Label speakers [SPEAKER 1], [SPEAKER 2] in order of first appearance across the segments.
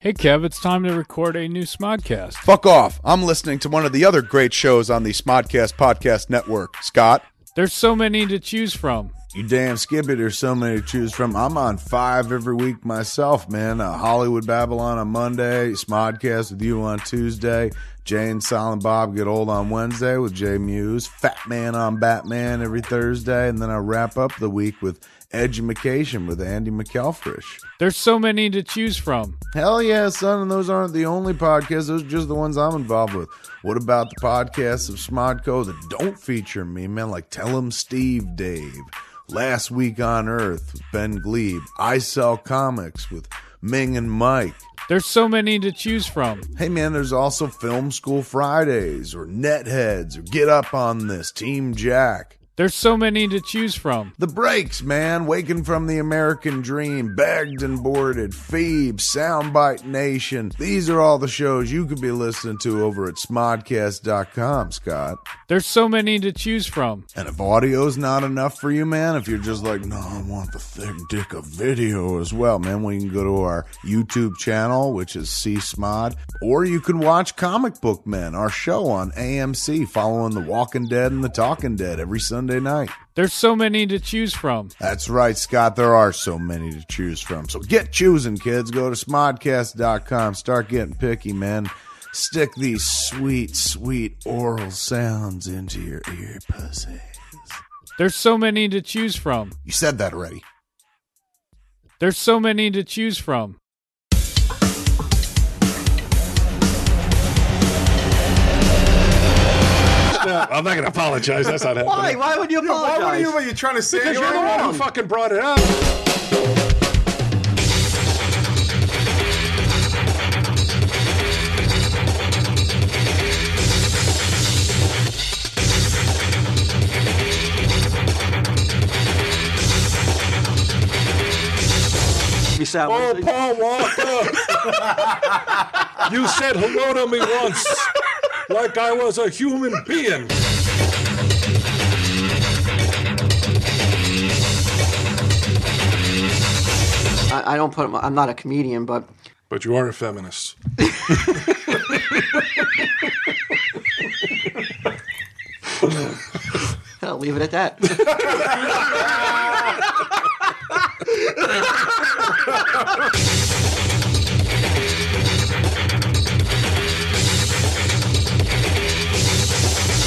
[SPEAKER 1] Hey, Kev, it's time to record a new Smodcast.
[SPEAKER 2] Fuck off. I'm listening to one of the other great shows on the Smodcast Podcast Network. Scott,
[SPEAKER 1] There's so many to choose from.
[SPEAKER 3] You damn skip it. There's so many to choose from. I'm on five every week myself, man. Uh, Hollywood Babylon on Monday, Smodcast with you on Tuesday, Jane, Silent Bob Get Old on Wednesday with Jay Muse, Fat Man on Batman every Thursday, and then I wrap up the week with Edumacation with Andy McElfrish.
[SPEAKER 1] There's so many to choose from.
[SPEAKER 3] Hell yeah, son. And those aren't the only podcasts. Those are just the ones I'm involved with. What about the podcasts of Smodco that don't feature me, man? Like Tell 'em Steve Dave, Last Week on Earth with Ben Glebe, I Sell Comics with Ming and Mike.
[SPEAKER 1] There's so many to choose from.
[SPEAKER 3] Hey man, there's also Film School Fridays or Netheads or Get Up on This, Team Jack.
[SPEAKER 1] There's so many to choose from.
[SPEAKER 3] The breaks, man. Waking from the American Dream, Bagged and Boarded, Phoebes, Soundbite Nation. These are all the shows you could be listening to over at smodcast.com, Scott.
[SPEAKER 1] There's so many to choose from.
[SPEAKER 3] And if audio's not enough for you, man, if you're just like, no, I want the thick dick of video as well, man, well, you can go to our YouTube channel, which is C Smod, or you can watch Comic Book Men, our show on AMC, following The Walking Dead and The Talking Dead every Sunday night.
[SPEAKER 1] There's so many to choose from.
[SPEAKER 3] That's right, Scott. There are so many to choose from. So get choosing, kids. Go to smodcast.com. Start getting picky, man. Stick these sweet, sweet oral sounds into your ear pussy.
[SPEAKER 1] There's so many to choose from.
[SPEAKER 3] You said that already.
[SPEAKER 1] There's so many to choose from.
[SPEAKER 4] I'm not going to apologize. That's not happening.
[SPEAKER 5] Why? Why would you apologize?
[SPEAKER 2] what are you, what are you trying to say?
[SPEAKER 4] Because you're the one who fucking brought it up.
[SPEAKER 5] You sound-
[SPEAKER 4] Oh, Paul Walker. you said hello to me once, like I was a human being.
[SPEAKER 5] I, I don't put. I'm not a comedian, but
[SPEAKER 4] But you are a feminist.
[SPEAKER 5] I'll leave it at that.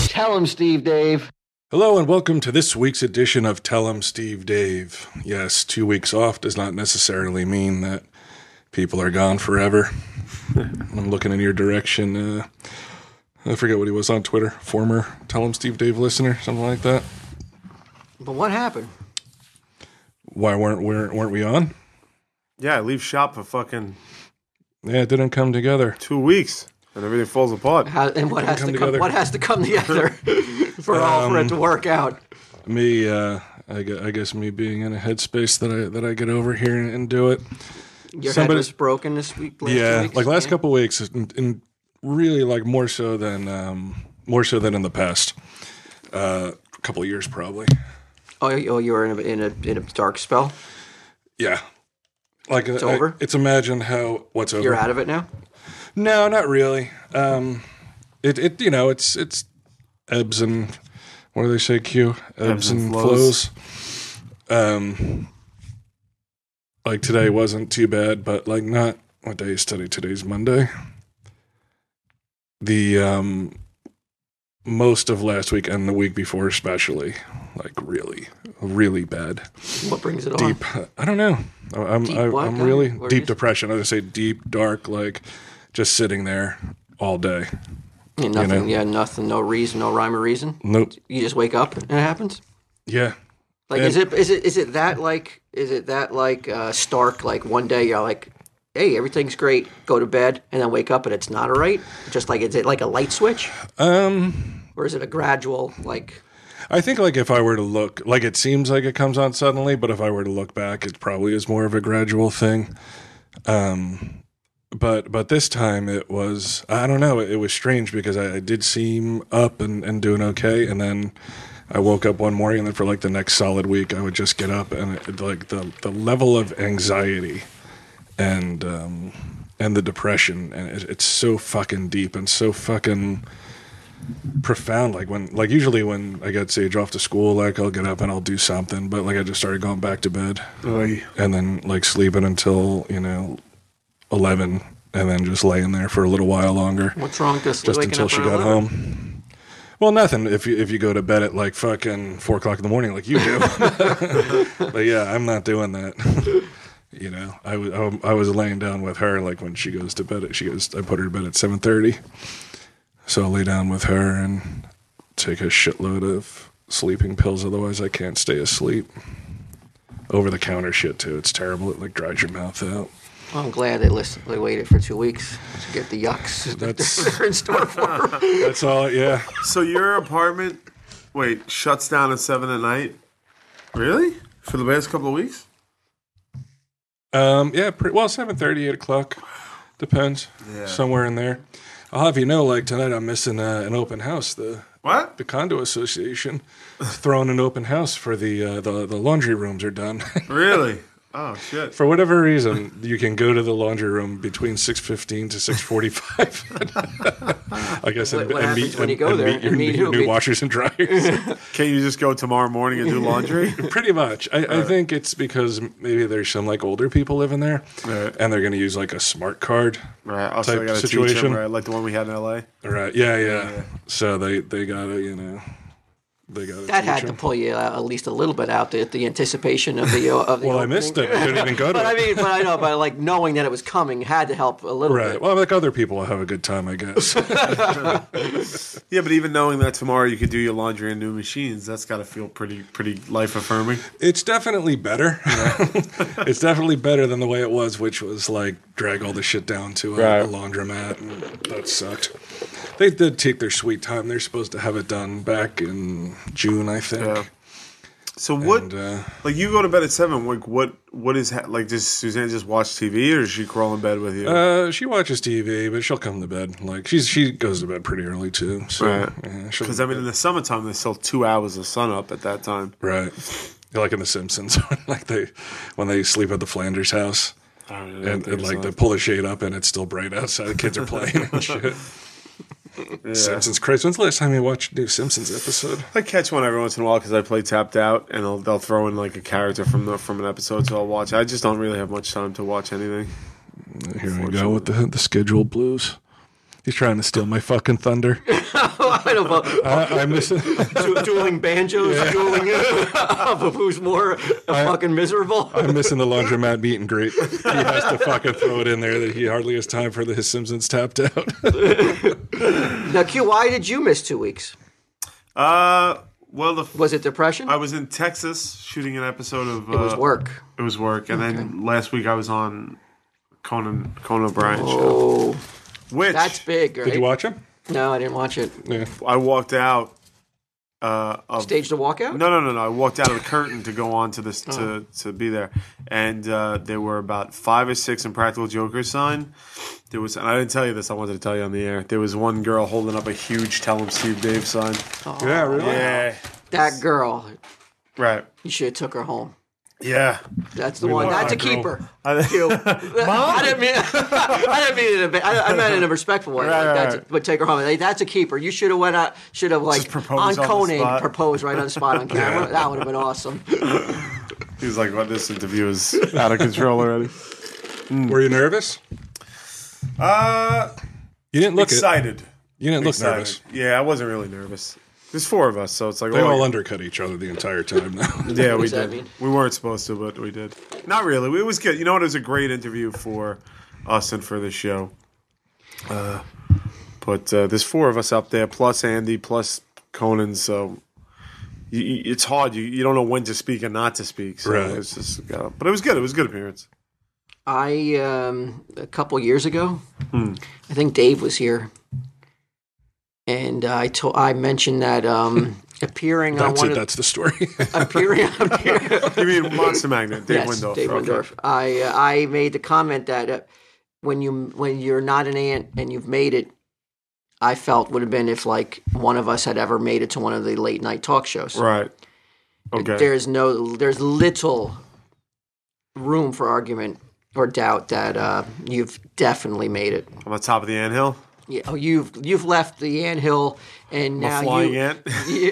[SPEAKER 5] Tell him, Steve, Dave.
[SPEAKER 4] Hello and welcome to this week's edition of Tell 'em Steve Dave. Yes, two weeks off does not necessarily mean that people are gone forever. I'm looking in your direction. Uh, I forget what he was on Twitter. Former Tell 'em Steve Dave listener, something like that.
[SPEAKER 5] But what happened?
[SPEAKER 4] Why weren't we, weren't we on?
[SPEAKER 6] Yeah, I leave shop for fucking
[SPEAKER 4] Yeah, it didn't come together.
[SPEAKER 6] two weeks and everything falls apart.
[SPEAKER 5] How, and what has
[SPEAKER 4] come
[SPEAKER 5] to come?
[SPEAKER 4] together. Um,
[SPEAKER 5] What has to come together for all for it to work out?
[SPEAKER 4] Me, uh, I, gu- I guess me being in a headspace that I that I get over here and, and do it.
[SPEAKER 5] Your
[SPEAKER 4] somebody-
[SPEAKER 5] head was broken this week. Last
[SPEAKER 4] yeah,
[SPEAKER 5] two weeks,
[SPEAKER 4] like last
[SPEAKER 5] yeah?
[SPEAKER 4] couple weeks, and, and really like more so than um, more so than in the past uh, couple of years probably.
[SPEAKER 5] Oh, you- oh, you were in a, in a in a dark spell.
[SPEAKER 4] Yeah, like it's
[SPEAKER 5] over?
[SPEAKER 4] it's imagine how what's over.
[SPEAKER 5] You're out of it now.
[SPEAKER 4] No, not really. Um, it it you know it's it's ebbs and what do they say? Q ebbs, and,
[SPEAKER 6] and
[SPEAKER 4] flows.
[SPEAKER 6] flows.
[SPEAKER 4] Um, like today wasn't too bad, but like not what day is today? Today's Monday. The um, most of last week and the week before, especially, like really, really bad.
[SPEAKER 5] What brings it on?
[SPEAKER 4] Deep. I don't know. I- I'm
[SPEAKER 5] Deep
[SPEAKER 4] I,
[SPEAKER 5] what,
[SPEAKER 4] I'm
[SPEAKER 5] Guy?
[SPEAKER 4] really
[SPEAKER 5] Or
[SPEAKER 4] deep
[SPEAKER 5] just-
[SPEAKER 4] depression. I would say deep dark, like just sitting there all day.
[SPEAKER 5] Yeah, nothing.
[SPEAKER 4] know.
[SPEAKER 5] Yeah, nothing. No reason. No rhyme or reason.
[SPEAKER 4] Nope.
[SPEAKER 5] You just wake up and it happens.
[SPEAKER 4] Yeah.
[SPEAKER 5] Like, is it is it is it that like is it that like uh, stark? Like one day you're like, hey, everything's great. Go to bed and then wake up and it's not all right. Just like is it like a light switch
[SPEAKER 4] Um,
[SPEAKER 5] or is it a gradual like?
[SPEAKER 4] I think like if I were to look, like it seems like it comes on suddenly, but if I were to look back, it probably is more of a gradual thing. Um, but but this time it was I don't know it was strange because I, I did seem up and, and doing okay, and then I woke up one morning and then for like the next solid week I would just get up and it, like the the level of anxiety and um, and the depression and it, it's so fucking deep and so fucking profound like when like usually when i get sage off to school like i'll get up and i'll do something but like i just started going back to bed and then like sleeping until you know 11 and then just laying there for a little while longer
[SPEAKER 5] What's wrong? Just,
[SPEAKER 4] just
[SPEAKER 5] waking
[SPEAKER 4] until
[SPEAKER 5] up
[SPEAKER 4] she
[SPEAKER 5] early?
[SPEAKER 4] got home. Well, nothing. If you if you go to bed at like fucking four o'clock in the morning, like you do. but yeah, I'm not doing that. You know, I was um, I was laying down with her like when she goes to bed. She goes. I put her to bed at seven thirty, so I lay down with her and take a shitload of sleeping pills. Otherwise, I can't stay asleep. Over the counter shit too. It's terrible. It like dries your mouth out.
[SPEAKER 5] Well, I'm glad they listened. They waited for two weeks to get the yucks
[SPEAKER 4] That's
[SPEAKER 5] that are in store for 'em.
[SPEAKER 4] that's all. Yeah.
[SPEAKER 6] So your apartment, wait, shuts down at seven at night. Really? For the last couple of weeks?
[SPEAKER 4] Um, yeah, pretty, well, 7.30, 8 o'clock, depends, somewhere in there. I'll have you know, like tonight, I'm missing uh, an open house. The
[SPEAKER 6] What?
[SPEAKER 4] the condo association is throwing an open house for the uh, the the laundry rooms are done.
[SPEAKER 6] Really? Oh shit!
[SPEAKER 4] for whatever reason, you can go to the laundry room between six fifteen to six forty five. I guess
[SPEAKER 5] What-
[SPEAKER 4] and,
[SPEAKER 5] what
[SPEAKER 4] and
[SPEAKER 5] happens
[SPEAKER 4] meet
[SPEAKER 5] when you
[SPEAKER 4] and-
[SPEAKER 5] go
[SPEAKER 4] and
[SPEAKER 5] there?
[SPEAKER 4] meet your,
[SPEAKER 5] And meet
[SPEAKER 4] your
[SPEAKER 5] who?
[SPEAKER 4] new
[SPEAKER 5] Meet-
[SPEAKER 4] washers and dryers.
[SPEAKER 6] Can't you just go tomorrow morning and do laundry?
[SPEAKER 4] Pretty much. I, I think it's because maybe there's some like older people living there,
[SPEAKER 6] Right.
[SPEAKER 4] and they're going to use like a smart card.
[SPEAKER 6] right. Also,
[SPEAKER 4] Type
[SPEAKER 6] I got to teach
[SPEAKER 4] situation.
[SPEAKER 6] him. Right, like the one we had in L.A.
[SPEAKER 4] Right. Yeah, yeah. So they they gotta you know they gotta.
[SPEAKER 5] That
[SPEAKER 4] teach
[SPEAKER 5] had to
[SPEAKER 4] him.
[SPEAKER 5] pull you out, at least a little bit out the, the anticipation of the. Uh, of the
[SPEAKER 4] Well, I
[SPEAKER 5] opening.
[SPEAKER 4] missed it. I couldn't even go to
[SPEAKER 5] But I
[SPEAKER 4] it.
[SPEAKER 5] mean, but I know, but like knowing that it was coming had to help a little
[SPEAKER 4] Right.
[SPEAKER 5] bit.
[SPEAKER 4] Well, like other people will have a good time, I guess.
[SPEAKER 6] Yeah, but even knowing that tomorrow you could do your laundry in new machines, that's got to feel pretty pretty life affirming.
[SPEAKER 4] it's definitely better. it's definitely better than the way it was, which was like drag all the shit down to a, a
[SPEAKER 6] Right.
[SPEAKER 4] laundromat. And that sucked. They did take their sweet time. They're supposed to have it done back in June, I think.
[SPEAKER 6] Yeah. So what?
[SPEAKER 4] And, uh,
[SPEAKER 6] like you go to bed at seven. Like what? What is ha- like? Does Suzanne just watch TV, or does she crawl in bed with you?
[SPEAKER 4] Uh, she watches TV, but she'll come to bed. Like she's she goes to bed pretty early too. So
[SPEAKER 6] Right.
[SPEAKER 4] yeah, she'll-
[SPEAKER 6] Because I mean, in the summertime, there's still two hours of sun up at that time.
[SPEAKER 4] Right. Like in The Simpsons, like they when they sleep at the Flanders house and, and like they pull the shade up and it's still bright outside. The kids are playing and shit. Simpsons, Christ, when's the last time you watched a new Simpsons episode?
[SPEAKER 6] I catch one every once in a while because I play tapped out, and they'll, they'll throw in like a character from the from an episode, so I'll watch. I just don't really have much time to watch anything.
[SPEAKER 4] Here we go with the the schedule blues. He's trying to steal my fucking thunder.
[SPEAKER 5] I know, but
[SPEAKER 4] I, I miss it.
[SPEAKER 5] du- dueling banjos, dueling uh, of who's more fucking miserable.
[SPEAKER 4] I'm missing the laundromat meet and greet. He has to fucking throw it in there that he hardly has time for the, his Simpsons tapped out.
[SPEAKER 5] now, Q, why did you miss two weeks?
[SPEAKER 6] Uh, well, the f-
[SPEAKER 5] Was it depression?
[SPEAKER 6] I was in Texas shooting an episode of. Uh,
[SPEAKER 5] it was work.
[SPEAKER 6] It was work, and then last week I was on Conan Conan O'Brien show,
[SPEAKER 5] Oh,
[SPEAKER 6] which
[SPEAKER 5] that's big, right?
[SPEAKER 4] Did you watch him?
[SPEAKER 5] No, I didn't watch it.
[SPEAKER 4] Yeah.
[SPEAKER 6] I walked out. Uh, of
[SPEAKER 5] Staged a walkout?
[SPEAKER 6] No, no, no, no. I walked out of the curtain to go on to this to to be there, and uh, there were about five or six Impractical Jokers sign. There was, and I didn't tell you this. I wanted to tell you on the air. There was one girl holding up a huge "Tell him Steve Dave" sign.
[SPEAKER 4] Yeah, really?
[SPEAKER 6] Yeah,
[SPEAKER 5] That girl,
[SPEAKER 6] right.
[SPEAKER 5] you should have took her home.
[SPEAKER 6] Yeah,
[SPEAKER 5] That's the one. That's a
[SPEAKER 4] that girl.
[SPEAKER 5] keeper. Q. I didn't mean. I didn't mean it. In a, ba- I, I meant it in a respectful way.
[SPEAKER 6] Right,
[SPEAKER 5] like,
[SPEAKER 6] right,
[SPEAKER 5] that's,
[SPEAKER 6] right.
[SPEAKER 5] But take her home. Like, that's a keeper. You should have went out. Should have like
[SPEAKER 6] propose
[SPEAKER 5] on
[SPEAKER 6] on the
[SPEAKER 5] Conan
[SPEAKER 6] spot.
[SPEAKER 5] proposed right on the spot on camera. That would have been awesome.
[SPEAKER 6] he was like, "Well, this interview is out of control already."
[SPEAKER 4] Were you nervous?
[SPEAKER 6] Uh,
[SPEAKER 4] You didn't look it.
[SPEAKER 6] excited.
[SPEAKER 4] You didn't look
[SPEAKER 6] Excited.
[SPEAKER 4] nervous.
[SPEAKER 6] Yeah, I wasn't really nervous. There's four of us, so it's like
[SPEAKER 4] They
[SPEAKER 6] oh,
[SPEAKER 4] all undercut each other the entire time now.
[SPEAKER 6] Yeah, we
[SPEAKER 5] does that
[SPEAKER 6] did.
[SPEAKER 5] mean?
[SPEAKER 6] We weren't supposed to, but we did. Not really. It was good. You know what? It was a great interview for us and for the show. Uh, but uh, there's four of us up there, plus Andy, plus Conan. So you, you, it's hard. You you don't know when to speak and not to speak. So
[SPEAKER 4] Right.
[SPEAKER 6] it's just gotta, but it was good. It was a good appearance.
[SPEAKER 5] I um, a couple years ago,
[SPEAKER 6] Hmm.
[SPEAKER 5] I think Dave was here, and I told I mentioned that um, appearing
[SPEAKER 4] That's
[SPEAKER 5] on
[SPEAKER 4] it.
[SPEAKER 5] one
[SPEAKER 4] That's the story.
[SPEAKER 5] of appearing. appearing
[SPEAKER 6] You mean Monster Magnet, Dave
[SPEAKER 5] yes,
[SPEAKER 6] Windorf?
[SPEAKER 5] Dave
[SPEAKER 6] Okay.
[SPEAKER 5] Windorf. I uh, I made the comment that uh, when you when you're not an ant and you've made it, I felt would have been if like one of us had ever made it to one of the late night talk shows.
[SPEAKER 6] Right. Okay.
[SPEAKER 5] There's no there's little room for argument or doubt that uh, you've definitely made it.
[SPEAKER 6] I'm on top of the anthill.
[SPEAKER 5] Yeah, oh, you've you've left the anthill and now
[SPEAKER 6] A flying
[SPEAKER 5] you,
[SPEAKER 6] ant.
[SPEAKER 5] Yeah.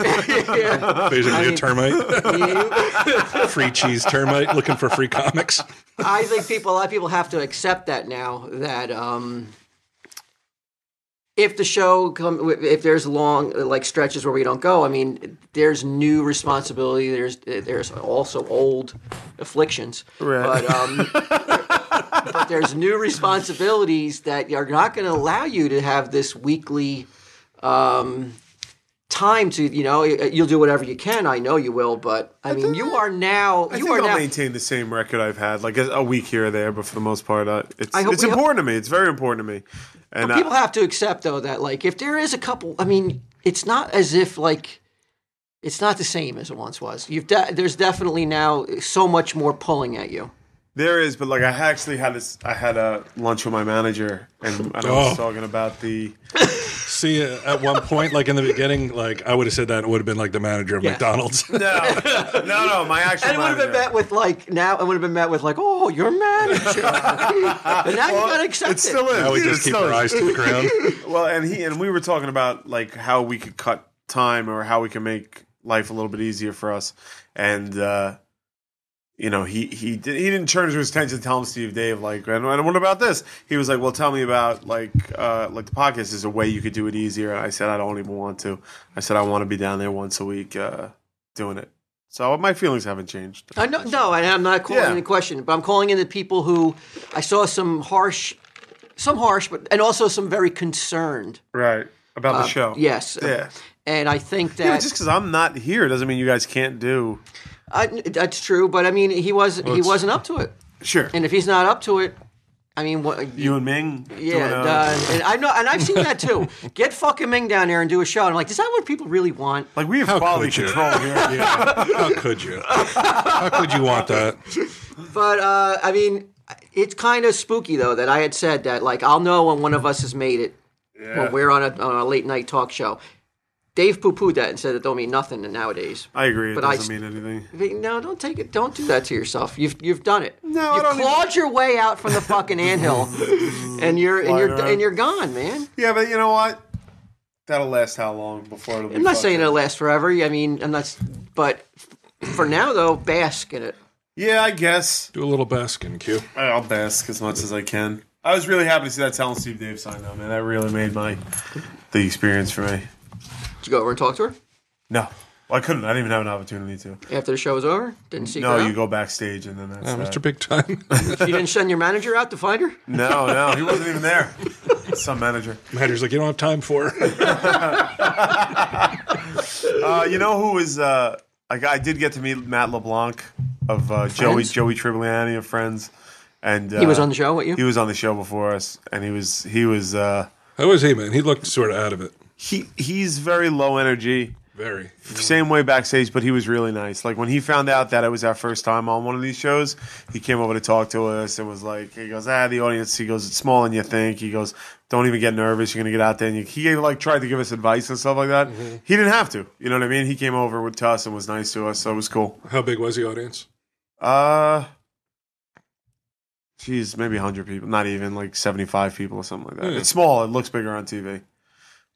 [SPEAKER 4] Basically,
[SPEAKER 5] I
[SPEAKER 4] a
[SPEAKER 5] mean-
[SPEAKER 4] termite,
[SPEAKER 5] you-
[SPEAKER 4] free cheese termite, looking for free comics.
[SPEAKER 5] I think people, a lot of people have to accept that now. That um, if the show come, if there's long like stretches where we don't go, I mean, there's new responsibility. There's there's also old afflictions, but um, but there's new responsibilities that are not going to allow you to have this weekly. Um, time to you know you'll do whatever you can i know you will but i mean you are now
[SPEAKER 6] I
[SPEAKER 5] you
[SPEAKER 6] think
[SPEAKER 5] are
[SPEAKER 6] I'll
[SPEAKER 5] now
[SPEAKER 6] maintain the same record I've had, like a, a week here or there, but for the most part, uh, it's
[SPEAKER 5] I hope
[SPEAKER 6] it's
[SPEAKER 5] we hope-
[SPEAKER 6] important to me. It's very important to me. And uh,
[SPEAKER 5] people
[SPEAKER 6] I,
[SPEAKER 5] have to accept though that like if there is a couple i mean it's not as if like it's not the same as it once was you've de- there's definitely now so much more pulling at you
[SPEAKER 6] there is, but like I actually had this. I had a lunch with my manager, and, and I was
[SPEAKER 4] Oh.
[SPEAKER 6] talking about the.
[SPEAKER 4] See, uh, at one point, like in the beginning, like I would have said that it would have been like the manager of
[SPEAKER 5] Yeah.
[SPEAKER 4] McDonald's.
[SPEAKER 6] No, no, no. My actual.
[SPEAKER 5] and it would have been
[SPEAKER 6] manager.
[SPEAKER 5] met with like now it would have been met with like oh you're manager but now you gotta accept
[SPEAKER 6] It still is.
[SPEAKER 4] now we
[SPEAKER 6] It
[SPEAKER 4] just keep
[SPEAKER 6] still
[SPEAKER 4] our
[SPEAKER 6] is.
[SPEAKER 4] eyes to the ground.
[SPEAKER 6] Well, and he and we were talking about like how we could cut time or how we can make life a little bit easier for us. And uh, you know, he he did, he didn't turn his attention to tell him Steve Dave like, and, and what about this? He was like, well, tell me about like uh, like the podcast is a way you could do it easier. And I said, I don't even want to. I said, I want to be down there once a week uh, doing it. So my feelings haven't changed.
[SPEAKER 5] I know, no, and I'm not calling
[SPEAKER 6] Yeah.
[SPEAKER 5] in the question, but I'm calling in the people who I saw some harsh, some harsh, but and also some very concerned.
[SPEAKER 6] Right about the show.
[SPEAKER 5] Uh, Yes.
[SPEAKER 6] Yeah.
[SPEAKER 5] And I think that
[SPEAKER 6] Yeah, just because I'm not here doesn't mean you guys can't do.
[SPEAKER 5] I, that's true, but I mean, he was he wasn't up to it,
[SPEAKER 6] Sure.
[SPEAKER 5] and if he's not up to it, I mean, what?
[SPEAKER 6] you and Ming. doing
[SPEAKER 5] Yeah,
[SPEAKER 6] a-
[SPEAKER 5] uh, and I know, and I've seen that too. Get fucking Ming down there and do a show. And I'm like, is that what people really want?
[SPEAKER 6] Like we have
[SPEAKER 4] How
[SPEAKER 6] quality
[SPEAKER 4] could you?
[SPEAKER 6] control here.
[SPEAKER 4] Yeah. How could you? How could you want that?
[SPEAKER 5] But uh, I mean, it's kind of spooky though that I had said that. Like, I'll know when one of us has made it when we're on a, on a late night talk show. Dave poo pooed that and said it don't mean nothing nowadays.
[SPEAKER 6] I agree. It
[SPEAKER 5] But I
[SPEAKER 6] doesn't mean anything.
[SPEAKER 5] I mean, No, don't take it. Don't do that to yourself. You've you've done it.
[SPEAKER 6] No, I
[SPEAKER 5] you've
[SPEAKER 6] don't
[SPEAKER 5] clawed your way out from the fucking anthill, and you're and you're
[SPEAKER 6] around.
[SPEAKER 5] and you're gone, man.
[SPEAKER 6] Yeah, but you know what? That'll last how long before it'll be?
[SPEAKER 5] I'm not saying
[SPEAKER 6] fucking-
[SPEAKER 5] it'll last forever. I mean, I'm not. s- But for now, though, bask in it.
[SPEAKER 6] Yeah, I guess
[SPEAKER 4] Do a little Baskin, Q.
[SPEAKER 6] I'll bask as much as I can. I was really happy to see that Talent Steve Dave sign though, man. That really made my the experience for me.
[SPEAKER 5] Did you go over and talk to her
[SPEAKER 6] No, I couldn't. I didn't even have an opportunity to.
[SPEAKER 5] after the show was over? Didn't seek
[SPEAKER 6] No,
[SPEAKER 5] her
[SPEAKER 6] you
[SPEAKER 5] out.
[SPEAKER 6] go backstage and then that's
[SPEAKER 4] Uh,
[SPEAKER 6] that.
[SPEAKER 4] Mr. Big Time
[SPEAKER 5] You didn't send your manager out to find her.
[SPEAKER 6] No, no, he wasn't even there. Some manager.
[SPEAKER 4] manager's like you don't have time for. it."
[SPEAKER 6] Uh, you know who is? Uh, like I did get to meet Matt LeBlanc of uh, Joey
[SPEAKER 5] Friends?
[SPEAKER 6] Joey Tribbiani of Friends, and uh,
[SPEAKER 5] He was on the show with you.
[SPEAKER 6] He was on the show before us, and he was he was uh,
[SPEAKER 4] How was he, man? He looked sort of out of it.
[SPEAKER 6] he he's very low energy.
[SPEAKER 4] Very.
[SPEAKER 6] Same way backstage, but he was really nice. Like when he found out that it was our first time on one of these shows, he came over to talk to us and was like, he goes, ah, the audience. He goes, it's smaller than you think. He goes, don't even get nervous. You're gonna get out there. And you, he gave, like tried to give us advice and stuff like that. He didn't have to. You know what I mean? He came over with to us and was nice to us, so it was cool.
[SPEAKER 4] How big was the audience?
[SPEAKER 6] Uh, geez, maybe 100 people, not even like 75 people or something like that.
[SPEAKER 4] Yeah.
[SPEAKER 6] It's small. It looks bigger on TV,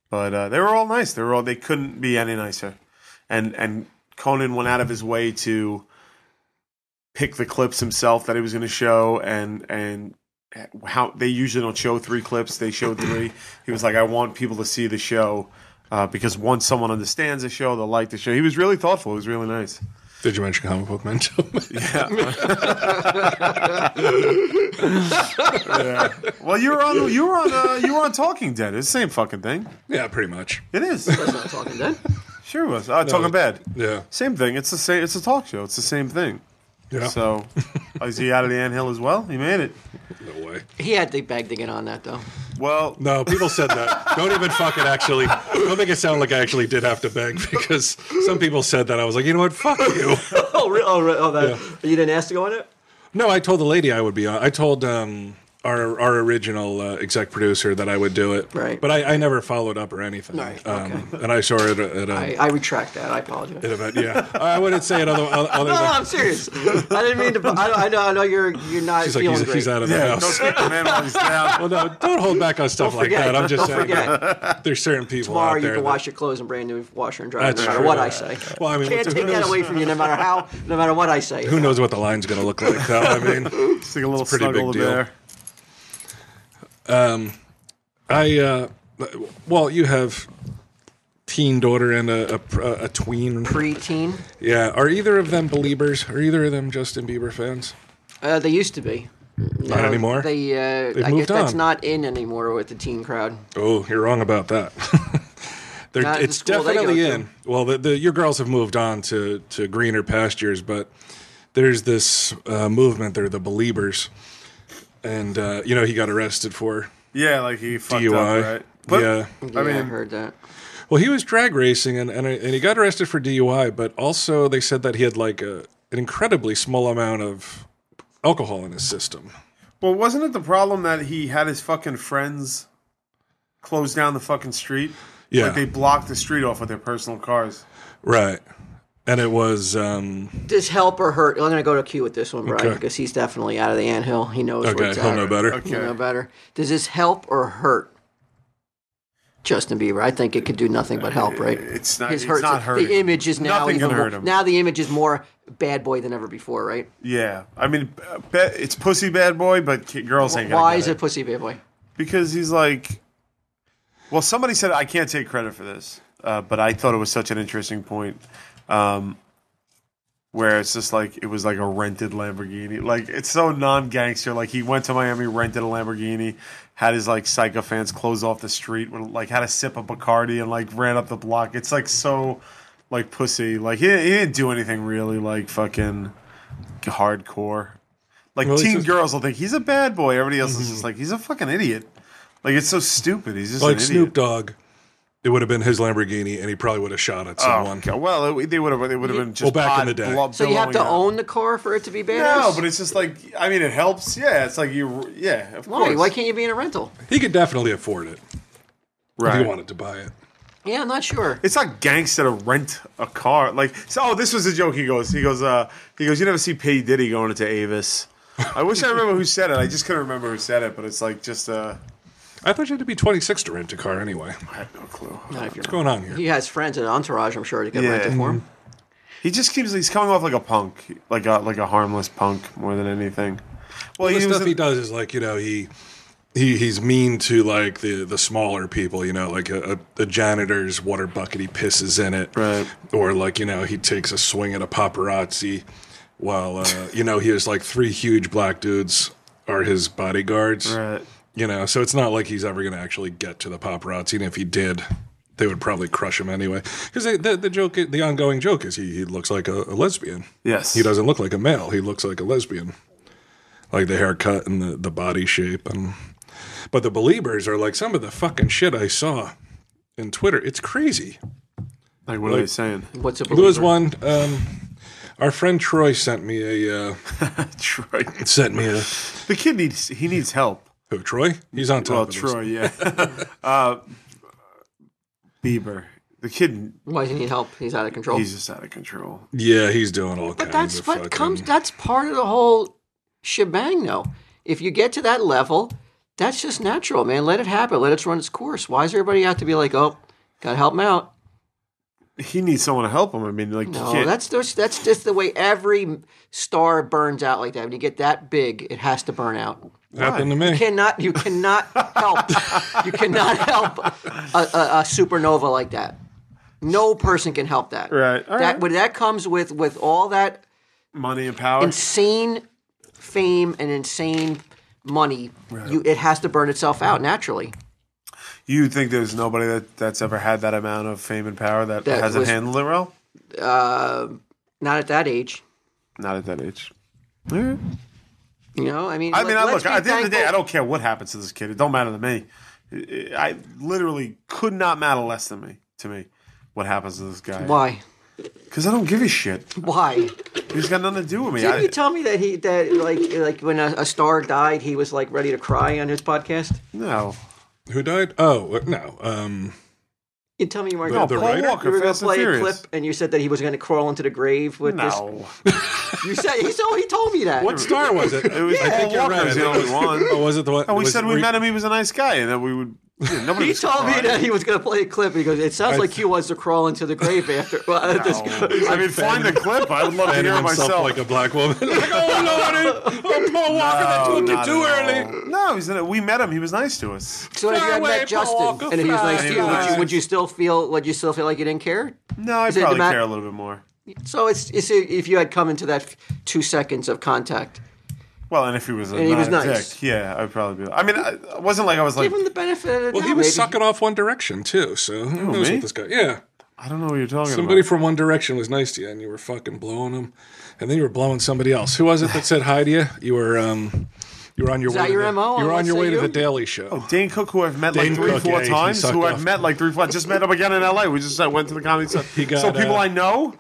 [SPEAKER 6] but uh, they were all nice. They were all they couldn't be any nicer, and and Conan went out of his way to pick the clips himself that he was going to show, and and how they usually don't show three clips. They showed three. he was like, I want people to see the show. Uh, because once someone understands the show, they'll like the show. He was really thoughtful. It was really nice.
[SPEAKER 4] Did you mention comic book man?
[SPEAKER 6] Well, you were on you were on uh, you were on Talking Dead. It's the same fucking thing.
[SPEAKER 4] yeah, pretty much.
[SPEAKER 6] It is.
[SPEAKER 5] That's not talking then.
[SPEAKER 6] Sure was. Uh, talking Bad.
[SPEAKER 4] Yeah.
[SPEAKER 6] Same thing. It's the same. It's a talk show. It's the same thing.
[SPEAKER 4] Yeah.
[SPEAKER 6] So, oh, is he out of the anthill as well? He made it.
[SPEAKER 4] No way.
[SPEAKER 5] He had the bag to get on that though.
[SPEAKER 6] Well,
[SPEAKER 4] No, people said that. Don't even fucking actually. Don't make it sound like I actually did have to beg because some people said that. I was like, you know what? Fuck you.
[SPEAKER 5] oh, re- oh, re- oh, that you didn't ask to go on it.
[SPEAKER 4] No, I told the lady I would be on. I told um, our our original uh, exec producer that I would do it.
[SPEAKER 5] Right.
[SPEAKER 4] But I, I never followed up or anything.
[SPEAKER 5] Right,
[SPEAKER 4] Um, and I saw it at a,
[SPEAKER 5] I,
[SPEAKER 4] at
[SPEAKER 5] I retract that. I apologize.
[SPEAKER 4] a event. Yeah. I wouldn't say it other, other
[SPEAKER 5] No, no,
[SPEAKER 4] than.
[SPEAKER 5] Oh, I'm serious. I didn't mean to. I, I know. I know you're. You're not
[SPEAKER 4] He's like,
[SPEAKER 5] feeling
[SPEAKER 4] he's,
[SPEAKER 5] great.
[SPEAKER 4] he's out of the
[SPEAKER 6] Don't
[SPEAKER 4] house.
[SPEAKER 6] kick the man while he's down.
[SPEAKER 4] Well, no, don't hold back on stuff like
[SPEAKER 5] forget.
[SPEAKER 4] that. I'm just
[SPEAKER 5] Don't
[SPEAKER 4] saying
[SPEAKER 5] forget.
[SPEAKER 4] that there's certain people
[SPEAKER 5] Tomorrow
[SPEAKER 4] out
[SPEAKER 5] you
[SPEAKER 4] there.
[SPEAKER 5] can
[SPEAKER 4] that-
[SPEAKER 5] wash your clothes in brand new washer and dryer,
[SPEAKER 4] That's
[SPEAKER 5] no matter
[SPEAKER 4] true.
[SPEAKER 5] what I say.
[SPEAKER 4] Well, I mean,
[SPEAKER 5] can't
[SPEAKER 4] who
[SPEAKER 5] take that
[SPEAKER 4] knows?
[SPEAKER 5] away from you, no matter how, no matter what I say.
[SPEAKER 4] Who knows what the line's going to look like, though? I mean,
[SPEAKER 6] Just like a little
[SPEAKER 4] pretty big
[SPEAKER 6] snuggle
[SPEAKER 4] deal.
[SPEAKER 6] there.
[SPEAKER 4] I, uh, well, you have teen daughter and a, a, a tween.
[SPEAKER 5] Pre-teen,
[SPEAKER 4] Yeah. Are either of them believers? Are either of them Justin Bieber fans?
[SPEAKER 5] uh, they used to be.
[SPEAKER 4] Not anymore.
[SPEAKER 5] They, uh, I guess
[SPEAKER 4] moved
[SPEAKER 5] that's
[SPEAKER 4] on.
[SPEAKER 5] not in anymore with the teen crowd.
[SPEAKER 4] Oh, you're wrong about that. They're-
[SPEAKER 5] Not at the
[SPEAKER 4] it's
[SPEAKER 5] school they go
[SPEAKER 4] definitely
[SPEAKER 5] to.
[SPEAKER 4] in. Well, the, the, your girls have moved on to, to greener pastures, but there's this uh, movement. They're the Believers, and uh, you know he got arrested for
[SPEAKER 6] Yeah, like he fucked
[SPEAKER 4] DUI.
[SPEAKER 6] up, right? But
[SPEAKER 4] yeah.
[SPEAKER 5] Yeah, I, heard that.
[SPEAKER 4] Well, he was drag racing, and and, and he got arrested for DUI, but also they said that he had like a, an incredibly small amount of alcohol in his system.
[SPEAKER 6] Well, wasn't it the problem that he had his fucking friends close down the fucking street?
[SPEAKER 4] Yeah.
[SPEAKER 6] Like they blocked the street off with their personal cars.
[SPEAKER 4] Right. And it was um,
[SPEAKER 5] Does help or hurt? I'm going to go to Q with this one, Brian,
[SPEAKER 4] Okay.
[SPEAKER 5] because he's definitely out of the anthill. He knows where
[SPEAKER 4] okay.
[SPEAKER 5] it's
[SPEAKER 4] He'll
[SPEAKER 5] at.
[SPEAKER 4] know better.
[SPEAKER 5] You know better. Does this help or hurt Justin Bieber? I think it could do nothing but help, right?
[SPEAKER 6] It's not.
[SPEAKER 5] His
[SPEAKER 6] it's
[SPEAKER 5] hurts.
[SPEAKER 6] not hurting.
[SPEAKER 5] The image is now
[SPEAKER 6] Nothing
[SPEAKER 5] even
[SPEAKER 6] can
[SPEAKER 5] more,
[SPEAKER 6] hurt him.
[SPEAKER 5] now the image is more bad boy than ever before, right?
[SPEAKER 6] Yeah, I mean, uh, ba- it's pussy bad boy, but ki- girls ain't. gonna
[SPEAKER 5] Why
[SPEAKER 6] get
[SPEAKER 5] is it pussy bad boy?
[SPEAKER 6] Because he's like, well, somebody said I can't take credit for this, uh, but I thought it was such an interesting point, um, where it's just like it was like a rented Lamborghini. Like it's so non-gangster. Like he went to Miami, rented a Lamborghini, had his like psycho fans close off the street, with, like had a sip of Bacardi, and like ran up the block. It's like so. Like pussy, like he, he didn't do anything really like fucking hardcore. Like
[SPEAKER 4] Well, he's
[SPEAKER 6] teen
[SPEAKER 4] just- Mm-hmm.
[SPEAKER 6] girls will think he's a bad boy. Everybody else is just like he's a fucking idiot. Like it's so stupid. He's just
[SPEAKER 4] like
[SPEAKER 6] an
[SPEAKER 4] Snoop
[SPEAKER 6] idiot.
[SPEAKER 4] Dogg, it would have been his Lamborghini, and he probably would have shot at
[SPEAKER 6] Oh,
[SPEAKER 4] someone.
[SPEAKER 6] God. well, it, they would have. They would have been just
[SPEAKER 4] Well, back in
[SPEAKER 6] odd
[SPEAKER 4] the day.
[SPEAKER 6] blob
[SPEAKER 5] So you have to
[SPEAKER 6] billowing out.
[SPEAKER 5] own the car for it to be bad?
[SPEAKER 6] No, but it's just like I mean, it helps. Yeah, it's like you. Yeah, of
[SPEAKER 5] why?
[SPEAKER 6] course.
[SPEAKER 5] Why can't you be in a rental?
[SPEAKER 4] He could definitely afford it if
[SPEAKER 6] right.
[SPEAKER 4] he wanted to buy it.
[SPEAKER 5] Yeah, I'm not sure.
[SPEAKER 6] It's not gangster to rent a car. Like, so, oh, this was a joke. He goes, he goes, uh, he goes. You never see P Diddy going into Avis. I wish I remember who said it. I just couldn't remember who said it. But it's like just uh,
[SPEAKER 4] I thought you had to be 26 to rent a car anyway.
[SPEAKER 6] I have no clue.
[SPEAKER 5] Not if you're-
[SPEAKER 4] What's going on here?
[SPEAKER 5] he has friends and entourage, I'm sure, to get
[SPEAKER 6] Yeah. Mm-hmm.
[SPEAKER 5] rented for him.
[SPEAKER 6] He just keeps he's coming off like a punk, like a like a harmless punk more than anything. Well,
[SPEAKER 4] the
[SPEAKER 6] he was
[SPEAKER 4] stuff he does is like you know he he he's mean to like the the smaller people you know like a, a, a janitor's water bucket he pisses in it
[SPEAKER 6] Right.
[SPEAKER 4] or like you know he takes a swing at a paparazzi while uh, you know he has like three huge black dudes are his bodyguards
[SPEAKER 6] Right.
[SPEAKER 4] you know so it's not like he's ever going to actually get to the paparazzi and if he did they would probably crush him anyway because the, the joke the ongoing joke is he, he looks like a, a lesbian
[SPEAKER 6] yes,
[SPEAKER 4] he doesn't look like a male. He looks like a lesbian, like the haircut and the, the body shape. And but the believers are like some of the fucking shit I saw in Twitter. It's crazy.
[SPEAKER 6] Like what are they saying?
[SPEAKER 5] What's a
[SPEAKER 4] There was
[SPEAKER 5] believer?
[SPEAKER 4] one. Um, our friend Troy sent me a uh,
[SPEAKER 6] Troy,
[SPEAKER 4] sent me a
[SPEAKER 6] the kid needs he needs help.
[SPEAKER 4] who Troy. He's on top
[SPEAKER 6] Well,
[SPEAKER 4] of this.
[SPEAKER 6] Troy, yeah. uh, Bieber, the kid,
[SPEAKER 5] Why does he need help? He's out of control.
[SPEAKER 6] he's just out of control.
[SPEAKER 4] Yeah, he's doing all kinds
[SPEAKER 5] But that's
[SPEAKER 4] of
[SPEAKER 5] what
[SPEAKER 4] fucking-
[SPEAKER 5] comes. That's part of the whole shebang, though. If you get to that level, that's just natural, man. Let it happen. Let it run its course. Why does everybody have to be like, oh, gotta help him out?
[SPEAKER 6] He needs someone to help him. I mean, like you
[SPEAKER 5] No,
[SPEAKER 6] can't-
[SPEAKER 5] that's just, that's just the way every star burns out like that. When you get that big, it has to burn out.
[SPEAKER 4] happened to
[SPEAKER 5] You
[SPEAKER 4] me.
[SPEAKER 5] cannot. You cannot help. you cannot help a, a, a supernova like that. No person can help that.
[SPEAKER 6] Right. All
[SPEAKER 5] that
[SPEAKER 6] right.
[SPEAKER 5] but that comes with with all that
[SPEAKER 6] money and power.
[SPEAKER 5] insane fame and insane money, you, it has to burn itself out naturally.
[SPEAKER 6] you think there's nobody that, that's ever had that amount of fame and power that,
[SPEAKER 5] That
[SPEAKER 6] hasn't
[SPEAKER 5] was-
[SPEAKER 6] handled it well?
[SPEAKER 5] Not at that age.
[SPEAKER 6] Not at that age. All right.
[SPEAKER 5] You know, I mean,
[SPEAKER 6] I mean,
[SPEAKER 5] let-
[SPEAKER 6] I
[SPEAKER 5] let's
[SPEAKER 6] look.
[SPEAKER 5] be
[SPEAKER 6] At the end of the day, I
[SPEAKER 5] thankful-
[SPEAKER 6] don't care what happens to this kid. It don't matter to me. I I literally could not matter less than me to me what happens to this guy.
[SPEAKER 5] Why?
[SPEAKER 6] Because I don't give a shit.
[SPEAKER 5] Why?
[SPEAKER 6] He's got nothing to do with me.
[SPEAKER 5] Didn't
[SPEAKER 6] I-
[SPEAKER 5] you tell me that he that like like when a, a star died, he was like ready to cry on his podcast?
[SPEAKER 6] no.
[SPEAKER 4] Who died? Oh no. Um,
[SPEAKER 5] You tell me you weren't
[SPEAKER 4] No,
[SPEAKER 5] going
[SPEAKER 4] the
[SPEAKER 5] to
[SPEAKER 4] writer?
[SPEAKER 5] you
[SPEAKER 6] Walker,
[SPEAKER 5] were going
[SPEAKER 6] Fast
[SPEAKER 5] to
[SPEAKER 6] and
[SPEAKER 5] play a clip,
[SPEAKER 6] Furious.
[SPEAKER 5] and you said that he was going to crawl into the grave with
[SPEAKER 6] No.
[SPEAKER 5] this. You said he so he told me that.
[SPEAKER 4] what star was it?
[SPEAKER 6] It was
[SPEAKER 4] I think
[SPEAKER 6] Paul
[SPEAKER 4] you're
[SPEAKER 6] Walker
[SPEAKER 4] right.
[SPEAKER 6] was the
[SPEAKER 4] I think it
[SPEAKER 6] only
[SPEAKER 4] was-
[SPEAKER 6] one.
[SPEAKER 4] Oh, was it the one?
[SPEAKER 6] Oh, we
[SPEAKER 4] was
[SPEAKER 6] said
[SPEAKER 4] it
[SPEAKER 6] we
[SPEAKER 4] Re-
[SPEAKER 6] met him. He was a nice guy, and that we would. Yeah, nobody
[SPEAKER 5] He
[SPEAKER 6] was
[SPEAKER 5] told me
[SPEAKER 6] crying.
[SPEAKER 5] that he was going to play a clip because it sounds
[SPEAKER 4] I-
[SPEAKER 5] like he wants to crawl into the grave after. Well, this-
[SPEAKER 6] I mean, find the clip. I would love to
[SPEAKER 4] fanning
[SPEAKER 6] hear it
[SPEAKER 4] himself
[SPEAKER 6] myself.
[SPEAKER 4] like a black woman. like, oh Lord, oh Paul Walker, that
[SPEAKER 6] No,
[SPEAKER 4] took you
[SPEAKER 6] not
[SPEAKER 4] too
[SPEAKER 6] at all.
[SPEAKER 4] early.
[SPEAKER 6] No, he's in a, we met him. He was nice to us.
[SPEAKER 5] so if you
[SPEAKER 4] Fly
[SPEAKER 5] had
[SPEAKER 4] away,
[SPEAKER 5] met
[SPEAKER 4] Paul
[SPEAKER 5] Justin
[SPEAKER 4] Walker,
[SPEAKER 5] and if he was
[SPEAKER 4] fly,
[SPEAKER 5] nice to you, would you,
[SPEAKER 6] fly.
[SPEAKER 5] would you still feel would you still feel like you didn't care?
[SPEAKER 6] No, I
[SPEAKER 5] Is it the
[SPEAKER 6] probably
[SPEAKER 5] ma-
[SPEAKER 6] care a little bit more.
[SPEAKER 5] So it's, it's if you had come into that f- two seconds of contact,
[SPEAKER 6] Well, and if he was a,
[SPEAKER 5] And he was
[SPEAKER 6] not a
[SPEAKER 5] nice.
[SPEAKER 6] dick, yeah, I'd probably be. I mean, I, it wasn't like I was like,
[SPEAKER 5] give him the benefit of the
[SPEAKER 4] Well,
[SPEAKER 5] doubt.
[SPEAKER 4] he was
[SPEAKER 5] maybe. Oh,
[SPEAKER 4] sucking off One Direction too, so who knows
[SPEAKER 6] me?
[SPEAKER 4] what this guy? Yeah,
[SPEAKER 6] I don't know what you're talking
[SPEAKER 4] somebody
[SPEAKER 6] about.
[SPEAKER 4] from One Direction was nice to you, and you were fucking blowing him, and then you were blowing somebody else. Who was it that said hi to you? You were, um, you were on your
[SPEAKER 5] Is
[SPEAKER 4] way.
[SPEAKER 5] that
[SPEAKER 4] to
[SPEAKER 5] your
[SPEAKER 4] the,
[SPEAKER 5] MO?
[SPEAKER 4] You were
[SPEAKER 5] I
[SPEAKER 4] on your
[SPEAKER 5] say
[SPEAKER 4] way to
[SPEAKER 5] you? Oh.
[SPEAKER 4] the Daily Show.
[SPEAKER 6] Dane Cook, who I've met
[SPEAKER 4] Dane
[SPEAKER 6] like three,
[SPEAKER 4] Cook, yeah,
[SPEAKER 6] four
[SPEAKER 4] he- he
[SPEAKER 6] times,
[SPEAKER 4] sucked
[SPEAKER 6] who I've
[SPEAKER 4] off.
[SPEAKER 6] met like three, four. Just met him again in L.A. We just I went to the comedy club.
[SPEAKER 4] got,
[SPEAKER 6] so people
[SPEAKER 4] uh,
[SPEAKER 6] I know.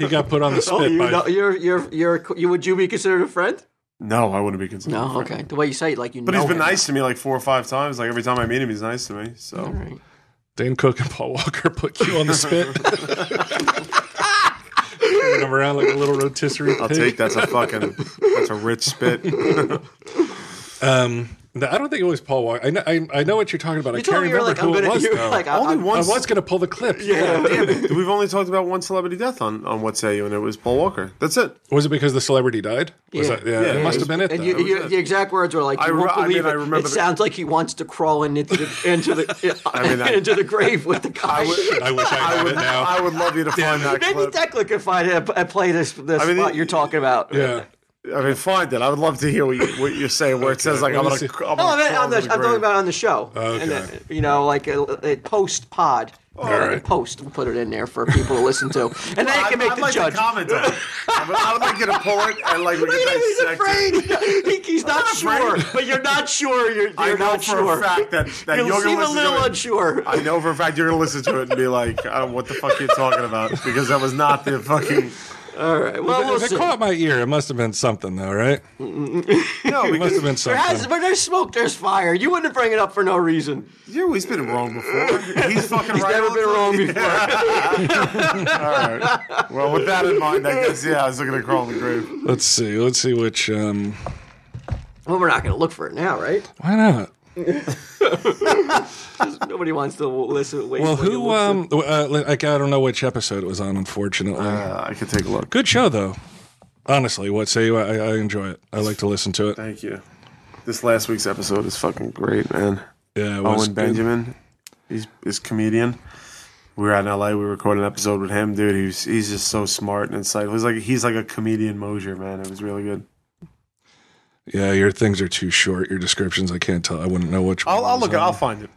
[SPEAKER 4] He got put on the spit
[SPEAKER 5] Oh, you
[SPEAKER 4] by
[SPEAKER 5] know, you're, you're, you're, you would you be considered a friend?
[SPEAKER 6] No, I wouldn't be considered.
[SPEAKER 5] No, okay. The way you say it, like you
[SPEAKER 6] But
[SPEAKER 5] know.
[SPEAKER 6] he's been
[SPEAKER 5] him.
[SPEAKER 6] nice to me like four or five times. Like every time I meet him, he's nice to me. So
[SPEAKER 5] Right.
[SPEAKER 4] Dane Cook and Paul Walker put you on the spit. Turning him around like a little rotisserie pig.
[SPEAKER 6] I'll take that's a fucking that's a rich spit.
[SPEAKER 4] Um, no, I don't think it was Paul Walker. I know, I, I know what you're talking about.
[SPEAKER 5] You
[SPEAKER 4] I can't
[SPEAKER 5] told me you're
[SPEAKER 4] remember
[SPEAKER 5] like I'm
[SPEAKER 4] who
[SPEAKER 5] gonna.
[SPEAKER 4] it was.
[SPEAKER 5] You're
[SPEAKER 4] though.
[SPEAKER 5] like I,
[SPEAKER 6] Only
[SPEAKER 5] I,
[SPEAKER 4] I
[SPEAKER 6] once.
[SPEAKER 4] was going to pull the clip.
[SPEAKER 5] Yeah.
[SPEAKER 6] Damn it. We've only talked about one celebrity death on, on What's Say You, and it was Paul Walker. That's it.
[SPEAKER 4] Was it because the celebrity died? Was
[SPEAKER 5] Yeah.
[SPEAKER 4] that, yeah,
[SPEAKER 6] Yeah,
[SPEAKER 4] it
[SPEAKER 6] it
[SPEAKER 4] must
[SPEAKER 6] was-
[SPEAKER 4] have been it.
[SPEAKER 5] And
[SPEAKER 4] though.
[SPEAKER 5] you, you, the exact words were like,
[SPEAKER 6] I
[SPEAKER 5] "You won't
[SPEAKER 6] re- I mean,
[SPEAKER 5] believe
[SPEAKER 6] I
[SPEAKER 5] it."
[SPEAKER 6] remember
[SPEAKER 5] it
[SPEAKER 6] the-
[SPEAKER 5] sounds like he wants to crawl in into the into the
[SPEAKER 6] mean, I-
[SPEAKER 5] into the grave with the guy.
[SPEAKER 4] I wish I had it now.
[SPEAKER 6] I would love you to find that
[SPEAKER 5] Maybe
[SPEAKER 6] clip.
[SPEAKER 5] Declan could find it and play this this
[SPEAKER 6] I mean,
[SPEAKER 5] spot
[SPEAKER 6] it-
[SPEAKER 5] you're talking about.
[SPEAKER 4] yeah.
[SPEAKER 6] I mean, find it. I would love to hear what, you, what you're saying, where it says like
[SPEAKER 4] let
[SPEAKER 6] I'm
[SPEAKER 4] me
[SPEAKER 6] gonna.
[SPEAKER 4] see.
[SPEAKER 6] I'm gonna
[SPEAKER 5] No, I mean,
[SPEAKER 6] crawl
[SPEAKER 5] on the, Oh,
[SPEAKER 6] into the
[SPEAKER 5] I'm talking
[SPEAKER 6] grave.
[SPEAKER 5] about on the show.
[SPEAKER 4] Okay.
[SPEAKER 5] And, uh, you know, like a, a post pod. Uh,
[SPEAKER 4] right.
[SPEAKER 5] Post, we'll put it in there for people to listen to, and they
[SPEAKER 6] I'd-
[SPEAKER 5] can make
[SPEAKER 6] I'd
[SPEAKER 5] the
[SPEAKER 6] like
[SPEAKER 5] judge.
[SPEAKER 6] To comment on it. I would, I would like you to pull it and like we
[SPEAKER 5] Look
[SPEAKER 6] can
[SPEAKER 5] at him, he's
[SPEAKER 6] dissect it.
[SPEAKER 5] afraid. He- he's not, sure,
[SPEAKER 6] afraid.
[SPEAKER 5] but you're not sure. You're, you're
[SPEAKER 6] I know
[SPEAKER 5] not
[SPEAKER 6] for
[SPEAKER 5] sure.
[SPEAKER 6] a fact that that
[SPEAKER 5] you
[SPEAKER 6] you're gonna
[SPEAKER 5] seem a
[SPEAKER 6] listen to
[SPEAKER 5] little
[SPEAKER 6] it.
[SPEAKER 5] unsure.
[SPEAKER 6] I know for a fact you're gonna listen to it and be like, I don't, "What the fuck you're talking about?" Because that was not the fucking.
[SPEAKER 5] All right. Well, we'll
[SPEAKER 4] If it
[SPEAKER 5] see.
[SPEAKER 4] caught my ear, it must have been something, though, right?
[SPEAKER 6] No,
[SPEAKER 4] It must
[SPEAKER 6] because
[SPEAKER 4] have been
[SPEAKER 5] There has,
[SPEAKER 4] something.
[SPEAKER 5] but there's smoke, there's fire. You wouldn't bring it up for no reason.
[SPEAKER 6] you always been wrong before. He's fucking
[SPEAKER 5] He's
[SPEAKER 6] right.
[SPEAKER 5] never
[SPEAKER 6] all
[SPEAKER 5] been
[SPEAKER 6] the time.
[SPEAKER 5] wrong before.
[SPEAKER 6] Well, with that in mind, I guess yeah, I was looking to crawl in the grave.
[SPEAKER 4] Let's see. Let's see which. Um,
[SPEAKER 5] well, we're not going to look for it now, right?
[SPEAKER 4] why not?
[SPEAKER 5] Nobody wants to listen. Wait
[SPEAKER 4] Well,
[SPEAKER 5] for you to
[SPEAKER 4] who?
[SPEAKER 5] listen.
[SPEAKER 4] Um, uh, like, I don't know which episode it was on, unfortunately.
[SPEAKER 6] Uh, I could take a look.
[SPEAKER 4] Good show, though. Honestly, what say you? I, I enjoy it. I like to listen to it.
[SPEAKER 6] Thank you. This last week's episode is fucking great, man.
[SPEAKER 4] Yeah, it was
[SPEAKER 6] Owen
[SPEAKER 4] good.
[SPEAKER 6] Benjamin, he's is comedian. We were out in LA. We recorded an episode with him, dude. He's he's just so smart and insightful. He's like he's like a comedian Mosier, man. It was really good.
[SPEAKER 4] Yeah, your things are too short. Your descriptions, I can't tell. I wouldn't know which.
[SPEAKER 6] I'll,
[SPEAKER 4] one
[SPEAKER 6] I'll
[SPEAKER 4] was
[SPEAKER 6] look. It,
[SPEAKER 4] on.
[SPEAKER 6] I'll find it.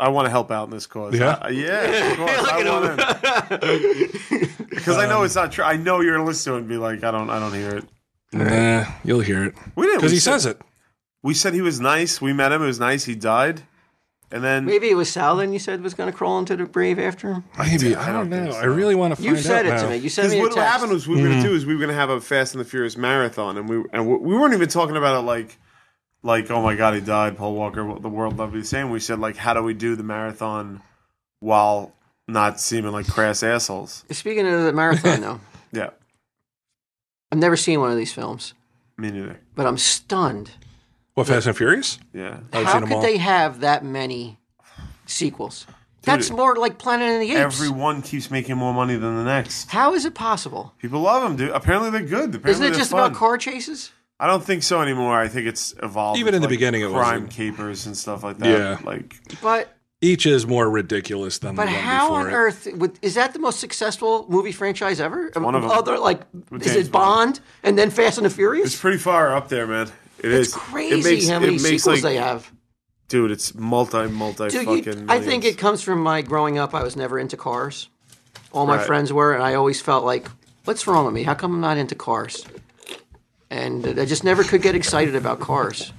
[SPEAKER 6] I want to help out in this cause.
[SPEAKER 4] Yeah?
[SPEAKER 6] I- yeah. Of course. I want Because I know it's not true. I know you're gonna listen to it and be like, I don't, I don't hear it.
[SPEAKER 4] Nah, you'll hear it
[SPEAKER 6] We didn't.
[SPEAKER 4] because
[SPEAKER 6] we
[SPEAKER 4] he
[SPEAKER 6] said-
[SPEAKER 4] says it.
[SPEAKER 6] we said he was nice. We met him. It was nice. He died, and then
[SPEAKER 5] Maybe it was Salin you said was going to crawl into the grave after him.
[SPEAKER 4] Maybe I don't know. I really want to find
[SPEAKER 5] You said it
[SPEAKER 4] out
[SPEAKER 5] to
[SPEAKER 4] now.
[SPEAKER 5] me. You sent
[SPEAKER 6] Because
[SPEAKER 5] me a
[SPEAKER 6] what
[SPEAKER 5] text.
[SPEAKER 6] happened was we were
[SPEAKER 4] Mm-hmm.
[SPEAKER 6] going to do is we were going to have a Fast and the Furious marathon, and we and we- we weren't even talking about it like like oh my god he died Paul Walker what the world loved you the same. We said like how do we do the marathon while not seeming like crass assholes?
[SPEAKER 5] Speaking of the marathon, though,
[SPEAKER 6] Yeah,
[SPEAKER 5] I've never seen one of these films,
[SPEAKER 6] me neither.
[SPEAKER 5] but I'm stunned.
[SPEAKER 4] What Fast and Furious?
[SPEAKER 6] Yeah,
[SPEAKER 4] I've
[SPEAKER 5] How
[SPEAKER 4] seen 'em
[SPEAKER 5] could
[SPEAKER 4] all.
[SPEAKER 5] they have that many sequels? That's more like Planet of the Apes.
[SPEAKER 6] everyone keeps making more money than the next.
[SPEAKER 5] How is it possible?
[SPEAKER 6] People love them, dude. Apparently they're good. Apparently
[SPEAKER 5] Isn't it
[SPEAKER 6] they're
[SPEAKER 5] just
[SPEAKER 6] fun.
[SPEAKER 5] about car chases?
[SPEAKER 6] I don't think so anymore. I think it's evolved.
[SPEAKER 4] Even in
[SPEAKER 6] into,
[SPEAKER 4] the
[SPEAKER 6] like,
[SPEAKER 4] beginning, it
[SPEAKER 6] crime
[SPEAKER 4] wasn't.
[SPEAKER 6] capers and stuff like that.
[SPEAKER 4] Yeah.
[SPEAKER 6] like
[SPEAKER 5] But
[SPEAKER 4] Each is more ridiculous than
[SPEAKER 5] but
[SPEAKER 4] the one
[SPEAKER 5] how
[SPEAKER 4] before
[SPEAKER 5] on
[SPEAKER 4] it.
[SPEAKER 5] earth would, is that the most successful movie franchise ever?
[SPEAKER 6] one of 'em.
[SPEAKER 5] Other like is
[SPEAKER 6] James
[SPEAKER 5] it Bond and then Fast and the Furious?
[SPEAKER 6] It's pretty far up there, man. It is
[SPEAKER 5] It's crazy how many sequels they have.
[SPEAKER 6] Dude, it's multi, multi
[SPEAKER 5] Dude,
[SPEAKER 6] fucking.
[SPEAKER 5] you, I think
[SPEAKER 6] millions.
[SPEAKER 5] it comes from my growing up. I was never into cars. All my
[SPEAKER 6] Right.
[SPEAKER 5] friends were, and I always felt like, what's wrong with me? How come I'm not into cars? And I just never could get excited about cars.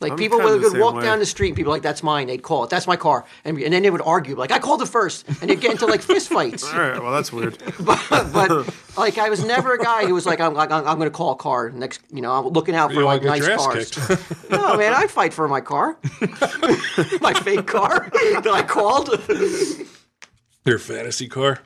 [SPEAKER 5] Like
[SPEAKER 6] I'm
[SPEAKER 5] people
[SPEAKER 6] kinda
[SPEAKER 5] would,
[SPEAKER 6] the
[SPEAKER 5] would
[SPEAKER 6] same
[SPEAKER 5] walk
[SPEAKER 6] way.
[SPEAKER 5] down the street, people like that's mine. They'd call it, that's my car, and, and then they would argue like I called it first, and they'd get into like fist fights.
[SPEAKER 6] All right. Well, that's weird.
[SPEAKER 5] but, but like I was never a guy who was like I'm like I'm, I'm going to call a car next. You know, I'm looking out for
[SPEAKER 4] You
[SPEAKER 5] like
[SPEAKER 4] wanna
[SPEAKER 5] nice
[SPEAKER 4] get your
[SPEAKER 5] cars.
[SPEAKER 4] ass
[SPEAKER 5] no man, I fight for my car, my fake car that I called.
[SPEAKER 4] Your fantasy car.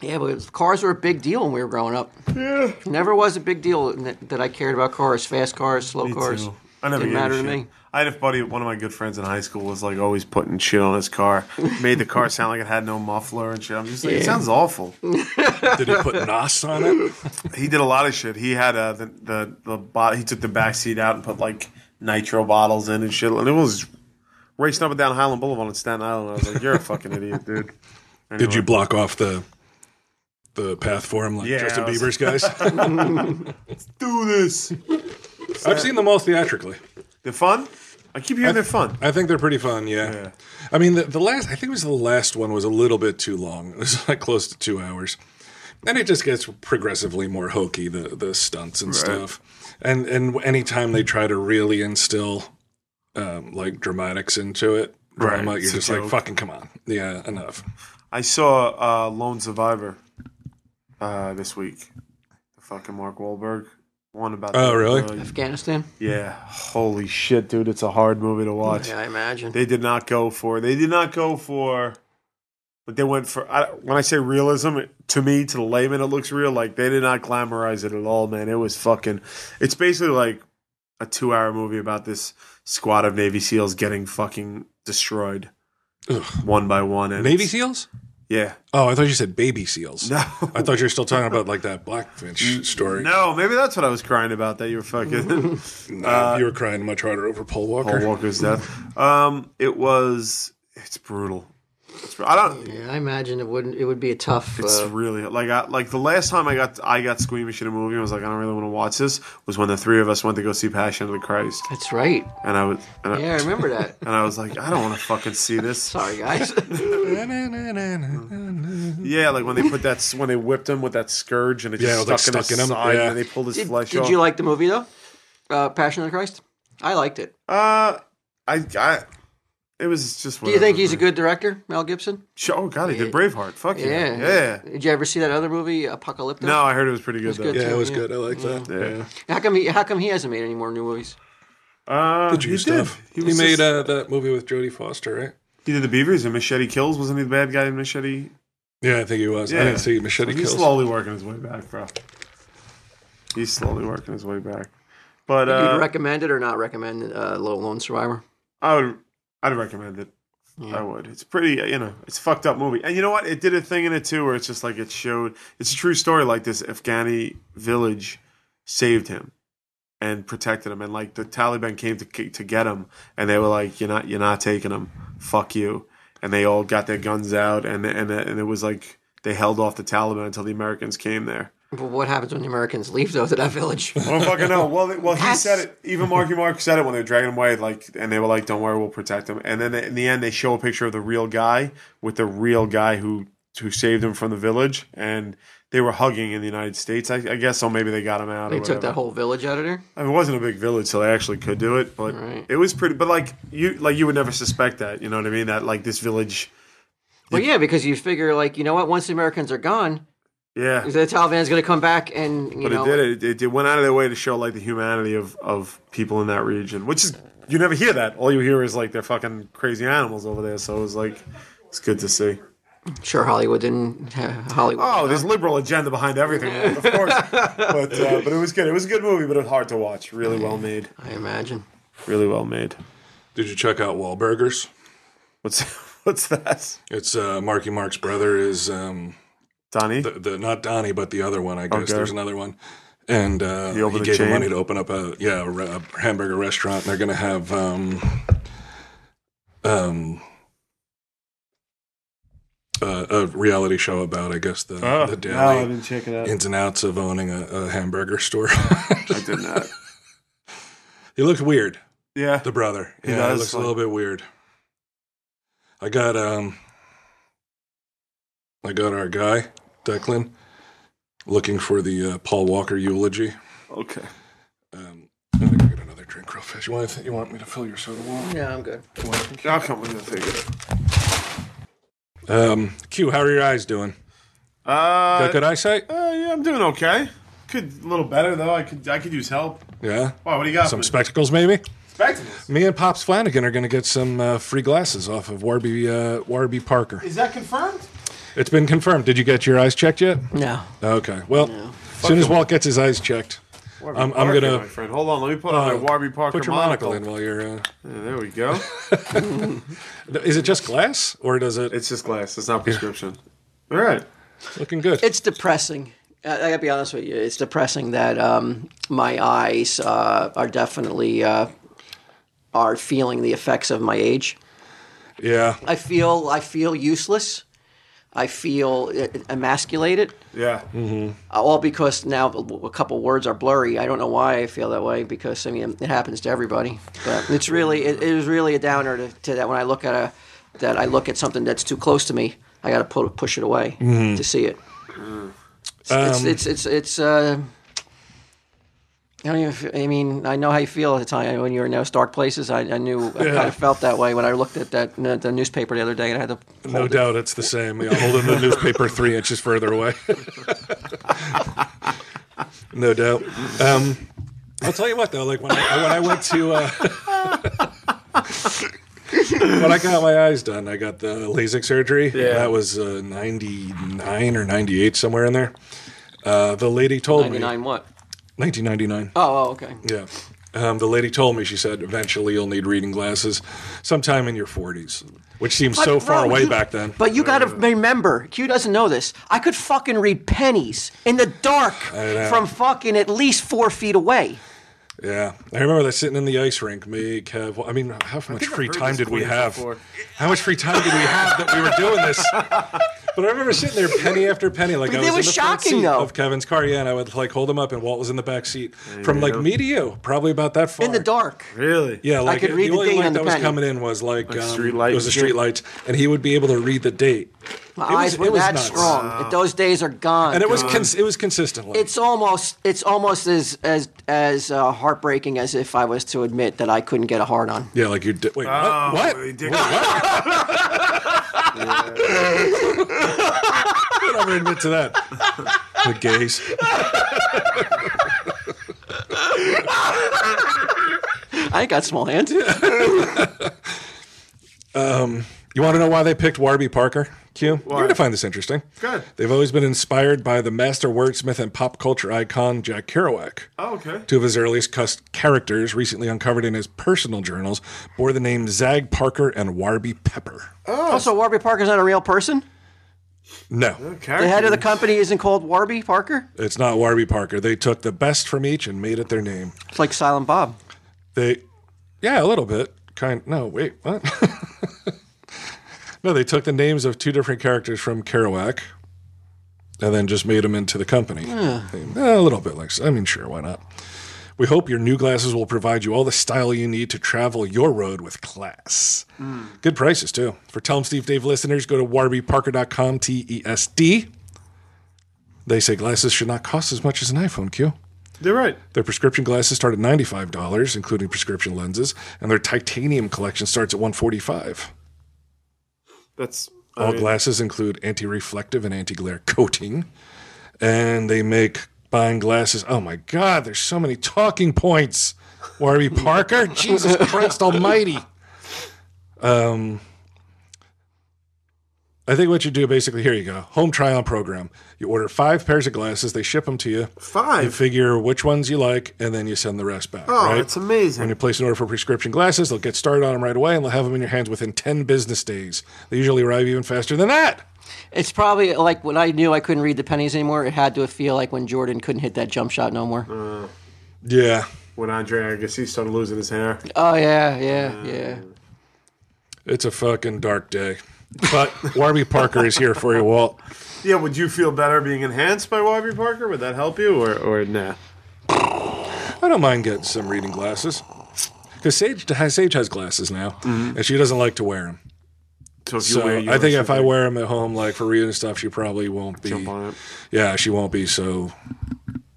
[SPEAKER 5] Yeah, but it was- cars were a big deal when we were growing up. Yeah. Never was a big deal that, that I cared about cars, fast cars, slow cars.
[SPEAKER 6] too. I never
[SPEAKER 5] Didn't
[SPEAKER 6] gave a
[SPEAKER 5] matter to
[SPEAKER 6] shit.
[SPEAKER 5] me.
[SPEAKER 6] I had a buddy, one of my good friends in high school, was like always putting shit on his car. Made the car sound like it had no muffler and shit. I'm just like, it sounds awful.
[SPEAKER 4] Did he put NOS on it?
[SPEAKER 6] He did a lot of shit. He had uh, the the the bo- he took the back seat out and put like nitro bottles in and shit, and it was racing up and down Highland Boulevard in Staten Island. I was like, you're a fucking idiot, dude.
[SPEAKER 4] Did you block off the the path for him like
[SPEAKER 6] Yeah,
[SPEAKER 4] Justin
[SPEAKER 6] I was-
[SPEAKER 4] Bieber's guys?
[SPEAKER 6] do this?
[SPEAKER 4] I've seen them all theatrically.
[SPEAKER 6] They're fun. I keep hearing they're fun.
[SPEAKER 4] I think they're pretty fun, yeah.
[SPEAKER 6] Yeah.
[SPEAKER 4] I mean, the, the last, I think it was the last one was a little bit too long. It was like close to two hours. And it just gets progressively more hokey, the, the stunts and stuff. And, and anytime they try to really instill um, like dramatics into it,
[SPEAKER 6] Right,
[SPEAKER 4] drama,
[SPEAKER 6] it's
[SPEAKER 4] you're
[SPEAKER 6] a
[SPEAKER 4] just
[SPEAKER 6] joke.
[SPEAKER 4] like, fucking come on. Yeah, enough.
[SPEAKER 6] I saw uh, Lone Survivor uh, this week. The fucking Mark Wahlberg one about.
[SPEAKER 4] Oh,
[SPEAKER 6] the-
[SPEAKER 4] really?
[SPEAKER 6] the-
[SPEAKER 5] Afghanistan.
[SPEAKER 6] yeah. Holy shit, dude! It's a hard movie to watch.
[SPEAKER 5] Yeah, I imagine.
[SPEAKER 6] They did not go for. They did not go for. But they went for. I, when I say realism, it- to me, to the layman, it looks real. Like they did not glamorize it at all, man. It was fucking. It's basically like a two-hour movie about this squad of Navy SEALs getting fucking destroyed, one by one. And
[SPEAKER 4] Navy
[SPEAKER 6] it's-
[SPEAKER 4] SEALs?
[SPEAKER 6] Yeah.
[SPEAKER 4] Oh, I thought you said baby SEALs.
[SPEAKER 6] No.
[SPEAKER 4] I thought you were still talking about like that Blackfinch story.
[SPEAKER 6] No, maybe that's what I was crying about. That you were fucking
[SPEAKER 4] Uh, you were crying much harder over Paul Walker.
[SPEAKER 6] Paul Walker's death. Um, it was. It's brutal. It's, br- I don't.
[SPEAKER 5] yeah, I imagine it wouldn't. It would be a tough.
[SPEAKER 6] It's
[SPEAKER 5] Uh,
[SPEAKER 6] really like I like the last time I got I got squeamish in a movie. I was like, I don't really want to watch this. Was when the three of us went to go see Passion of the Christ,
[SPEAKER 5] that's right.
[SPEAKER 6] and I was and I,
[SPEAKER 5] Yeah, I remember that.
[SPEAKER 6] and I was like, I don't want to fucking see this.
[SPEAKER 5] Sorry, guys.
[SPEAKER 6] Yeah, like when they put that when they whipped him with that scourge and it just
[SPEAKER 4] Yeah, it was,
[SPEAKER 6] stuck,
[SPEAKER 4] like,
[SPEAKER 6] in
[SPEAKER 4] stuck
[SPEAKER 6] his
[SPEAKER 4] in him.
[SPEAKER 6] side
[SPEAKER 4] Yeah.
[SPEAKER 6] and they pulled his
[SPEAKER 5] did,
[SPEAKER 6] flesh
[SPEAKER 5] did
[SPEAKER 6] off.
[SPEAKER 5] you like the movie though? Uh, Passion of the Christ. I liked it.
[SPEAKER 6] uh, I I it was just.
[SPEAKER 5] Do you think he's a good director, Mel Gibson?
[SPEAKER 6] Oh God, he did Braveheart. Fuck yeah, yeah.
[SPEAKER 5] Did you ever see that other movie, Apocalypto?
[SPEAKER 6] No, I heard it was pretty good though.
[SPEAKER 5] good.
[SPEAKER 4] Yeah, it was good. I like that. Yeah.
[SPEAKER 5] How come he? How come he hasn't made any more new movies?
[SPEAKER 6] Uh,
[SPEAKER 4] Jew
[SPEAKER 6] he
[SPEAKER 4] stuff.
[SPEAKER 6] did.
[SPEAKER 4] He,
[SPEAKER 6] was
[SPEAKER 4] made
[SPEAKER 6] just-
[SPEAKER 4] uh, that movie with Jodie Foster, right?
[SPEAKER 6] he did the Beavers and Machete Kills. Wasn't he the bad guy in Machete?
[SPEAKER 4] Yeah, I think he was. I didn't see Machete
[SPEAKER 6] He's
[SPEAKER 4] Kills.
[SPEAKER 6] slowly working his way back, bro. He's slowly working his way back. But
[SPEAKER 5] You'd
[SPEAKER 6] uh,
[SPEAKER 5] recommend it or not recommend uh, Low Lone Survivor?
[SPEAKER 6] I would, I'd recommend it. I would. It's pretty, you know, it's a fucked up movie. And you know what? It did a thing in it too, where it's just like it showed. It's a true story. Like this Afghani village saved him and protected him, and like the Taliban came to to get him, and they were like, "You're not, you're not taking him. Fuck you." And they all got their guns out, and and and it was like they held off the Taliban until the Americans came there.
[SPEAKER 5] But what happens when the Americans leave though to that village?
[SPEAKER 6] I don't fucking know. Well, they- well, he
[SPEAKER 5] That's-
[SPEAKER 6] said it. Even Marky Mark said it when they were dragging him away. Like, and they were like, "Don't worry, we'll protect him." And then they, in the end, they show a picture of the real guy with the real guy who who saved him from the village, and they were hugging in the United States. I, I guess so. Maybe they got him out.
[SPEAKER 5] They
[SPEAKER 6] or
[SPEAKER 5] took
[SPEAKER 6] whatever.
[SPEAKER 5] that whole village out of there.
[SPEAKER 6] I mean, it wasn't a big village, so they actually could do it. But
[SPEAKER 5] Right.
[SPEAKER 6] it was pretty. But like you, like you would never suspect that. You know what I mean? That like this village.
[SPEAKER 5] Well, yeah, because you figure like you know what? Once the Americans are gone,
[SPEAKER 6] Yeah.
[SPEAKER 5] the Taliban's going to come back and you
[SPEAKER 6] But
[SPEAKER 5] know.
[SPEAKER 6] it did. It, it went out of their way to show like the humanity of of people in that region, which is you never hear that. All you hear is like they're fucking crazy animals over there. So it was like it's good to see.
[SPEAKER 5] Sure, Hollywood didn't. Hollywood.
[SPEAKER 6] Oh, there's liberal agenda behind everything, of course. but uh, but it was good. It was a good movie, but it was hard to watch. Really well made.
[SPEAKER 5] I imagine.
[SPEAKER 6] Really well made.
[SPEAKER 4] Did you check out Wahlburgers?
[SPEAKER 6] What's what's that,
[SPEAKER 4] It's uh, Marky Mark's brother is um,
[SPEAKER 6] Donnie?
[SPEAKER 4] the, the not Donnie, but the other one. I guess
[SPEAKER 6] Okay.
[SPEAKER 4] there's another one. And uh, he,
[SPEAKER 6] opened a
[SPEAKER 4] gave him
[SPEAKER 6] chain?
[SPEAKER 4] money to open up a yeah a, re- a hamburger restaurant. And they're gonna have um, um, uh, a reality show about I guess the the daily
[SPEAKER 6] Ah. didn't check it out.
[SPEAKER 4] ins and outs of owning a, a hamburger store.
[SPEAKER 6] I did not.
[SPEAKER 4] he looked weird.
[SPEAKER 6] Yeah.
[SPEAKER 4] The brother.
[SPEAKER 6] He
[SPEAKER 4] yeah,
[SPEAKER 6] does,
[SPEAKER 4] it looks
[SPEAKER 6] like-
[SPEAKER 4] a little bit weird. I got um I got our guy, Declan, looking for the uh, Paul Walker eulogy.
[SPEAKER 6] Okay.
[SPEAKER 4] Um I think I got another drink real goldfish. You want, to th- you want me to fill your soda water?
[SPEAKER 5] Yeah, I'm good.
[SPEAKER 6] I'll come with the thing.
[SPEAKER 4] Um, Q, how are your eyes doing?
[SPEAKER 6] Uh,
[SPEAKER 4] Got good eyesight?
[SPEAKER 6] uh, yeah, I'm doing okay. Could a little better though. I could I could use help.
[SPEAKER 4] Yeah.
[SPEAKER 6] Wow, what do you got?
[SPEAKER 4] Some
[SPEAKER 6] for-
[SPEAKER 4] spectacles, maybe?
[SPEAKER 6] spectacles.
[SPEAKER 4] Me and Pops Flanagan are going to get some uh, free glasses off of Warby, uh, Warby Parker.
[SPEAKER 6] Is that confirmed?
[SPEAKER 4] It's been confirmed. Did you get your eyes checked yet?
[SPEAKER 5] No.
[SPEAKER 4] Okay. Well, as soon as Walt gets his eyes checked,
[SPEAKER 6] Warby
[SPEAKER 4] I'm, I'm
[SPEAKER 6] Parker,
[SPEAKER 4] going
[SPEAKER 6] my
[SPEAKER 4] to
[SPEAKER 6] friend. Hold on, let me put on my Warby
[SPEAKER 4] Oh.
[SPEAKER 6] Parker
[SPEAKER 4] put your monocle, in while you're. Uh,
[SPEAKER 6] Yeah, there we go.
[SPEAKER 4] is it just glass or does it? It's
[SPEAKER 6] it's just glass. It's not prescription. All right.
[SPEAKER 4] looking good.
[SPEAKER 5] It's depressing. I, I gotta be honest with you. It's depressing that um, my eyes uh, are definitely uh, are feeling the effects of my age.
[SPEAKER 4] yeah.
[SPEAKER 5] I feel I feel useless. I feel uh, emasculated.
[SPEAKER 6] Yeah.
[SPEAKER 4] Mm-hmm.
[SPEAKER 5] Uh, all because now a couple words are blurry. I don't know why I feel that way because I mean it happens to everybody. But it's really it, it is really a downer to, to that when I look at a that I look at something that's too close to me. I got to pu- push it away to see it. It's it's it's it's, it's uh, I don't even. f- I mean, I know how you feel at the time when you were in those dark places. I, I knew. I kind of felt that way when I looked at that the the newspaper the other day, and I had to.
[SPEAKER 4] No doubt it's the same. Yeah, holding the newspaper three inches further away. no doubt. Um, I'll tell you what though, like when I, when I went to uh, when I got my eyes done, I got the LASIK surgery. Yeah, that was uh, ninety nine or ninety eight somewhere in there. Uh, the lady told
[SPEAKER 5] Ninety nine.
[SPEAKER 4] me
[SPEAKER 5] What?
[SPEAKER 4] nineteen ninety nine.
[SPEAKER 5] Oh, oh, okay.
[SPEAKER 4] Yeah. Um, the lady told me, she said, eventually you'll need reading glasses sometime in your 40s, which seems so
[SPEAKER 5] But,
[SPEAKER 4] far
[SPEAKER 5] Rob,
[SPEAKER 4] away
[SPEAKER 5] you-
[SPEAKER 4] back then.
[SPEAKER 5] But you got to remember, Q doesn't know this. I could fucking read pennies in the dark
[SPEAKER 4] know.
[SPEAKER 5] from fucking at least four feet away.
[SPEAKER 4] Yeah, I remember that sitting in the ice rink. Me, Kev. well, I mean, how much free
[SPEAKER 6] heard
[SPEAKER 4] time
[SPEAKER 6] this
[SPEAKER 4] did we
[SPEAKER 6] quiz
[SPEAKER 4] have?
[SPEAKER 6] before.
[SPEAKER 4] How much free time did we have that we were doing this? But I remember sitting there, penny after penny, like
[SPEAKER 5] But
[SPEAKER 4] I
[SPEAKER 5] it
[SPEAKER 4] was,
[SPEAKER 5] was
[SPEAKER 4] in the front
[SPEAKER 5] shocking,
[SPEAKER 4] seat
[SPEAKER 5] though.
[SPEAKER 4] of Kevin's car. Yeah, and I would like hold him up, and Walt was in the back seat from like
[SPEAKER 6] go.
[SPEAKER 4] me to you, probably about that far
[SPEAKER 5] In the dark.
[SPEAKER 6] Really?
[SPEAKER 4] Yeah, like
[SPEAKER 5] could read
[SPEAKER 4] the,
[SPEAKER 5] the
[SPEAKER 4] only
[SPEAKER 5] date
[SPEAKER 4] light
[SPEAKER 5] on the
[SPEAKER 4] that was
[SPEAKER 5] penny.
[SPEAKER 4] coming in was like, um,
[SPEAKER 6] street light
[SPEAKER 4] It was the
[SPEAKER 6] and
[SPEAKER 4] street
[SPEAKER 6] shit.
[SPEAKER 4] lights, and he would be able to read the date.
[SPEAKER 5] My
[SPEAKER 4] It was-
[SPEAKER 5] eyes were
[SPEAKER 4] it was
[SPEAKER 5] that
[SPEAKER 4] nuts.
[SPEAKER 5] strong. Those days are gone.
[SPEAKER 4] And it was cons- it was consistent. like-
[SPEAKER 5] it's almost it's almost as as as uh, heartbreaking as if I was to admit that I couldn't get a hard on.
[SPEAKER 4] yeah, like you did. Wait,
[SPEAKER 6] Oh,
[SPEAKER 4] what?
[SPEAKER 6] they
[SPEAKER 4] What?
[SPEAKER 6] did-
[SPEAKER 4] Never admit to that. The gays.
[SPEAKER 5] I ain't got small hands.
[SPEAKER 4] Oh. You want to know why they picked Warby Parker? Q. You're going to find this interesting.
[SPEAKER 6] Good.
[SPEAKER 4] They've always been inspired by the master wordsmith and pop culture icon Jack Kerouac.
[SPEAKER 6] Oh, okay.
[SPEAKER 4] Two of his earliest cus- characters, recently uncovered in his personal journals, bore the name Zag Parker and Warby Pepper.
[SPEAKER 5] Also, Warby Parker's not a real person.
[SPEAKER 4] No,
[SPEAKER 5] The head
[SPEAKER 6] Character.
[SPEAKER 5] of the company isn't called Warby Parker.
[SPEAKER 4] it's not Warby Parker. They took the best from each and made it their name.
[SPEAKER 5] It's like Silent Bob.
[SPEAKER 4] They, yeah, a little bit. Kind. No, wait, what? no, they took the names of two different characters from Kerouac, and then just made them into the company. Name. Eh, a little bit like. I mean, sure, why not? We hope your new glasses will provide you all the style you need to travel your road with class. Good prices too. For Tell 'em Steve Dave listeners, go to warbyparker.com. T E S D. They say glasses should not cost as much as an iPhone. Q.
[SPEAKER 6] They're right.
[SPEAKER 4] Their prescription glasses start at ninety-five dollars, including prescription lenses, and their titanium collection starts at one forty-five.
[SPEAKER 6] That's
[SPEAKER 4] All glasses include anti-reflective and anti-glare coating, and they make buying glasses. Oh my God! There's so many talking points. Warby Parker, Jesus Christ Almighty. Um, I think what you do basically here you go home try-on program. You order five pairs of glasses, they ship them to you. You
[SPEAKER 6] five.
[SPEAKER 4] figure which ones you like, and then you send the rest back.
[SPEAKER 6] Oh,
[SPEAKER 4] right?
[SPEAKER 6] it's amazing.
[SPEAKER 4] When you place an order for prescription glasses, they'll get started on them right away, and they'll have them in your hands within ten business days. They usually arrive even faster than that.
[SPEAKER 5] It's probably like when I knew I couldn't read the pennies anymore. It had to feel like when Jordan couldn't hit that jump shot no more.
[SPEAKER 4] Mm. Yeah,
[SPEAKER 6] when Andre Agassi started losing his hair.
[SPEAKER 5] oh yeah, yeah, yeah.
[SPEAKER 4] it's a fucking dark day. But Warby Parker is here for you, Walt.
[SPEAKER 6] Yeah, would you feel better being enhanced by Warby Parker? Would that help you or, or nah?
[SPEAKER 4] I don't mind getting some reading glasses because Sage has, Sage has glasses now, and she doesn't like to wear them.
[SPEAKER 6] So, if Mm-hmm. you
[SPEAKER 4] So
[SPEAKER 6] wear yours,
[SPEAKER 4] I think if
[SPEAKER 6] you
[SPEAKER 4] I wear them at home, like for reading stuff, she probably won't be.
[SPEAKER 6] jump on it.
[SPEAKER 4] Yeah, she won't be so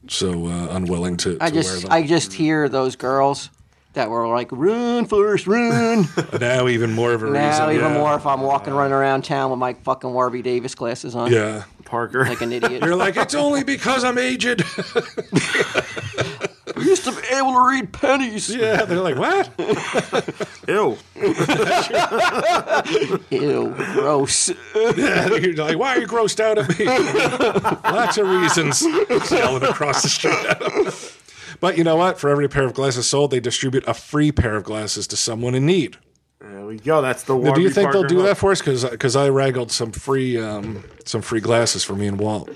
[SPEAKER 4] so uh, unwilling to, to
[SPEAKER 5] I
[SPEAKER 4] wear them. Mm.
[SPEAKER 5] just I just hear those girls that were like run first, run.
[SPEAKER 4] now even more of a
[SPEAKER 5] now
[SPEAKER 4] reason.
[SPEAKER 5] even
[SPEAKER 4] yeah.
[SPEAKER 5] more if I'm walking running around town with my fucking Warby Davis glasses on,
[SPEAKER 4] Yeah.
[SPEAKER 6] Parker.
[SPEAKER 5] like an idiot.
[SPEAKER 4] You're like, it's only because I'm aged.
[SPEAKER 5] I used to be able to read pennies.
[SPEAKER 4] yeah. They're like, what?
[SPEAKER 6] Ew.
[SPEAKER 5] Ew, gross.
[SPEAKER 4] You're like, why are you grossed out at me? Lots of reasons. Yelling across the street at him. But you know what? For every pair of glasses sold, they distribute a free pair of glasses to someone in need.
[SPEAKER 6] There we go. That's the one.
[SPEAKER 4] Now, do you think they'll do that for us? Because I raggled some free um, some free glasses for me and Walt.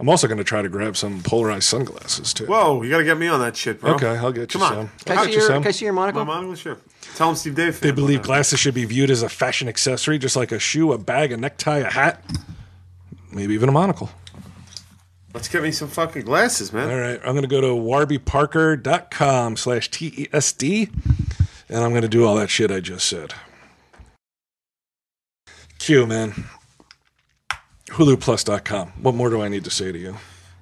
[SPEAKER 4] I'm also going to try to grab some polarized sunglasses too.
[SPEAKER 6] Whoa, you got to get me on that shit, bro.
[SPEAKER 4] okay, I'll get you
[SPEAKER 6] Come on.
[SPEAKER 4] some.
[SPEAKER 5] Can I
[SPEAKER 4] I'll
[SPEAKER 5] see
[SPEAKER 4] get you
[SPEAKER 5] your,
[SPEAKER 4] some.
[SPEAKER 5] can I see your
[SPEAKER 6] My
[SPEAKER 5] monocle?
[SPEAKER 6] monocle, sure. Tell him Steve Dave.
[SPEAKER 4] They believe glasses should be viewed as a fashion accessory, just like a shoe, a bag, a necktie, a hat, maybe even a monocle.
[SPEAKER 6] Let's get me some fucking glasses, man.
[SPEAKER 4] All right, I'm going to go to warbyparker.com slash TESD, and I'm going to do all that shit I just said. Q, man. HuluPlus.com. What more do I need to say to you?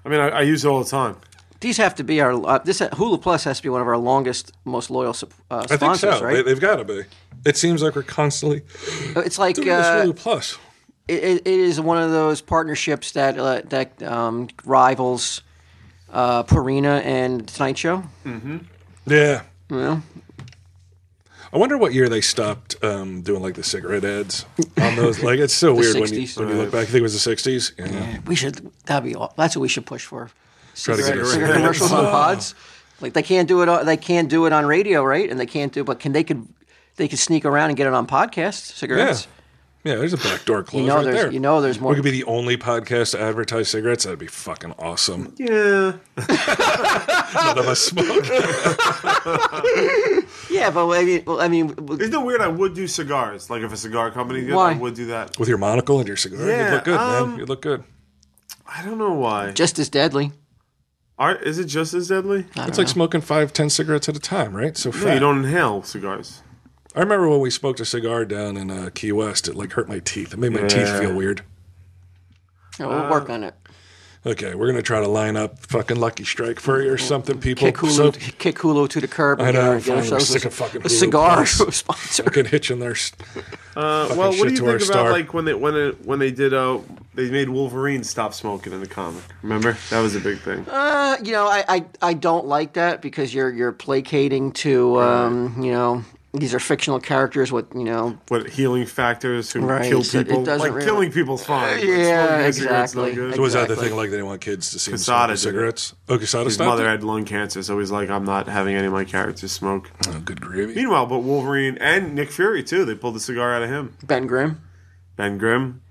[SPEAKER 6] I mean, I, I use it all the time.
[SPEAKER 5] These have to be our. Uh, this Hulu Plus has to be one of our longest, most loyal sup- uh,
[SPEAKER 4] I think
[SPEAKER 5] sponsors,
[SPEAKER 4] so.
[SPEAKER 5] right?
[SPEAKER 4] They, have got to be. It seems like we're constantly
[SPEAKER 5] it's like
[SPEAKER 4] doing
[SPEAKER 5] uh,
[SPEAKER 4] this Hulu Plus.
[SPEAKER 5] it, it it is one of those partnerships that uh, that um, rivals uh, Purina and Tonight Show.
[SPEAKER 4] Yeah.
[SPEAKER 5] You know?
[SPEAKER 4] I wonder what year they stopped um, doing like the cigarette ads on those. Like it's so weird when you,
[SPEAKER 5] 60s.
[SPEAKER 4] when you look back. I think it was the 60s. Yeah.
[SPEAKER 5] We should that'd be aw- that's what we should push for.
[SPEAKER 4] Try to get
[SPEAKER 5] Cigarette
[SPEAKER 4] it
[SPEAKER 5] cigarette
[SPEAKER 4] right.
[SPEAKER 5] commercials on pods. Like they can't do it. On, they can't do it on radio, right? And they can't do. But can they could they could sneak around and get it on podcasts?
[SPEAKER 4] Yeah.
[SPEAKER 5] Cigarettes.
[SPEAKER 4] Yeah, there's a back door close
[SPEAKER 5] You know
[SPEAKER 4] right
[SPEAKER 5] there's.
[SPEAKER 4] there.
[SPEAKER 5] You know there's more.
[SPEAKER 4] we could be the only podcast to advertise cigarettes. That'd be fucking awesome.
[SPEAKER 6] Yeah.
[SPEAKER 4] None of us smoke.
[SPEAKER 5] yeah, but I mean, well, I mean, w-
[SPEAKER 6] Isn't it weird? I would do cigars. Like if a cigar company did,
[SPEAKER 5] Why?
[SPEAKER 6] I would do that.
[SPEAKER 4] With your monocle and your cigar,
[SPEAKER 6] Yeah,
[SPEAKER 4] you'd look good,
[SPEAKER 6] um,
[SPEAKER 4] man. You'd look good.
[SPEAKER 6] I don't know why.
[SPEAKER 5] just as deadly.
[SPEAKER 6] Are, is it just as
[SPEAKER 5] Uh,
[SPEAKER 6] deadly?
[SPEAKER 5] um,
[SPEAKER 6] No,
[SPEAKER 4] It's like smoking five, ten cigarettes at a time, right? So fat.
[SPEAKER 6] you don't inhale cigars.
[SPEAKER 4] I remember when we smoked a cigar down in uh, Key West. It like hurt my teeth. It made my teeth feel weird.
[SPEAKER 5] Yeah, Oh,
[SPEAKER 4] Uh,
[SPEAKER 5] we'll work on it.
[SPEAKER 4] Okay, we're gonna try to line up fucking Lucky Strike for you or something, people.
[SPEAKER 5] Kick Hulu,
[SPEAKER 4] So
[SPEAKER 5] kick Hulu to the curb.
[SPEAKER 4] I
[SPEAKER 5] and get
[SPEAKER 4] know,
[SPEAKER 5] our- get
[SPEAKER 4] I'm
[SPEAKER 5] ourselves
[SPEAKER 4] sick
[SPEAKER 5] a-
[SPEAKER 4] of fucking
[SPEAKER 5] a
[SPEAKER 4] Hulu
[SPEAKER 5] cigar
[SPEAKER 4] Plus.
[SPEAKER 5] sponsor.
[SPEAKER 4] fucking hitching their. s-
[SPEAKER 6] Uh, well, what
[SPEAKER 4] shit
[SPEAKER 6] do you
[SPEAKER 4] to
[SPEAKER 6] think
[SPEAKER 4] our
[SPEAKER 6] about
[SPEAKER 4] star.
[SPEAKER 6] like when they when it, when they did uh they made Wolverine stop smoking in the comic? Remember that was a big thing.
[SPEAKER 5] Uh, you know, I, I, I don't like that because you're you're placating to um, you know these are fictional characters with you know
[SPEAKER 6] What healing factors who
[SPEAKER 5] Right,
[SPEAKER 6] kill
[SPEAKER 5] so it
[SPEAKER 6] people?
[SPEAKER 5] doesn't
[SPEAKER 6] like
[SPEAKER 5] really-
[SPEAKER 6] killing people's fine. but
[SPEAKER 5] Yeah,
[SPEAKER 6] smoking a cigaretta's
[SPEAKER 5] exactly.
[SPEAKER 6] No good.
[SPEAKER 4] So was that the
[SPEAKER 5] Exactly.
[SPEAKER 4] thing? Like they didn't want kids to see them
[SPEAKER 6] Quesada
[SPEAKER 4] smoking
[SPEAKER 6] did it.
[SPEAKER 4] cigarettes. Oh, Casada
[SPEAKER 6] His
[SPEAKER 4] stopped.
[SPEAKER 6] mother
[SPEAKER 4] it?
[SPEAKER 6] had lung cancer, so he's like, I'm not having any of my characters smoke.
[SPEAKER 4] Oh, good gravy.
[SPEAKER 6] Meanwhile, but Wolverine and Nick Fury too. They pulled the cigar out of him.
[SPEAKER 5] Ben Grimm.
[SPEAKER 6] Ben Grimm,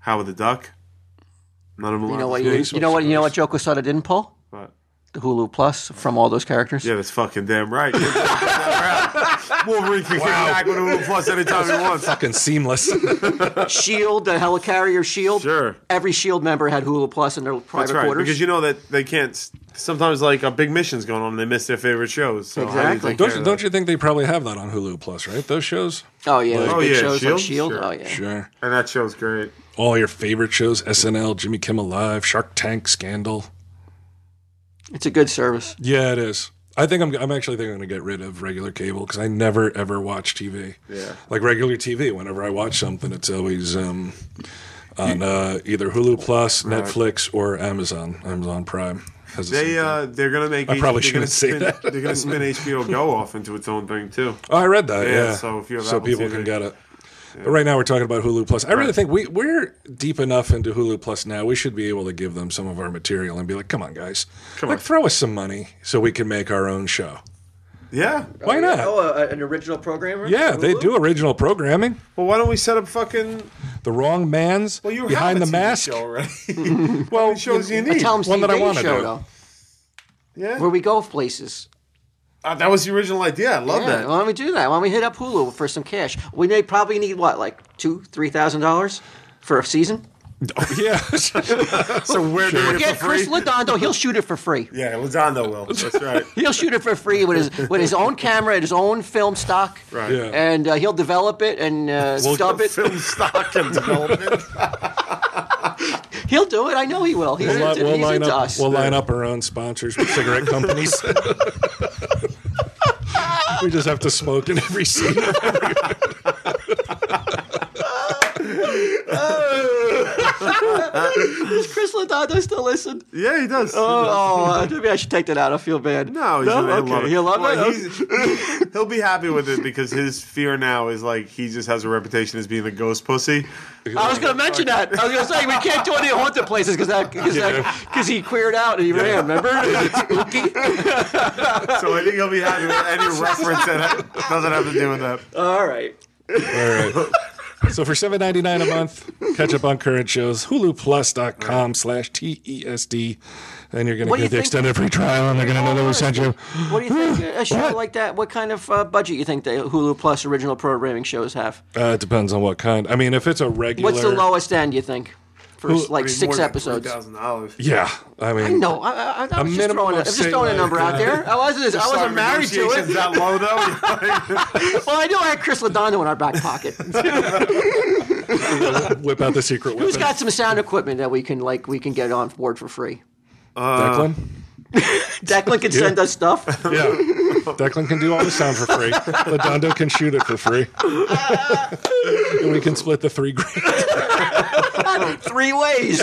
[SPEAKER 6] Howard the Duck. None of them.
[SPEAKER 5] You
[SPEAKER 6] allowed
[SPEAKER 5] know
[SPEAKER 6] to
[SPEAKER 5] what?
[SPEAKER 6] smoke.
[SPEAKER 5] You, you know what? You know what? Joe Quesada didn't pull
[SPEAKER 6] But-
[SPEAKER 5] the Hulu Plus from all those characters.
[SPEAKER 6] Yeah, that's fucking damn right. You're right. Wolverine can kick back with a little plus anytime he wants.
[SPEAKER 4] Fucking seamless.
[SPEAKER 5] Shield, E the helicarrier Shield.
[SPEAKER 6] Sure.
[SPEAKER 5] E Every Shield E member had Hulu Plus in their private
[SPEAKER 6] That's right,
[SPEAKER 5] quarters.
[SPEAKER 6] because you know that they can't. Sometimes, like a big mission's going on, and they miss their favorite shows. So how do you
[SPEAKER 5] Exactly.
[SPEAKER 6] take
[SPEAKER 4] Don't
[SPEAKER 6] care
[SPEAKER 4] you,
[SPEAKER 6] of
[SPEAKER 4] don't
[SPEAKER 6] that?
[SPEAKER 4] you think they probably have that on Hulu Plus, right? Those shows?
[SPEAKER 5] oh yeah, those
[SPEAKER 6] Oh,
[SPEAKER 5] big
[SPEAKER 6] yeah,
[SPEAKER 5] shows like Shield.
[SPEAKER 6] Shield? Sure.
[SPEAKER 5] Oh yeah.
[SPEAKER 4] Sure.
[SPEAKER 6] And that show's great.
[SPEAKER 4] All your favorite shows SNL, Jimmy Kimmel Live, Shark Tank, Scandal.
[SPEAKER 5] It's a good service.
[SPEAKER 4] Yeah, it is. I think I'm, I'm actually thinking I'm going to get rid of regular cable because I never, ever watch TV.
[SPEAKER 6] Yeah.
[SPEAKER 4] Like regular TV, whenever I watch something, it's always um, on uh, either Hulu Plus, Netflix, or Amazon. Amazon Prime. Has the
[SPEAKER 6] They
[SPEAKER 4] same
[SPEAKER 6] uh, they're gonna make.
[SPEAKER 4] I probably
[SPEAKER 6] they're gonna
[SPEAKER 4] shouldn't say
[SPEAKER 6] spin,
[SPEAKER 4] that.
[SPEAKER 6] They're gonna spin HBO Go off into its own thing too.
[SPEAKER 4] Oh, I read that.
[SPEAKER 6] Yeah,
[SPEAKER 4] Yeah.
[SPEAKER 6] so if you have
[SPEAKER 4] so
[SPEAKER 6] Apple
[SPEAKER 4] people
[SPEAKER 6] TV.
[SPEAKER 4] can get it. But Right now, we're talking about Hulu Plus. I really think we we're deep enough into Hulu Plus now. We should be able to give them some of our material and be like, "Come on, guys, come like,
[SPEAKER 6] on."
[SPEAKER 4] throw us some money so we can make our own show."
[SPEAKER 6] Yeah.
[SPEAKER 4] Why not?
[SPEAKER 5] Oh, an original programmer.
[SPEAKER 4] yeah, they do original programming.
[SPEAKER 6] Well, why don't we set up fucking?
[SPEAKER 4] The wrong man's
[SPEAKER 6] Well, you
[SPEAKER 4] behind the
[SPEAKER 6] have a TV
[SPEAKER 4] mask.
[SPEAKER 6] show already.
[SPEAKER 4] Well,
[SPEAKER 6] shows you
[SPEAKER 5] I
[SPEAKER 6] need.
[SPEAKER 5] tell them
[SPEAKER 4] One that I
[SPEAKER 5] TV
[SPEAKER 4] wanna
[SPEAKER 5] show
[SPEAKER 4] do.
[SPEAKER 5] though,
[SPEAKER 6] Yeah.
[SPEAKER 5] where we go places.
[SPEAKER 6] Uh, that was the original idea. I love
[SPEAKER 5] Yeah,
[SPEAKER 6] that.
[SPEAKER 5] why don't we do that? Why don't we hit up Hulu for some cash? We may probably need what, like two, three thousand dollars for a season.
[SPEAKER 4] yeah.
[SPEAKER 6] So we're doing it
[SPEAKER 5] Get
[SPEAKER 6] for
[SPEAKER 5] Chris
[SPEAKER 6] free.
[SPEAKER 5] Lodondo; he'll shoot it for free.
[SPEAKER 6] Yeah, Lozano will. That's right.
[SPEAKER 5] He'll shoot it for free with his with his own camera, his own film stock,
[SPEAKER 6] Right.
[SPEAKER 4] Yeah.
[SPEAKER 5] and uh, he'll develop it and uh, stub it.
[SPEAKER 6] Film stock and development.
[SPEAKER 5] He'll do it. I know he will. He's,
[SPEAKER 4] We'll, li-
[SPEAKER 5] into,
[SPEAKER 4] we'll
[SPEAKER 5] he's
[SPEAKER 4] line
[SPEAKER 5] into
[SPEAKER 4] up.
[SPEAKER 5] us.
[SPEAKER 4] We'll line up our own sponsors with cigarette companies. we just have to smoke in every scene.
[SPEAKER 5] Does Chris Lodato still listen?
[SPEAKER 6] Yeah, he does.
[SPEAKER 5] Oh, uh, maybe I should take that out. I feel bad.
[SPEAKER 6] No, he's
[SPEAKER 5] no?
[SPEAKER 6] gonna-
[SPEAKER 5] okay.
[SPEAKER 6] he'll
[SPEAKER 5] He'll love
[SPEAKER 6] love it. Well,
[SPEAKER 5] it.
[SPEAKER 6] he's- he'll be happy with it because his fear now is like he just has a reputation as being a ghost pussy.
[SPEAKER 5] I was going to mention that. I was going to say we can't do any haunted places because that because he queered out and he ran. Remember?
[SPEAKER 6] So I think he'll be happy with any reference that ha- doesn't have to do with that.
[SPEAKER 5] All right.
[SPEAKER 4] All right. So for seven ninety nine a month, catch up on current shows. HuluPlus.com slash TESD. And you're going
[SPEAKER 5] What
[SPEAKER 4] to
[SPEAKER 5] do you
[SPEAKER 4] get the
[SPEAKER 5] think-
[SPEAKER 4] extended free trial and they're going to know that we sent you.
[SPEAKER 5] What do you think a show like that? What kind of uh, budget you think the Hulu Plus original programming shows have?
[SPEAKER 4] Uh, it depends on what kind. I mean, if it's a regular.
[SPEAKER 5] What's the lowest end you think for like six episodes?
[SPEAKER 6] thousand dollars.
[SPEAKER 4] Yeah. I mean,
[SPEAKER 5] No, I, I, I was just
[SPEAKER 4] minimum
[SPEAKER 5] throwing, a, I
[SPEAKER 4] of,
[SPEAKER 5] was
[SPEAKER 4] say,
[SPEAKER 5] just throwing a
[SPEAKER 4] like,
[SPEAKER 5] number out
[SPEAKER 4] uh,
[SPEAKER 5] there. I wasn't, I wasn't married to it.
[SPEAKER 6] That low though.
[SPEAKER 5] Well, I knew I had Chris Lodondo in our back pocket.
[SPEAKER 4] whip out the secret
[SPEAKER 5] Who's
[SPEAKER 4] weapon.
[SPEAKER 5] got some sound equipment that we can like we can get on board for free?
[SPEAKER 4] Declan?
[SPEAKER 6] Uh,
[SPEAKER 5] Declan can send us stuff.
[SPEAKER 4] Yeah. Declan can do all the sound for free. Ladondo can shoot it for free. and we can split the three grand.
[SPEAKER 5] Three ways.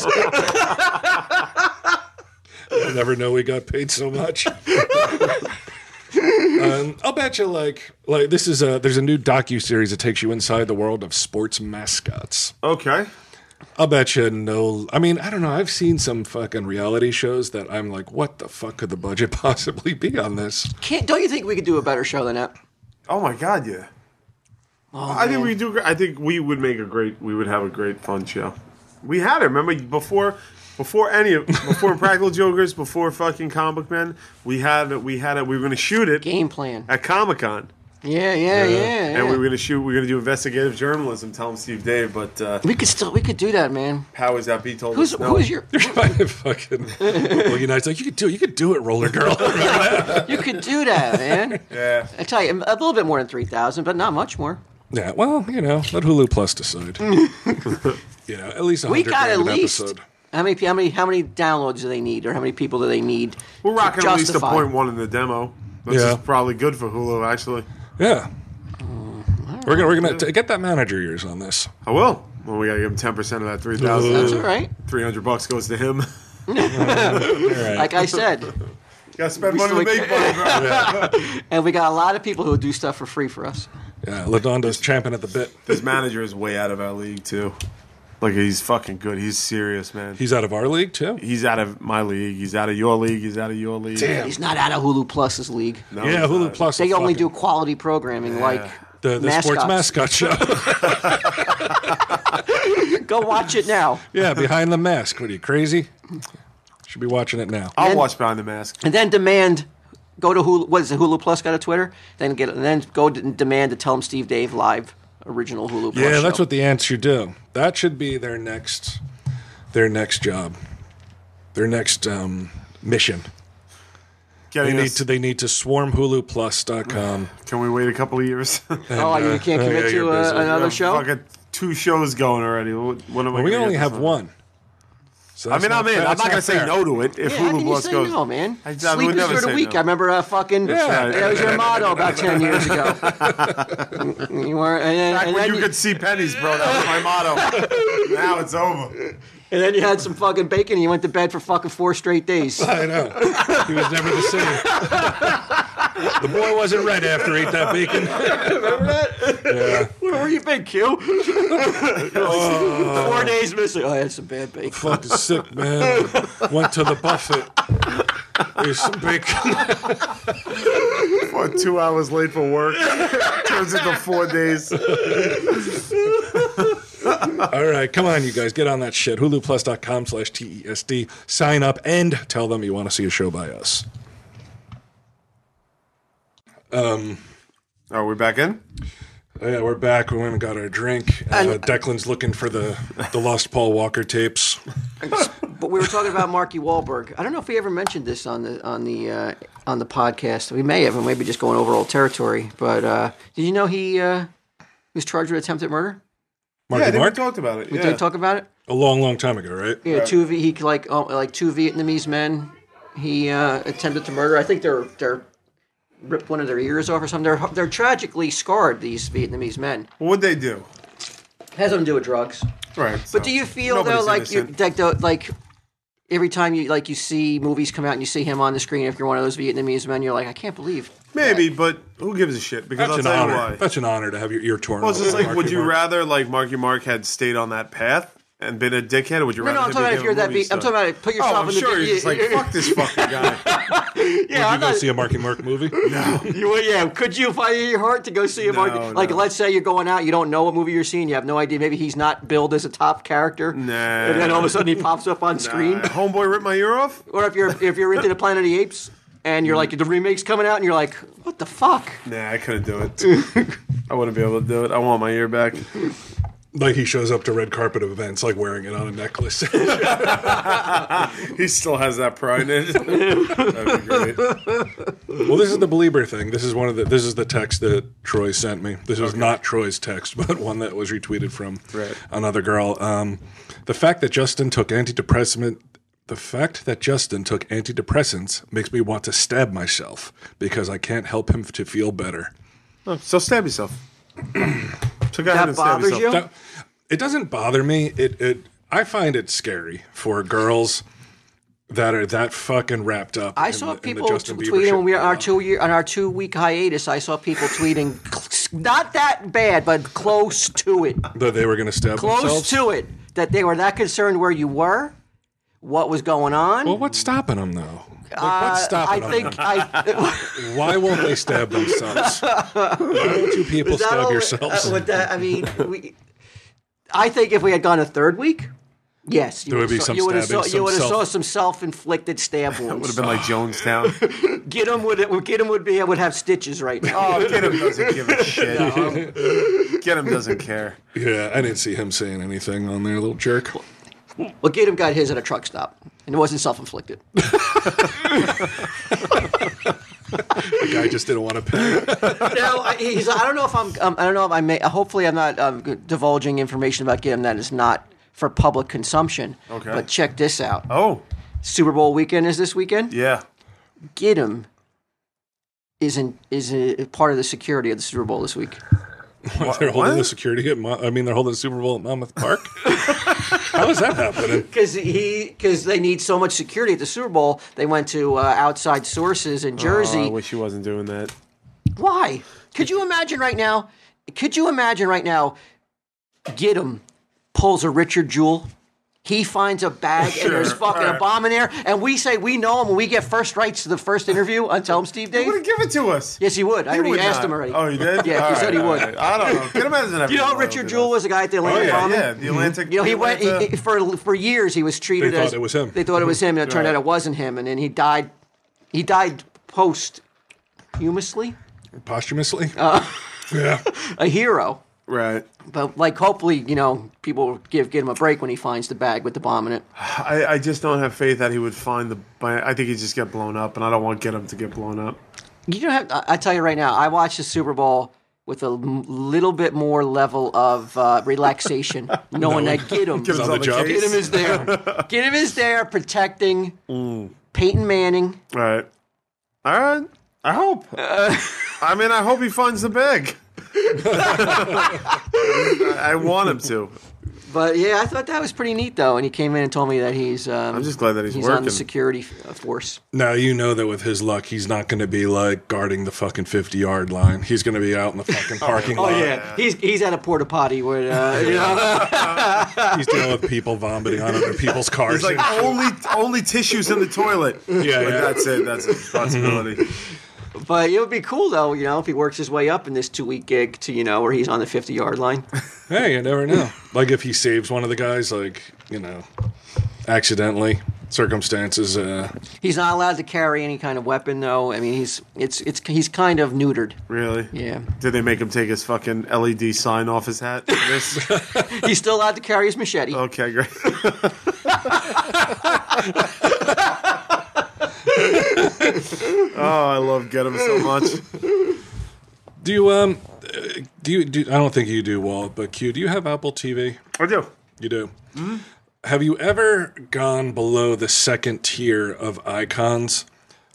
[SPEAKER 4] You'll never know we got paid so much. um, I'll bet you like like this is a there's a new docu series that takes you inside the world of sports mascots.
[SPEAKER 6] okay.
[SPEAKER 4] I'll bet you no. I mean, I don't know. I've seen some fucking reality shows that I'm like, what the fuck could the budget possibly be on this?
[SPEAKER 5] Can't, don't you think we could do a better show than that?
[SPEAKER 6] Oh my god, yeah.
[SPEAKER 5] Oh,
[SPEAKER 6] I think we do. gr- I think we would make a great. We would have a great fun show. We had it. Remember before, before any of before Practical Jokers, before fucking Comic Book Men, we had we had it. We were gonna shoot it
[SPEAKER 5] Game plan.
[SPEAKER 6] at Comic Con,
[SPEAKER 5] Yeah, yeah, yeah.
[SPEAKER 6] and
[SPEAKER 5] yeah.
[SPEAKER 6] we were
[SPEAKER 5] we,
[SPEAKER 6] gonna shoot. We were gonna do investigative journalism. Tell him Steve Dave, but uh,
[SPEAKER 5] could still we could do that, man.
[SPEAKER 6] how is that? Be told.
[SPEAKER 5] Who's
[SPEAKER 6] us no.
[SPEAKER 5] who's your?
[SPEAKER 4] fucking well, you know, it's like you could do it. You could do it, roller girl.
[SPEAKER 5] You could do that, man.
[SPEAKER 6] Yeah.
[SPEAKER 5] I tell you, a little bit more than three thousand, but not much more.
[SPEAKER 4] Yeah, well, you know, let Hulu Plus decide. you know, at least
[SPEAKER 5] We
[SPEAKER 4] 100
[SPEAKER 5] got at
[SPEAKER 4] grand an
[SPEAKER 5] least
[SPEAKER 4] episode.
[SPEAKER 5] how many how many how many downloads do they need, or how many people do they need?
[SPEAKER 6] We're
[SPEAKER 5] to
[SPEAKER 6] rocking at least a
[SPEAKER 5] justify?
[SPEAKER 6] point one in the demo. This
[SPEAKER 4] Yeah.
[SPEAKER 6] is probably good for Hulu. Actually,
[SPEAKER 4] Yeah,
[SPEAKER 5] Oh,
[SPEAKER 4] we're gonna we're gonna t- get that manager years on this.
[SPEAKER 6] I will. Well, we gotta give him ten percent of that three thousand.
[SPEAKER 5] That's all right.
[SPEAKER 6] Three hundred bucks goes to him.
[SPEAKER 4] All right.
[SPEAKER 5] Like I said,
[SPEAKER 6] gotta spend
[SPEAKER 5] We
[SPEAKER 6] money to
[SPEAKER 5] still-
[SPEAKER 6] make money, bro.
[SPEAKER 5] and we got a lot of people who do stuff for free for us.
[SPEAKER 4] yeah, Ladondo's champing at the bit.
[SPEAKER 6] His manager is way out of our league too. Like he's fucking good. He's serious, man.
[SPEAKER 4] He's out of our league too.
[SPEAKER 6] He's out of my league. He's out of your league. He's out of your league.
[SPEAKER 5] He's not out of Hulu Plus's league.
[SPEAKER 6] No,
[SPEAKER 4] yeah,
[SPEAKER 6] he's
[SPEAKER 4] Hulu
[SPEAKER 6] not.
[SPEAKER 4] Plus.
[SPEAKER 5] They
[SPEAKER 4] is
[SPEAKER 5] only do
[SPEAKER 4] fucking-
[SPEAKER 5] quality programming like
[SPEAKER 4] the, the sports mascot show.
[SPEAKER 5] Go watch it now.
[SPEAKER 4] yeah, behind the mask. What are you crazy? Should be watching it now.
[SPEAKER 6] I'll
[SPEAKER 5] And-
[SPEAKER 6] watch Behind the Mask.
[SPEAKER 5] and then demand go to Hulu. What is it? Hulu Plus got a Twitter. Then get and then go d demand to tell them Steve Dave live original Hulu. Plus
[SPEAKER 4] Yeah, that's
[SPEAKER 5] show.
[SPEAKER 4] what the ants should do. That should be their next their next job, their next um, mission. They
[SPEAKER 6] Getting
[SPEAKER 4] need
[SPEAKER 6] us-
[SPEAKER 4] to they need to swarm HuluPlus.com.
[SPEAKER 6] Can we wait a couple of years?
[SPEAKER 5] Oh, you can't
[SPEAKER 4] uh, yeah,
[SPEAKER 5] commit to
[SPEAKER 4] you're busy.
[SPEAKER 5] uh, another
[SPEAKER 6] I've
[SPEAKER 5] show.
[SPEAKER 6] Fucking two shows going already. What what am I?
[SPEAKER 4] Well, we
[SPEAKER 6] gonna
[SPEAKER 4] only
[SPEAKER 6] get
[SPEAKER 4] have
[SPEAKER 6] this
[SPEAKER 4] one. So
[SPEAKER 6] I
[SPEAKER 4] that's
[SPEAKER 6] mean,
[SPEAKER 4] not
[SPEAKER 6] I'm in.
[SPEAKER 4] fair.
[SPEAKER 6] I'm
[SPEAKER 4] That's
[SPEAKER 6] not gonna say
[SPEAKER 4] fair.
[SPEAKER 6] no to it if
[SPEAKER 5] Yeah, how
[SPEAKER 6] Hulu
[SPEAKER 5] can you
[SPEAKER 6] Plus
[SPEAKER 5] say
[SPEAKER 6] goes.
[SPEAKER 5] no, man?
[SPEAKER 6] I- I would
[SPEAKER 5] Sleep is
[SPEAKER 6] never
[SPEAKER 5] for the
[SPEAKER 6] say
[SPEAKER 5] week.
[SPEAKER 6] no.
[SPEAKER 5] I remember a fucking.
[SPEAKER 4] Yeah.
[SPEAKER 5] That was your motto about ten years ago. you were, and then,
[SPEAKER 6] Back
[SPEAKER 5] and
[SPEAKER 6] when
[SPEAKER 5] then
[SPEAKER 6] you
[SPEAKER 5] you,
[SPEAKER 6] could see pennies, bro. That was my motto. now it's over.
[SPEAKER 5] and then you had some fucking bacon. and You went to bed for fucking four straight days.
[SPEAKER 4] I know. He was never the same. the boy wasn't red after he ate that bacon.
[SPEAKER 5] Where were you been, Q? Four days missing. Oh, I had some bad bacon.
[SPEAKER 4] Fucking sick, man. Went to the buffet. Here's some bacon.
[SPEAKER 6] What, two hours late for work? Turns into four days.
[SPEAKER 4] All right, come on, you guys. Get on that shit. HuluPlus.com slash TESD. Sign up and tell them you want to see a show by us.
[SPEAKER 6] Are we back in?
[SPEAKER 4] Oh, yeah, we're back. We went and got our drink. Uh,
[SPEAKER 5] And-
[SPEAKER 4] Declan's looking for the, the lost Paul Walker tapes.
[SPEAKER 5] But we were talking about Marky Wahlberg. I don't know if we ever mentioned this on the on the uh, on the podcast. We may have, and maybe just going over old territory. But uh, did you know he uh, was charged with attempted murder?
[SPEAKER 4] Marky
[SPEAKER 6] yeah, I think
[SPEAKER 4] Mark?
[SPEAKER 6] we talked about it.
[SPEAKER 5] We
[SPEAKER 6] yeah.
[SPEAKER 5] did talk about it.
[SPEAKER 4] a long, long time ago, right?
[SPEAKER 5] Yeah, two V he like um, like two Vietnamese men. He uh, attempted to murder. I think they're they're ripped one of their ears off or something. They're they're tragically scarred. These Vietnamese men
[SPEAKER 6] What'd they do?
[SPEAKER 5] has nothing to do with drugs.
[SPEAKER 6] Right.
[SPEAKER 5] But do you feel though like you like, the, like every time you like you see movies come out and you see him on the screen, if you're one of those Vietnamese men, you're like, I can't believe.
[SPEAKER 6] Maybe, but who gives a shit? Because
[SPEAKER 4] That's an
[SPEAKER 6] I'll tell
[SPEAKER 4] honor.
[SPEAKER 6] you why.
[SPEAKER 4] That's an honor to have your ear torn.
[SPEAKER 6] Well, it's
[SPEAKER 4] off
[SPEAKER 6] just
[SPEAKER 4] by
[SPEAKER 6] like,
[SPEAKER 4] Marky
[SPEAKER 6] would you
[SPEAKER 4] Mark.
[SPEAKER 6] rather like Marky Mark had stayed on that path and been a dickhead, or would you
[SPEAKER 5] No,
[SPEAKER 6] rather?
[SPEAKER 5] no, I'm
[SPEAKER 6] him
[SPEAKER 5] talking about
[SPEAKER 6] became
[SPEAKER 5] if
[SPEAKER 6] a
[SPEAKER 5] you're that.
[SPEAKER 6] movie
[SPEAKER 5] Be- I'm
[SPEAKER 6] star?
[SPEAKER 5] talking about it, put yourself
[SPEAKER 6] Oh, I'm
[SPEAKER 5] in the.
[SPEAKER 6] sure he's just like, fuck this fucking guy.
[SPEAKER 5] yeah,
[SPEAKER 4] Would
[SPEAKER 5] I'm
[SPEAKER 4] you go
[SPEAKER 5] not-
[SPEAKER 4] see a Marky Mark movie?
[SPEAKER 5] You would, yeah. Could you find it in your heart to go see him?
[SPEAKER 6] No,
[SPEAKER 5] Mark? Like,
[SPEAKER 6] no.
[SPEAKER 5] let's say you're going out, you don't know what movie you're seeing, you have no idea. Maybe he's not billed as a top character,
[SPEAKER 6] Nah.
[SPEAKER 5] and then all of a sudden he pops up on screen.
[SPEAKER 6] Homeboy ripped my ear off.
[SPEAKER 5] Or if you're if you're into the Planet of the Apes and
[SPEAKER 6] Mm.
[SPEAKER 5] you're like the remake's coming out, and you're like, what the fuck?
[SPEAKER 6] Nah, I couldn't do it. I wouldn't be able to do it. I want my ear back.
[SPEAKER 4] like he shows up to red carpet events, like wearing it on a necklace.
[SPEAKER 6] He still has that pride in it. That'd be great.
[SPEAKER 4] Well, this is the belieber thing. This is one of the. This is the text that Troy sent me. This is not Troy's text, but one that was retweeted from
[SPEAKER 6] Right.
[SPEAKER 4] another girl. Um, the fact that Justin took antidepressant. The fact that Justin took antidepressants makes me want to stab myself because I can't help him to feel better.
[SPEAKER 6] Oh, So stab yourself. So go
[SPEAKER 5] That
[SPEAKER 6] ahead and stab
[SPEAKER 5] bothers
[SPEAKER 6] yourself.
[SPEAKER 5] you?
[SPEAKER 4] That- it doesn't bother me. It, it I find it scary for girls that are that fucking wrapped up.
[SPEAKER 5] I
[SPEAKER 4] in the-
[SPEAKER 5] saw
[SPEAKER 4] in the
[SPEAKER 5] people
[SPEAKER 4] Justin Bieber
[SPEAKER 5] tweeting
[SPEAKER 4] shit.
[SPEAKER 5] when we were on our two year on our two week hiatus. I saw people tweeting, not that bad, but close to it.
[SPEAKER 4] that they were going to stab
[SPEAKER 5] close
[SPEAKER 4] themselves.
[SPEAKER 5] to it that they were that concerned where you were, what was going on.
[SPEAKER 4] Well, what's stopping them though? Like, what's
[SPEAKER 5] Uh,
[SPEAKER 4] stopping
[SPEAKER 5] I
[SPEAKER 4] them?
[SPEAKER 5] think I.
[SPEAKER 4] Why won't they stab themselves? Why won't you people
[SPEAKER 5] Is that
[SPEAKER 4] stab
[SPEAKER 5] all-
[SPEAKER 4] yourselves?
[SPEAKER 5] uh, with that, I mean, we, I think if we had gone a third week, yes, you
[SPEAKER 4] There would
[SPEAKER 5] would've
[SPEAKER 4] be some
[SPEAKER 5] you would've
[SPEAKER 4] stabbing,
[SPEAKER 5] saw,
[SPEAKER 4] some
[SPEAKER 5] you would have
[SPEAKER 4] self-
[SPEAKER 5] saw some self-inflicted stab
[SPEAKER 6] Would have
[SPEAKER 5] wounds.
[SPEAKER 6] been like Jonestown.
[SPEAKER 5] Gidim would Gidim would be would have stitches right now.
[SPEAKER 6] Oh, Get him doesn't give a shit. Get him doesn't care.
[SPEAKER 4] yeah, I didn't see him saying anything on there, little jerk.
[SPEAKER 5] well, Gidim got his at a truck stop, and it wasn't self-inflicted.
[SPEAKER 4] The guy just didn't want to pay.
[SPEAKER 5] no, I, he's. I don't know if I'm. Um, I don't know if I may. Hopefully, I'm not um, divulging information about Gidim that is not for public consumption.
[SPEAKER 6] Okay.
[SPEAKER 5] But check this out.
[SPEAKER 6] Oh,
[SPEAKER 5] Super Bowl weekend is this weekend.
[SPEAKER 6] yeah.
[SPEAKER 5] Gidim is in, is a part of the security of the Super Bowl this week.
[SPEAKER 4] they're holding the
[SPEAKER 6] what?
[SPEAKER 4] security at. Mon- I mean, they're holding the Super Bowl at Monmouth Park. How is that happening?
[SPEAKER 5] Because he because they need so much security at the Super Bowl, they went to uh, outside sources in
[SPEAKER 6] Oh, I
[SPEAKER 5] Jersey.
[SPEAKER 6] wish he wasn't doing that.
[SPEAKER 5] Why? Could you imagine right now? Could you imagine right now? Gidim pulls a Richard Jewell. He finds a bag and there's fucking a bomb in there, and we say we know him, and we get first rights to the first interview on Tell Him Steve
[SPEAKER 6] He
[SPEAKER 5] Dave.
[SPEAKER 6] would have given it to us.
[SPEAKER 5] Yes, he would. I already
[SPEAKER 6] would
[SPEAKER 5] asked
[SPEAKER 6] not.
[SPEAKER 5] him already.
[SPEAKER 6] Oh, you did?
[SPEAKER 5] Yeah, he
[SPEAKER 6] All
[SPEAKER 5] said he would.
[SPEAKER 6] all right. I don't know. Get him as an
[SPEAKER 5] you know,
[SPEAKER 6] episode.
[SPEAKER 5] Richard Jewell was a guy at the
[SPEAKER 6] Oh,
[SPEAKER 5] Atlanta
[SPEAKER 6] yeah,
[SPEAKER 5] bombing.
[SPEAKER 6] yeah. The Atlantic.
[SPEAKER 5] You know, he went he,
[SPEAKER 6] Atlanta-
[SPEAKER 5] he- for for years. He was treated
[SPEAKER 4] They thought
[SPEAKER 5] as
[SPEAKER 4] it was him.
[SPEAKER 5] They thought it was him, and it turned
[SPEAKER 6] Right.
[SPEAKER 5] out it wasn't him. And then he died. He died posthumously,
[SPEAKER 4] Posthumously?
[SPEAKER 5] Uh,
[SPEAKER 4] yeah.
[SPEAKER 5] a hero.
[SPEAKER 6] right.
[SPEAKER 5] But like, hopefully, you know, people will give give him a break when he finds the bag with the bomb in it.
[SPEAKER 6] I, I just don't have faith that he would find the. I think he just get blown up, and I don't want get him to get blown up.
[SPEAKER 5] You don't have. I, I tell you right now, I watched the Super Bowl with a m- little bit more level of uh, relaxation, knowing that get him,
[SPEAKER 6] Get
[SPEAKER 5] get
[SPEAKER 6] him
[SPEAKER 4] on the job.
[SPEAKER 6] case.
[SPEAKER 5] him is there, get him is there protecting
[SPEAKER 6] Mm.
[SPEAKER 5] Peyton Manning.
[SPEAKER 6] All right. All right. I hope.
[SPEAKER 4] Uh.
[SPEAKER 6] I mean, I hope he finds the bag. I I want him to.
[SPEAKER 5] But yeah, I thought that was pretty neat though. And he came in and told me that he's. Um,
[SPEAKER 6] I'm just glad that he's,
[SPEAKER 5] he's on
[SPEAKER 6] working.
[SPEAKER 5] the security f- uh, force.
[SPEAKER 4] Now you know that with his luck, he's not going to be like guarding the fucking fifty-yard line. He's going to be out in the fucking
[SPEAKER 6] Oh,
[SPEAKER 4] parking lot.
[SPEAKER 5] Oh, he's he's at a porta potty where uh, you know.
[SPEAKER 4] He's dealing with people vomiting on other people's cars.
[SPEAKER 6] It's like only only tissues in the toilet.
[SPEAKER 4] yeah,
[SPEAKER 6] But
[SPEAKER 4] yeah. Mm-hmm.
[SPEAKER 6] that's it. That's his responsibility.
[SPEAKER 5] But it would be cool though, you know, if he works his way up in this two week gig to you know where he's on the fifty yard line.
[SPEAKER 6] "Oh."
[SPEAKER 4] Hey, you never know. like if he saves one of the guys, like you know, accidentally, circumstances. Uh,
[SPEAKER 5] He's not allowed to carry any kind of weapon, though. I mean, he's it's it's he's kind of neutered.
[SPEAKER 6] Really?
[SPEAKER 5] Yeah,
[SPEAKER 6] Did they make him take his fucking LED sign off his hat? for This?
[SPEAKER 5] he's still allowed to carry his machete.
[SPEAKER 6] Okay, great. oh, I love Get him so much.
[SPEAKER 4] do you um, uh, do you do? I don't think you do, Walt, but Q. Do you have Apple TV?
[SPEAKER 6] I do.
[SPEAKER 4] You do. have you ever gone below the second tier of icons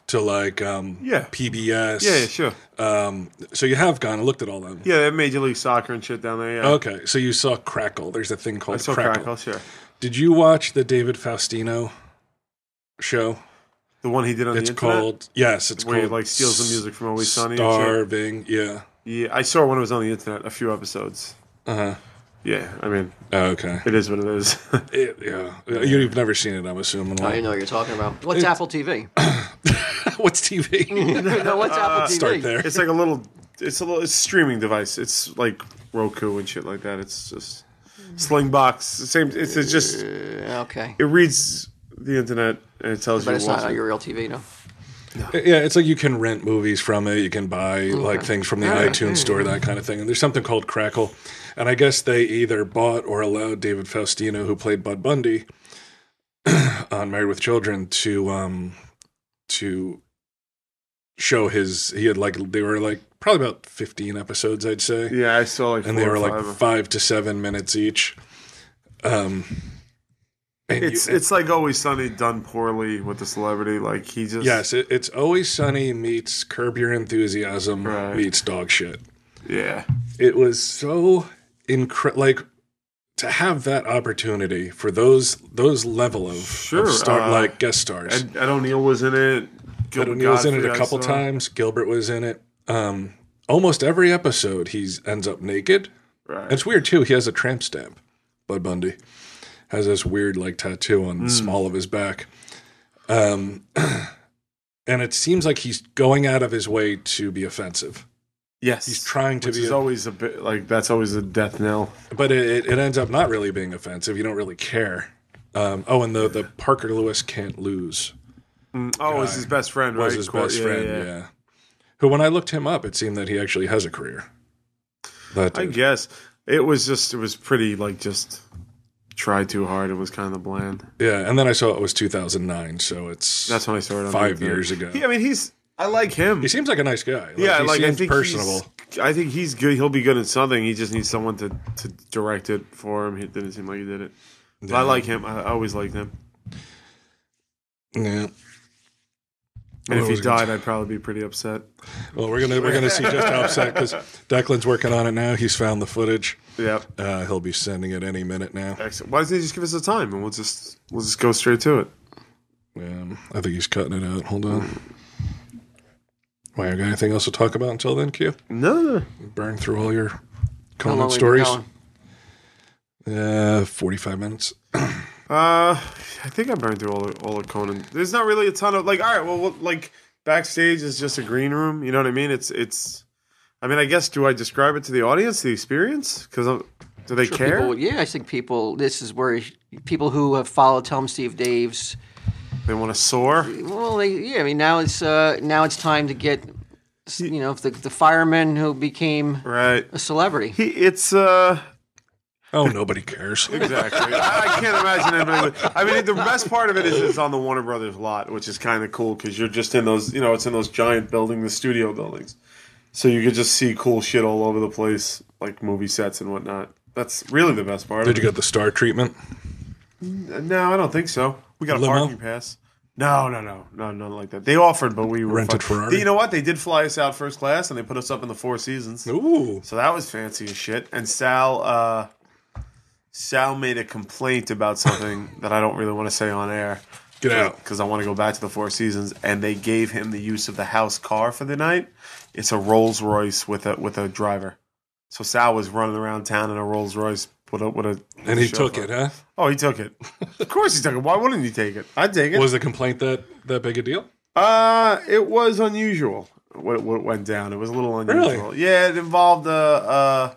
[SPEAKER 4] to like um
[SPEAKER 6] Yeah.
[SPEAKER 4] PBS?
[SPEAKER 6] Yeah, yeah, sure.
[SPEAKER 4] Um so you have gone and looked at all them.
[SPEAKER 6] Yeah, they have Major League Soccer and shit down there. Yeah.
[SPEAKER 4] Okay. So you saw Crackle. There's a thing
[SPEAKER 6] I
[SPEAKER 4] called
[SPEAKER 6] saw
[SPEAKER 4] Crackle.
[SPEAKER 6] crackle. sure.
[SPEAKER 4] Did you watch the David Faustino show?
[SPEAKER 6] The one he did on
[SPEAKER 4] it's
[SPEAKER 6] the internet.
[SPEAKER 4] called Yes, it's
[SPEAKER 6] Where he,
[SPEAKER 4] called
[SPEAKER 6] like, steals the music from Always Sunny and shit.
[SPEAKER 4] Starving. Yeah.
[SPEAKER 6] Yeah, I saw when it was on the internet. A few episodes.
[SPEAKER 4] Uh-huh.
[SPEAKER 6] Yeah, I mean,
[SPEAKER 4] Oh, okay.
[SPEAKER 6] it is what it is.
[SPEAKER 4] It- yeah. You've never seen it, I'm assuming.
[SPEAKER 5] I know what you're talking about. What's Apple TV?
[SPEAKER 4] What's TV?
[SPEAKER 5] no, what's Apple TV?
[SPEAKER 4] Start there.
[SPEAKER 6] it's like a little. It's a little. It's a streaming device. It's like Roku and shit like that. It's just Slingbox. Same. It's, it's just. It
[SPEAKER 5] Okay.
[SPEAKER 6] reads the internet and it tells
[SPEAKER 5] But
[SPEAKER 6] you.
[SPEAKER 5] it's
[SPEAKER 6] what's
[SPEAKER 5] not on your real TV, no.
[SPEAKER 4] Yeah, it's like you can rent movies from it. You can buy like things from the iTunes store, that kind of thing. And there's something called Crackle, and I guess they either bought or allowed David Faustino, who played Bud Bundy on Married with Children, to um to show his. He had like they were like probably about 15 episodes, I'd say,
[SPEAKER 6] yeah, I saw like.
[SPEAKER 4] and
[SPEAKER 6] four
[SPEAKER 4] they
[SPEAKER 6] or
[SPEAKER 4] were like
[SPEAKER 6] five of-
[SPEAKER 4] five to seven minutes each. Um, and
[SPEAKER 6] It's
[SPEAKER 4] you-
[SPEAKER 6] it's like Always Sunny done poorly with the celebrity. Like he just.
[SPEAKER 4] Yes, it, it's always sunny meets curb your enthusiasm
[SPEAKER 6] Right.
[SPEAKER 4] meets dog shit.
[SPEAKER 6] Yeah.
[SPEAKER 4] It was so incredible. Like to have that opportunity for those those level of,
[SPEAKER 6] Sure,
[SPEAKER 4] of star
[SPEAKER 6] uh,
[SPEAKER 4] like guest stars.
[SPEAKER 6] Ed, Ed O'Neill was in it.
[SPEAKER 4] Ed
[SPEAKER 6] Gilbert
[SPEAKER 4] O'Neill was in it
[SPEAKER 6] Godfrey,
[SPEAKER 4] a
[SPEAKER 6] I
[SPEAKER 4] couple
[SPEAKER 6] saw.
[SPEAKER 4] times. Gilbert was in it. Um, almost every episode, he ends up naked.
[SPEAKER 6] Right.
[SPEAKER 4] It's weird too. He has a tramp stamp. Bud Bundy has this weird like tattoo
[SPEAKER 6] Mm.
[SPEAKER 4] on the small of his back. Um, and it seems like he's going out of his way to be offensive.
[SPEAKER 6] yes.
[SPEAKER 4] He's trying to
[SPEAKER 6] Which
[SPEAKER 4] be,
[SPEAKER 6] is always a bit like that's always a death knell.
[SPEAKER 4] but it, it ends up not really being offensive. You don't really care. Um, oh, and the the Parker Lewis can't lose
[SPEAKER 6] Oh, it was his best friend, right?
[SPEAKER 4] was his
[SPEAKER 6] Of course,
[SPEAKER 4] best
[SPEAKER 6] yeah,
[SPEAKER 4] friend.
[SPEAKER 6] yeah.
[SPEAKER 4] Yeah. Who, when I looked him up, it seemed that he actually has a career. That
[SPEAKER 6] I
[SPEAKER 4] dude.
[SPEAKER 6] guess it was just it was pretty like just tried too hard. It was kind of bland.
[SPEAKER 4] yeah, and then I saw it was 2009, so it's
[SPEAKER 6] That's when I saw it. On
[SPEAKER 4] five
[SPEAKER 6] the internet.
[SPEAKER 4] years ago.
[SPEAKER 6] He, I mean, he's I like him.
[SPEAKER 4] He seems like a nice guy. Like,
[SPEAKER 6] yeah,
[SPEAKER 4] he
[SPEAKER 6] like I
[SPEAKER 4] seems
[SPEAKER 6] think
[SPEAKER 4] personable.
[SPEAKER 6] He's, I think he's good. He'll be good at something. He just needs someone to to direct it for him. He didn't seem like he did it. But I like him. I, I always liked him.
[SPEAKER 4] Yeah.
[SPEAKER 6] And
[SPEAKER 4] What
[SPEAKER 6] if he
[SPEAKER 4] was I gonna
[SPEAKER 6] died, I'd probably be pretty upset.
[SPEAKER 4] Well, we're gonna we're gonna see just how upset because Declan's working on it now. He's found the footage.
[SPEAKER 6] Yeah.
[SPEAKER 4] Uh, he'll be sending it any minute now.
[SPEAKER 6] Excellent. Why doesn't he just give us a time and we'll just we'll just go straight to it?
[SPEAKER 4] Um, I think he's cutting it out. Hold on. Why you got anything else to talk about until then, Q?
[SPEAKER 6] No.
[SPEAKER 4] Burn through all your
[SPEAKER 5] How long
[SPEAKER 4] comment
[SPEAKER 5] we been
[SPEAKER 4] stories.
[SPEAKER 5] going?
[SPEAKER 4] Uh, forty-five minutes.
[SPEAKER 6] Uh, I think I burned through all the, all the Conan. There's not really a ton of like. All right, well, well, like backstage is just a green room. You know what I mean? It's it's. I mean, I guess do I describe it to the audience, the experience? Because do they care?
[SPEAKER 5] People, yeah, I think people. This is where people who have followed Tell 'em Steve Dave's.
[SPEAKER 6] They want to soar.
[SPEAKER 5] Well, they, yeah. I mean, now it's uh, now it's time to get, you know, the the fireman who became
[SPEAKER 6] Right.
[SPEAKER 5] a celebrity.
[SPEAKER 6] He, it's uh
[SPEAKER 4] Oh, nobody cares.
[SPEAKER 6] exactly. I, I can't imagine anybody. would- I mean, the best part of it is it's on the Warner Brothers lot, which is kind of cool because you're just in those. You know, it's in those giant building, the studio buildings, so you could just see cool shit all over the place, like movie sets and whatnot. That's really the best part.
[SPEAKER 4] Did you
[SPEAKER 6] of
[SPEAKER 4] get the star treatment?
[SPEAKER 6] it. No, I don't think so. We got a
[SPEAKER 4] Limo?
[SPEAKER 6] parking pass. No, no, no, no, nothing like that. They offered, but we were
[SPEAKER 4] Rented
[SPEAKER 6] fuck-
[SPEAKER 4] Ferrari?
[SPEAKER 6] You know what? They did fly us out first class, and they put us up in the Four Seasons.
[SPEAKER 4] Ooh,
[SPEAKER 6] So that was fancy as shit. And Sal, uh, Sal made a complaint about something that I don't really want to say on air
[SPEAKER 4] get out.
[SPEAKER 6] because I want to go back to the Four Seasons. And they gave him the use of the house car for the night. It's a Rolls Royce with a with a driver. So Sal was running around town in a Rolls Royce with a with a.
[SPEAKER 4] And he took it, huh?
[SPEAKER 6] Oh, he took it. of course he took it. Why wouldn't he take it? I'd take it.
[SPEAKER 4] Was the complaint that that big a deal?
[SPEAKER 6] Uh, it was unusual. What what went down? It was a little unusual. Yeah, it involved a uh,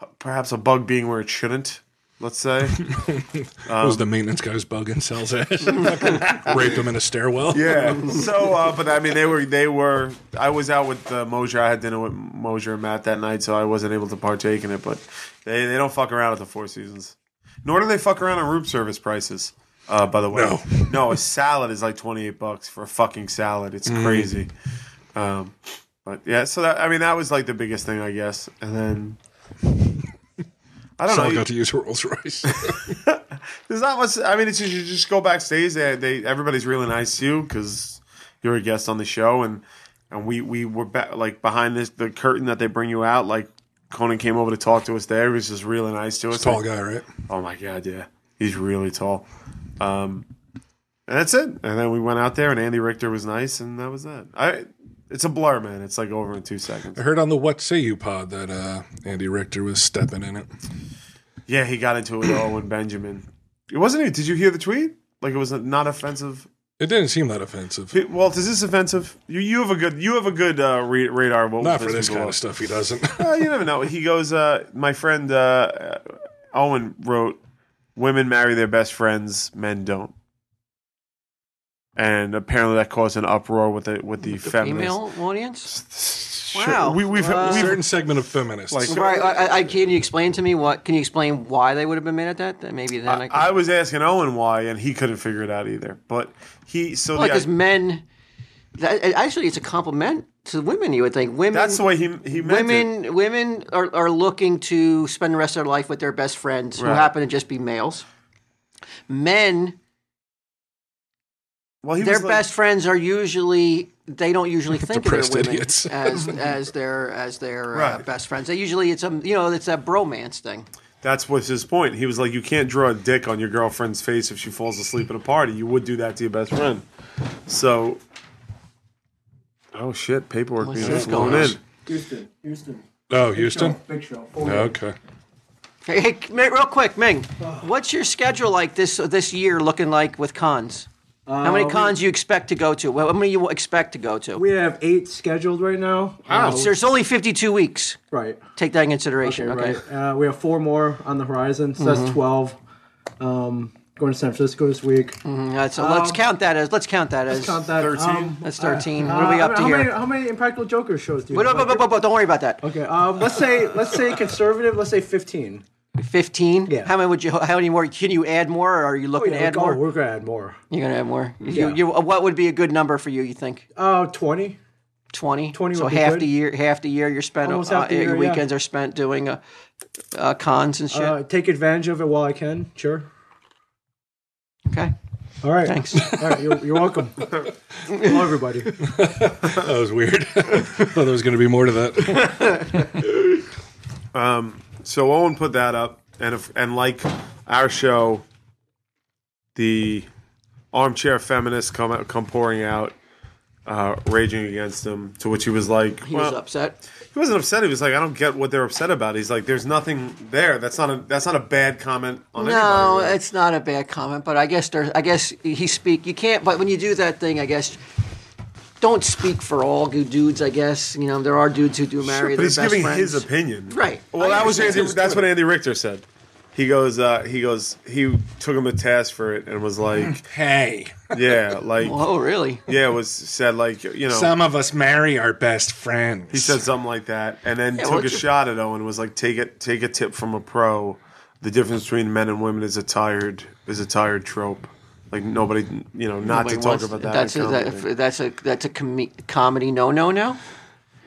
[SPEAKER 6] p- perhaps a bug being where it shouldn't. Let's say. Um,
[SPEAKER 4] was the maintenance guy's bug in Sal's ass? Fucking raped him in a stairwell.
[SPEAKER 6] Yeah. So, uh, but I mean, they were they were. I was out with uh, Mosier. I had dinner with Mosier and Matt that night, so I wasn't able to partake in it. But they they don't fuck around at the Four Seasons. Nor do they fuck around on room service prices. Uh, by the way,
[SPEAKER 4] No.
[SPEAKER 6] no, a salad is like twenty eight bucks for a fucking salad. It's crazy. Um, but yeah, so that I mean, that was like the biggest thing, I guess. And then I don't
[SPEAKER 4] so
[SPEAKER 6] know.
[SPEAKER 4] I got to use a Rolls Royce.
[SPEAKER 6] There's not much. I mean, it's just, you just go backstage. They, they everybody's really nice to you because you're a guest on the show, and and we we were ba- like behind this the curtain that they bring you out. Like Conan came over to talk to us there. He was just really nice to us.
[SPEAKER 4] Tall
[SPEAKER 6] Like,
[SPEAKER 4] guy, right?
[SPEAKER 6] Oh my god, yeah, he's really tall. Um, and that's it. And then we went out there, and Andy Richter was nice, and that was that. I. It's a blur, man. It's like over in two seconds.
[SPEAKER 4] I heard on the What Say You pod that uh, Andy Richter was stepping in it.
[SPEAKER 6] Yeah, he got into it with Owen Benjamin. It wasn't even. Did you hear the tweet? Like it was not offensive.
[SPEAKER 4] It didn't seem that offensive.
[SPEAKER 6] Pe- Walt, is this offensive? You you have a good you have a good uh, re- radar. of What
[SPEAKER 4] Not
[SPEAKER 6] will
[SPEAKER 4] for this
[SPEAKER 6] piss people
[SPEAKER 4] kind of
[SPEAKER 6] off.
[SPEAKER 4] stuff. He doesn't.
[SPEAKER 6] Uh, you never know. He goes. Uh, my friend uh, Owen wrote, "Women marry their best friends, men don't." And apparently that caused an uproar with the with the,
[SPEAKER 5] The
[SPEAKER 6] feminists.
[SPEAKER 5] female audience?
[SPEAKER 6] Sure.
[SPEAKER 5] Wow.
[SPEAKER 6] we, we've
[SPEAKER 5] Wow.
[SPEAKER 6] we've
[SPEAKER 4] certain segment of feminists.
[SPEAKER 6] Like-
[SPEAKER 5] All right, I, I, I, can you explain to me what? Can you explain why they would have been made at that? That maybe then I, could
[SPEAKER 6] I was asking Owen why, and he couldn't figure it out either. But he so
[SPEAKER 5] like
[SPEAKER 6] the,
[SPEAKER 5] as men. That, actually, it's a compliment to women. You would think women.
[SPEAKER 6] that's the way he he meant it.
[SPEAKER 5] women women are, are looking to spend the rest of their life with their best friends who
[SPEAKER 6] Right.
[SPEAKER 5] happen to just be males men
[SPEAKER 6] Well, he
[SPEAKER 5] their
[SPEAKER 6] was like-
[SPEAKER 5] best friends are usually they don't usually think of their
[SPEAKER 4] Depressed
[SPEAKER 5] women
[SPEAKER 4] idiots.
[SPEAKER 5] as as their as their uh,
[SPEAKER 6] Right.
[SPEAKER 5] best friends. They usually it's a you know it's that bromance thing.
[SPEAKER 6] That's what's his point. He was like, you can't draw a dick on your girlfriend's face if she falls asleep at a party. You would do that to your best friend. So, oh shit, paperwork
[SPEAKER 5] What's
[SPEAKER 6] being
[SPEAKER 5] this
[SPEAKER 6] blown
[SPEAKER 5] going
[SPEAKER 6] in.
[SPEAKER 7] Houston, Houston.
[SPEAKER 4] oh, Houston?
[SPEAKER 7] Big show.
[SPEAKER 4] Okay.
[SPEAKER 5] Hey, hey Ming, real quick, Ming, what's your schedule like this this year looking like with cons? How many cons you expect to go to? Well, How many you expect to go to?
[SPEAKER 7] Uh, We have eight scheduled right now. Wow.
[SPEAKER 5] There's only 52 weeks.
[SPEAKER 7] right.
[SPEAKER 5] Take that in consideration. Okay. Mm-hmm.
[SPEAKER 7] Right. Uh, we have four more on the horizon, so that's 12. Um, going to San Francisco this week.
[SPEAKER 5] Yeah, uh, so let's count that as let's count that as
[SPEAKER 7] Um, Count that. 13. Um,
[SPEAKER 5] that's Mm. thirteen.
[SPEAKER 7] uh,
[SPEAKER 5] what are we
[SPEAKER 7] I
[SPEAKER 5] up
[SPEAKER 7] mean,
[SPEAKER 5] to
[SPEAKER 7] how
[SPEAKER 5] here?
[SPEAKER 7] Many, how many Impractical Joker shows do you
[SPEAKER 5] Wait, wait,
[SPEAKER 7] have?
[SPEAKER 5] wait, wait, wait, wait, don't worry about that.
[SPEAKER 7] Okay, um, let's say let's say conservative. Let's say fifteen.
[SPEAKER 5] Fifteen.
[SPEAKER 7] Yeah.
[SPEAKER 5] How many would you? How many more? Can you add more, or are you looking
[SPEAKER 7] yeah,
[SPEAKER 5] to add
[SPEAKER 7] we're,
[SPEAKER 5] more?
[SPEAKER 7] oh, we're gonna add more.
[SPEAKER 5] You're gonna add more.
[SPEAKER 7] Yeah.
[SPEAKER 5] You, you, what would be a good number for you? You think
[SPEAKER 7] Uh, twenty.
[SPEAKER 5] twenty?
[SPEAKER 7] 20
[SPEAKER 5] So
[SPEAKER 7] would be
[SPEAKER 5] half
[SPEAKER 7] good.
[SPEAKER 5] the year, half the year you're spent.
[SPEAKER 7] Almost
[SPEAKER 5] uh,
[SPEAKER 7] half the
[SPEAKER 5] your
[SPEAKER 7] year, yeah.
[SPEAKER 5] weekends are spent doing uh, uh, cons and shit.
[SPEAKER 7] Uh, take advantage of it while I can. Sure.
[SPEAKER 5] okay.
[SPEAKER 7] All right.
[SPEAKER 5] Thanks.
[SPEAKER 7] All right. You're, you're welcome. Hello, everybody.
[SPEAKER 4] That was weird. Thought there was going to be more to that.
[SPEAKER 6] So Owen put that up, and if, and like our show, the armchair feminists come out, come pouring out, uh, raging against him. To which he was like,
[SPEAKER 5] He was upset.
[SPEAKER 6] He wasn't upset. He was like, I don't get what they're upset about. He's like, there's nothing there. That's not a that's not a bad comment on
[SPEAKER 5] No,
[SPEAKER 6] anybody. really.
[SPEAKER 5] it's not a bad comment, but I guess there. I guess he speak. You can't. But when you do that thing, I guess don't speak for all good dudes. I guess you know there are dudes who do marry
[SPEAKER 6] But
[SPEAKER 5] their
[SPEAKER 6] he's
[SPEAKER 5] best
[SPEAKER 6] giving
[SPEAKER 5] friends.
[SPEAKER 6] his opinion,
[SPEAKER 5] Right.
[SPEAKER 6] Well,
[SPEAKER 5] I
[SPEAKER 6] that was
[SPEAKER 5] understand.
[SPEAKER 6] Andy, that's what Andy Richter said. He goes, uh, he goes, he took him to task for it and was like,
[SPEAKER 4] hey,
[SPEAKER 6] yeah, like,
[SPEAKER 5] Oh, really?
[SPEAKER 6] yeah, was said like, you know,
[SPEAKER 4] of us marry our best friends.
[SPEAKER 6] he said something like that, and then
[SPEAKER 5] well,
[SPEAKER 6] took a
[SPEAKER 5] it's-
[SPEAKER 6] shot at Owen. Was like, take it, take a tip from a pro. The difference between men and women is a tired is a tired trope. Like nobody, you know, not
[SPEAKER 5] Nobody
[SPEAKER 6] to talk
[SPEAKER 5] wants-
[SPEAKER 6] about that.
[SPEAKER 5] That's a,
[SPEAKER 6] in
[SPEAKER 5] that,
[SPEAKER 6] comedy.
[SPEAKER 5] if- that's a that's a com- comedy no no no.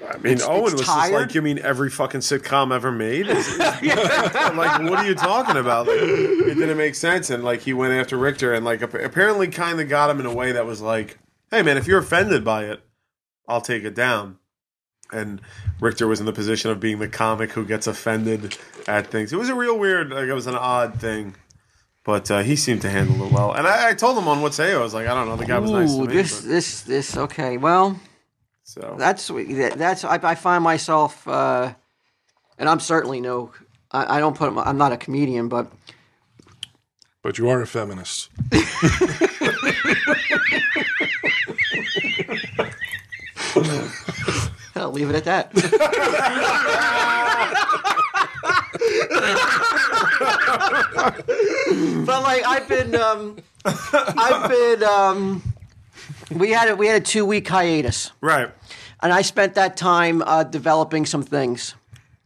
[SPEAKER 6] I mean, Owen
[SPEAKER 5] it's
[SPEAKER 6] was just
[SPEAKER 5] tired.
[SPEAKER 6] like, you mean every fucking sitcom ever made? like, what are you talking about? Like, it didn't make sense. And like, he went after Richter and like, ap- apparently kind of got him in a way that was like, hey, man, if you're offended by it, I'll take it down. And Richter was in the position of being the comic who gets offended at things. It was a real weird, like, it was an odd thing. But uh, he seemed to handle it well. And I, I told him on what's Hey, I was like, I don't know, the guy was nice to
[SPEAKER 5] Ooh,
[SPEAKER 6] me.
[SPEAKER 5] this
[SPEAKER 6] but-
[SPEAKER 5] this this. Okay, well
[SPEAKER 6] so.
[SPEAKER 5] that's that, that's I, I find myself, uh, and I'm certainly no. I, I don't put. I'm not a comedian, but
[SPEAKER 4] But you are a feminist.
[SPEAKER 5] I'll leave it at that. but like I've been, um, I've been. Um, we had a, we had a two week hiatus,
[SPEAKER 6] right.
[SPEAKER 5] and I spent that time uh, developing some things,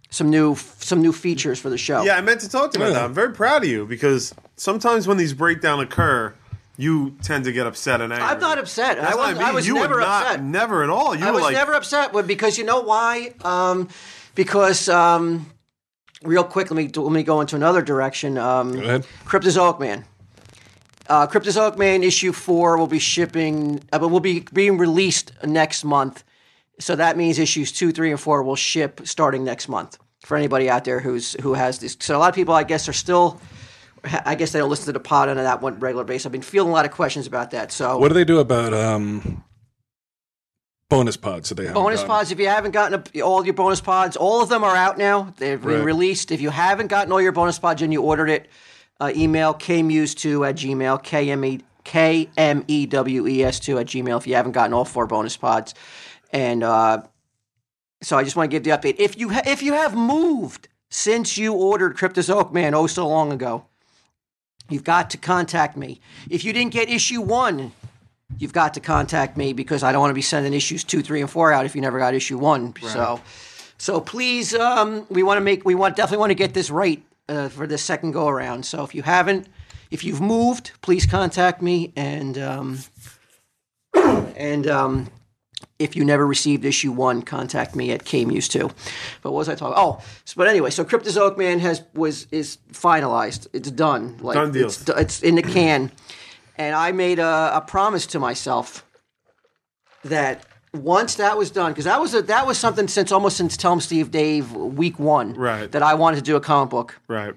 [SPEAKER 5] some new some new features for the show.
[SPEAKER 6] Yeah, I meant to talk to you about that. I'm very proud of you because sometimes when these breakdown occur, you tend to get upset and angry.
[SPEAKER 5] I'm not upset. I
[SPEAKER 6] That's
[SPEAKER 5] was,
[SPEAKER 6] not me.
[SPEAKER 5] I was
[SPEAKER 6] you were
[SPEAKER 5] never
[SPEAKER 6] not-
[SPEAKER 5] upset.
[SPEAKER 6] Never at all. You
[SPEAKER 5] I
[SPEAKER 6] were
[SPEAKER 5] was
[SPEAKER 6] like,
[SPEAKER 5] never upset with because you know why? Um, because um, real quick, let me let me go into another direction. Um,
[SPEAKER 4] ahead.
[SPEAKER 5] Cryptozoic Man. Uh, Cryptozoic Man issue four will be shipping, uh, but will be being released next month. So that means issues two, three, and four will ship starting next month for anybody out there who's who has this. So a lot of people, I guess, are still. I guess they don't listen to the pod on that one regular basis. I've been feeling a lot of questions about that. So
[SPEAKER 4] What do they do about um bonus pods that they have?
[SPEAKER 5] bonus pods if you haven't gotten a, all your bonus pods all of them are out now they've been
[SPEAKER 4] Right.
[SPEAKER 5] released if you haven't gotten all your bonus pods and you ordered it uh, email kmuse2 at gmail E, kme E kmews2 at gmail if you haven't gotten all four bonus pods and uh, so i just want to give the update if you ha- if you have moved since you ordered cryptozoic man oh so long ago you've got to contact me if you didn't get issue one you've got to contact me because I don't want to be sending issues two, three, and four out if you never got issue one. So, so please, um, we want to make, we want definitely want to get this right uh, for this second go around. So if you haven't, if you've moved, please contact me and um, and um, if you never received issue one, contact me at KMuse two. But what was I talking? Oh, so, but anyway, so Cryptozoic Man has was is finalized. It's done. Like
[SPEAKER 6] Done deal.
[SPEAKER 5] it's do- it's in the can. And I made a, a promise to myself that once that was done, because that was a, that was something since almost since Tell 'em Steve Dave week one,
[SPEAKER 6] Right.
[SPEAKER 5] That I wanted to do a comic book
[SPEAKER 6] Right.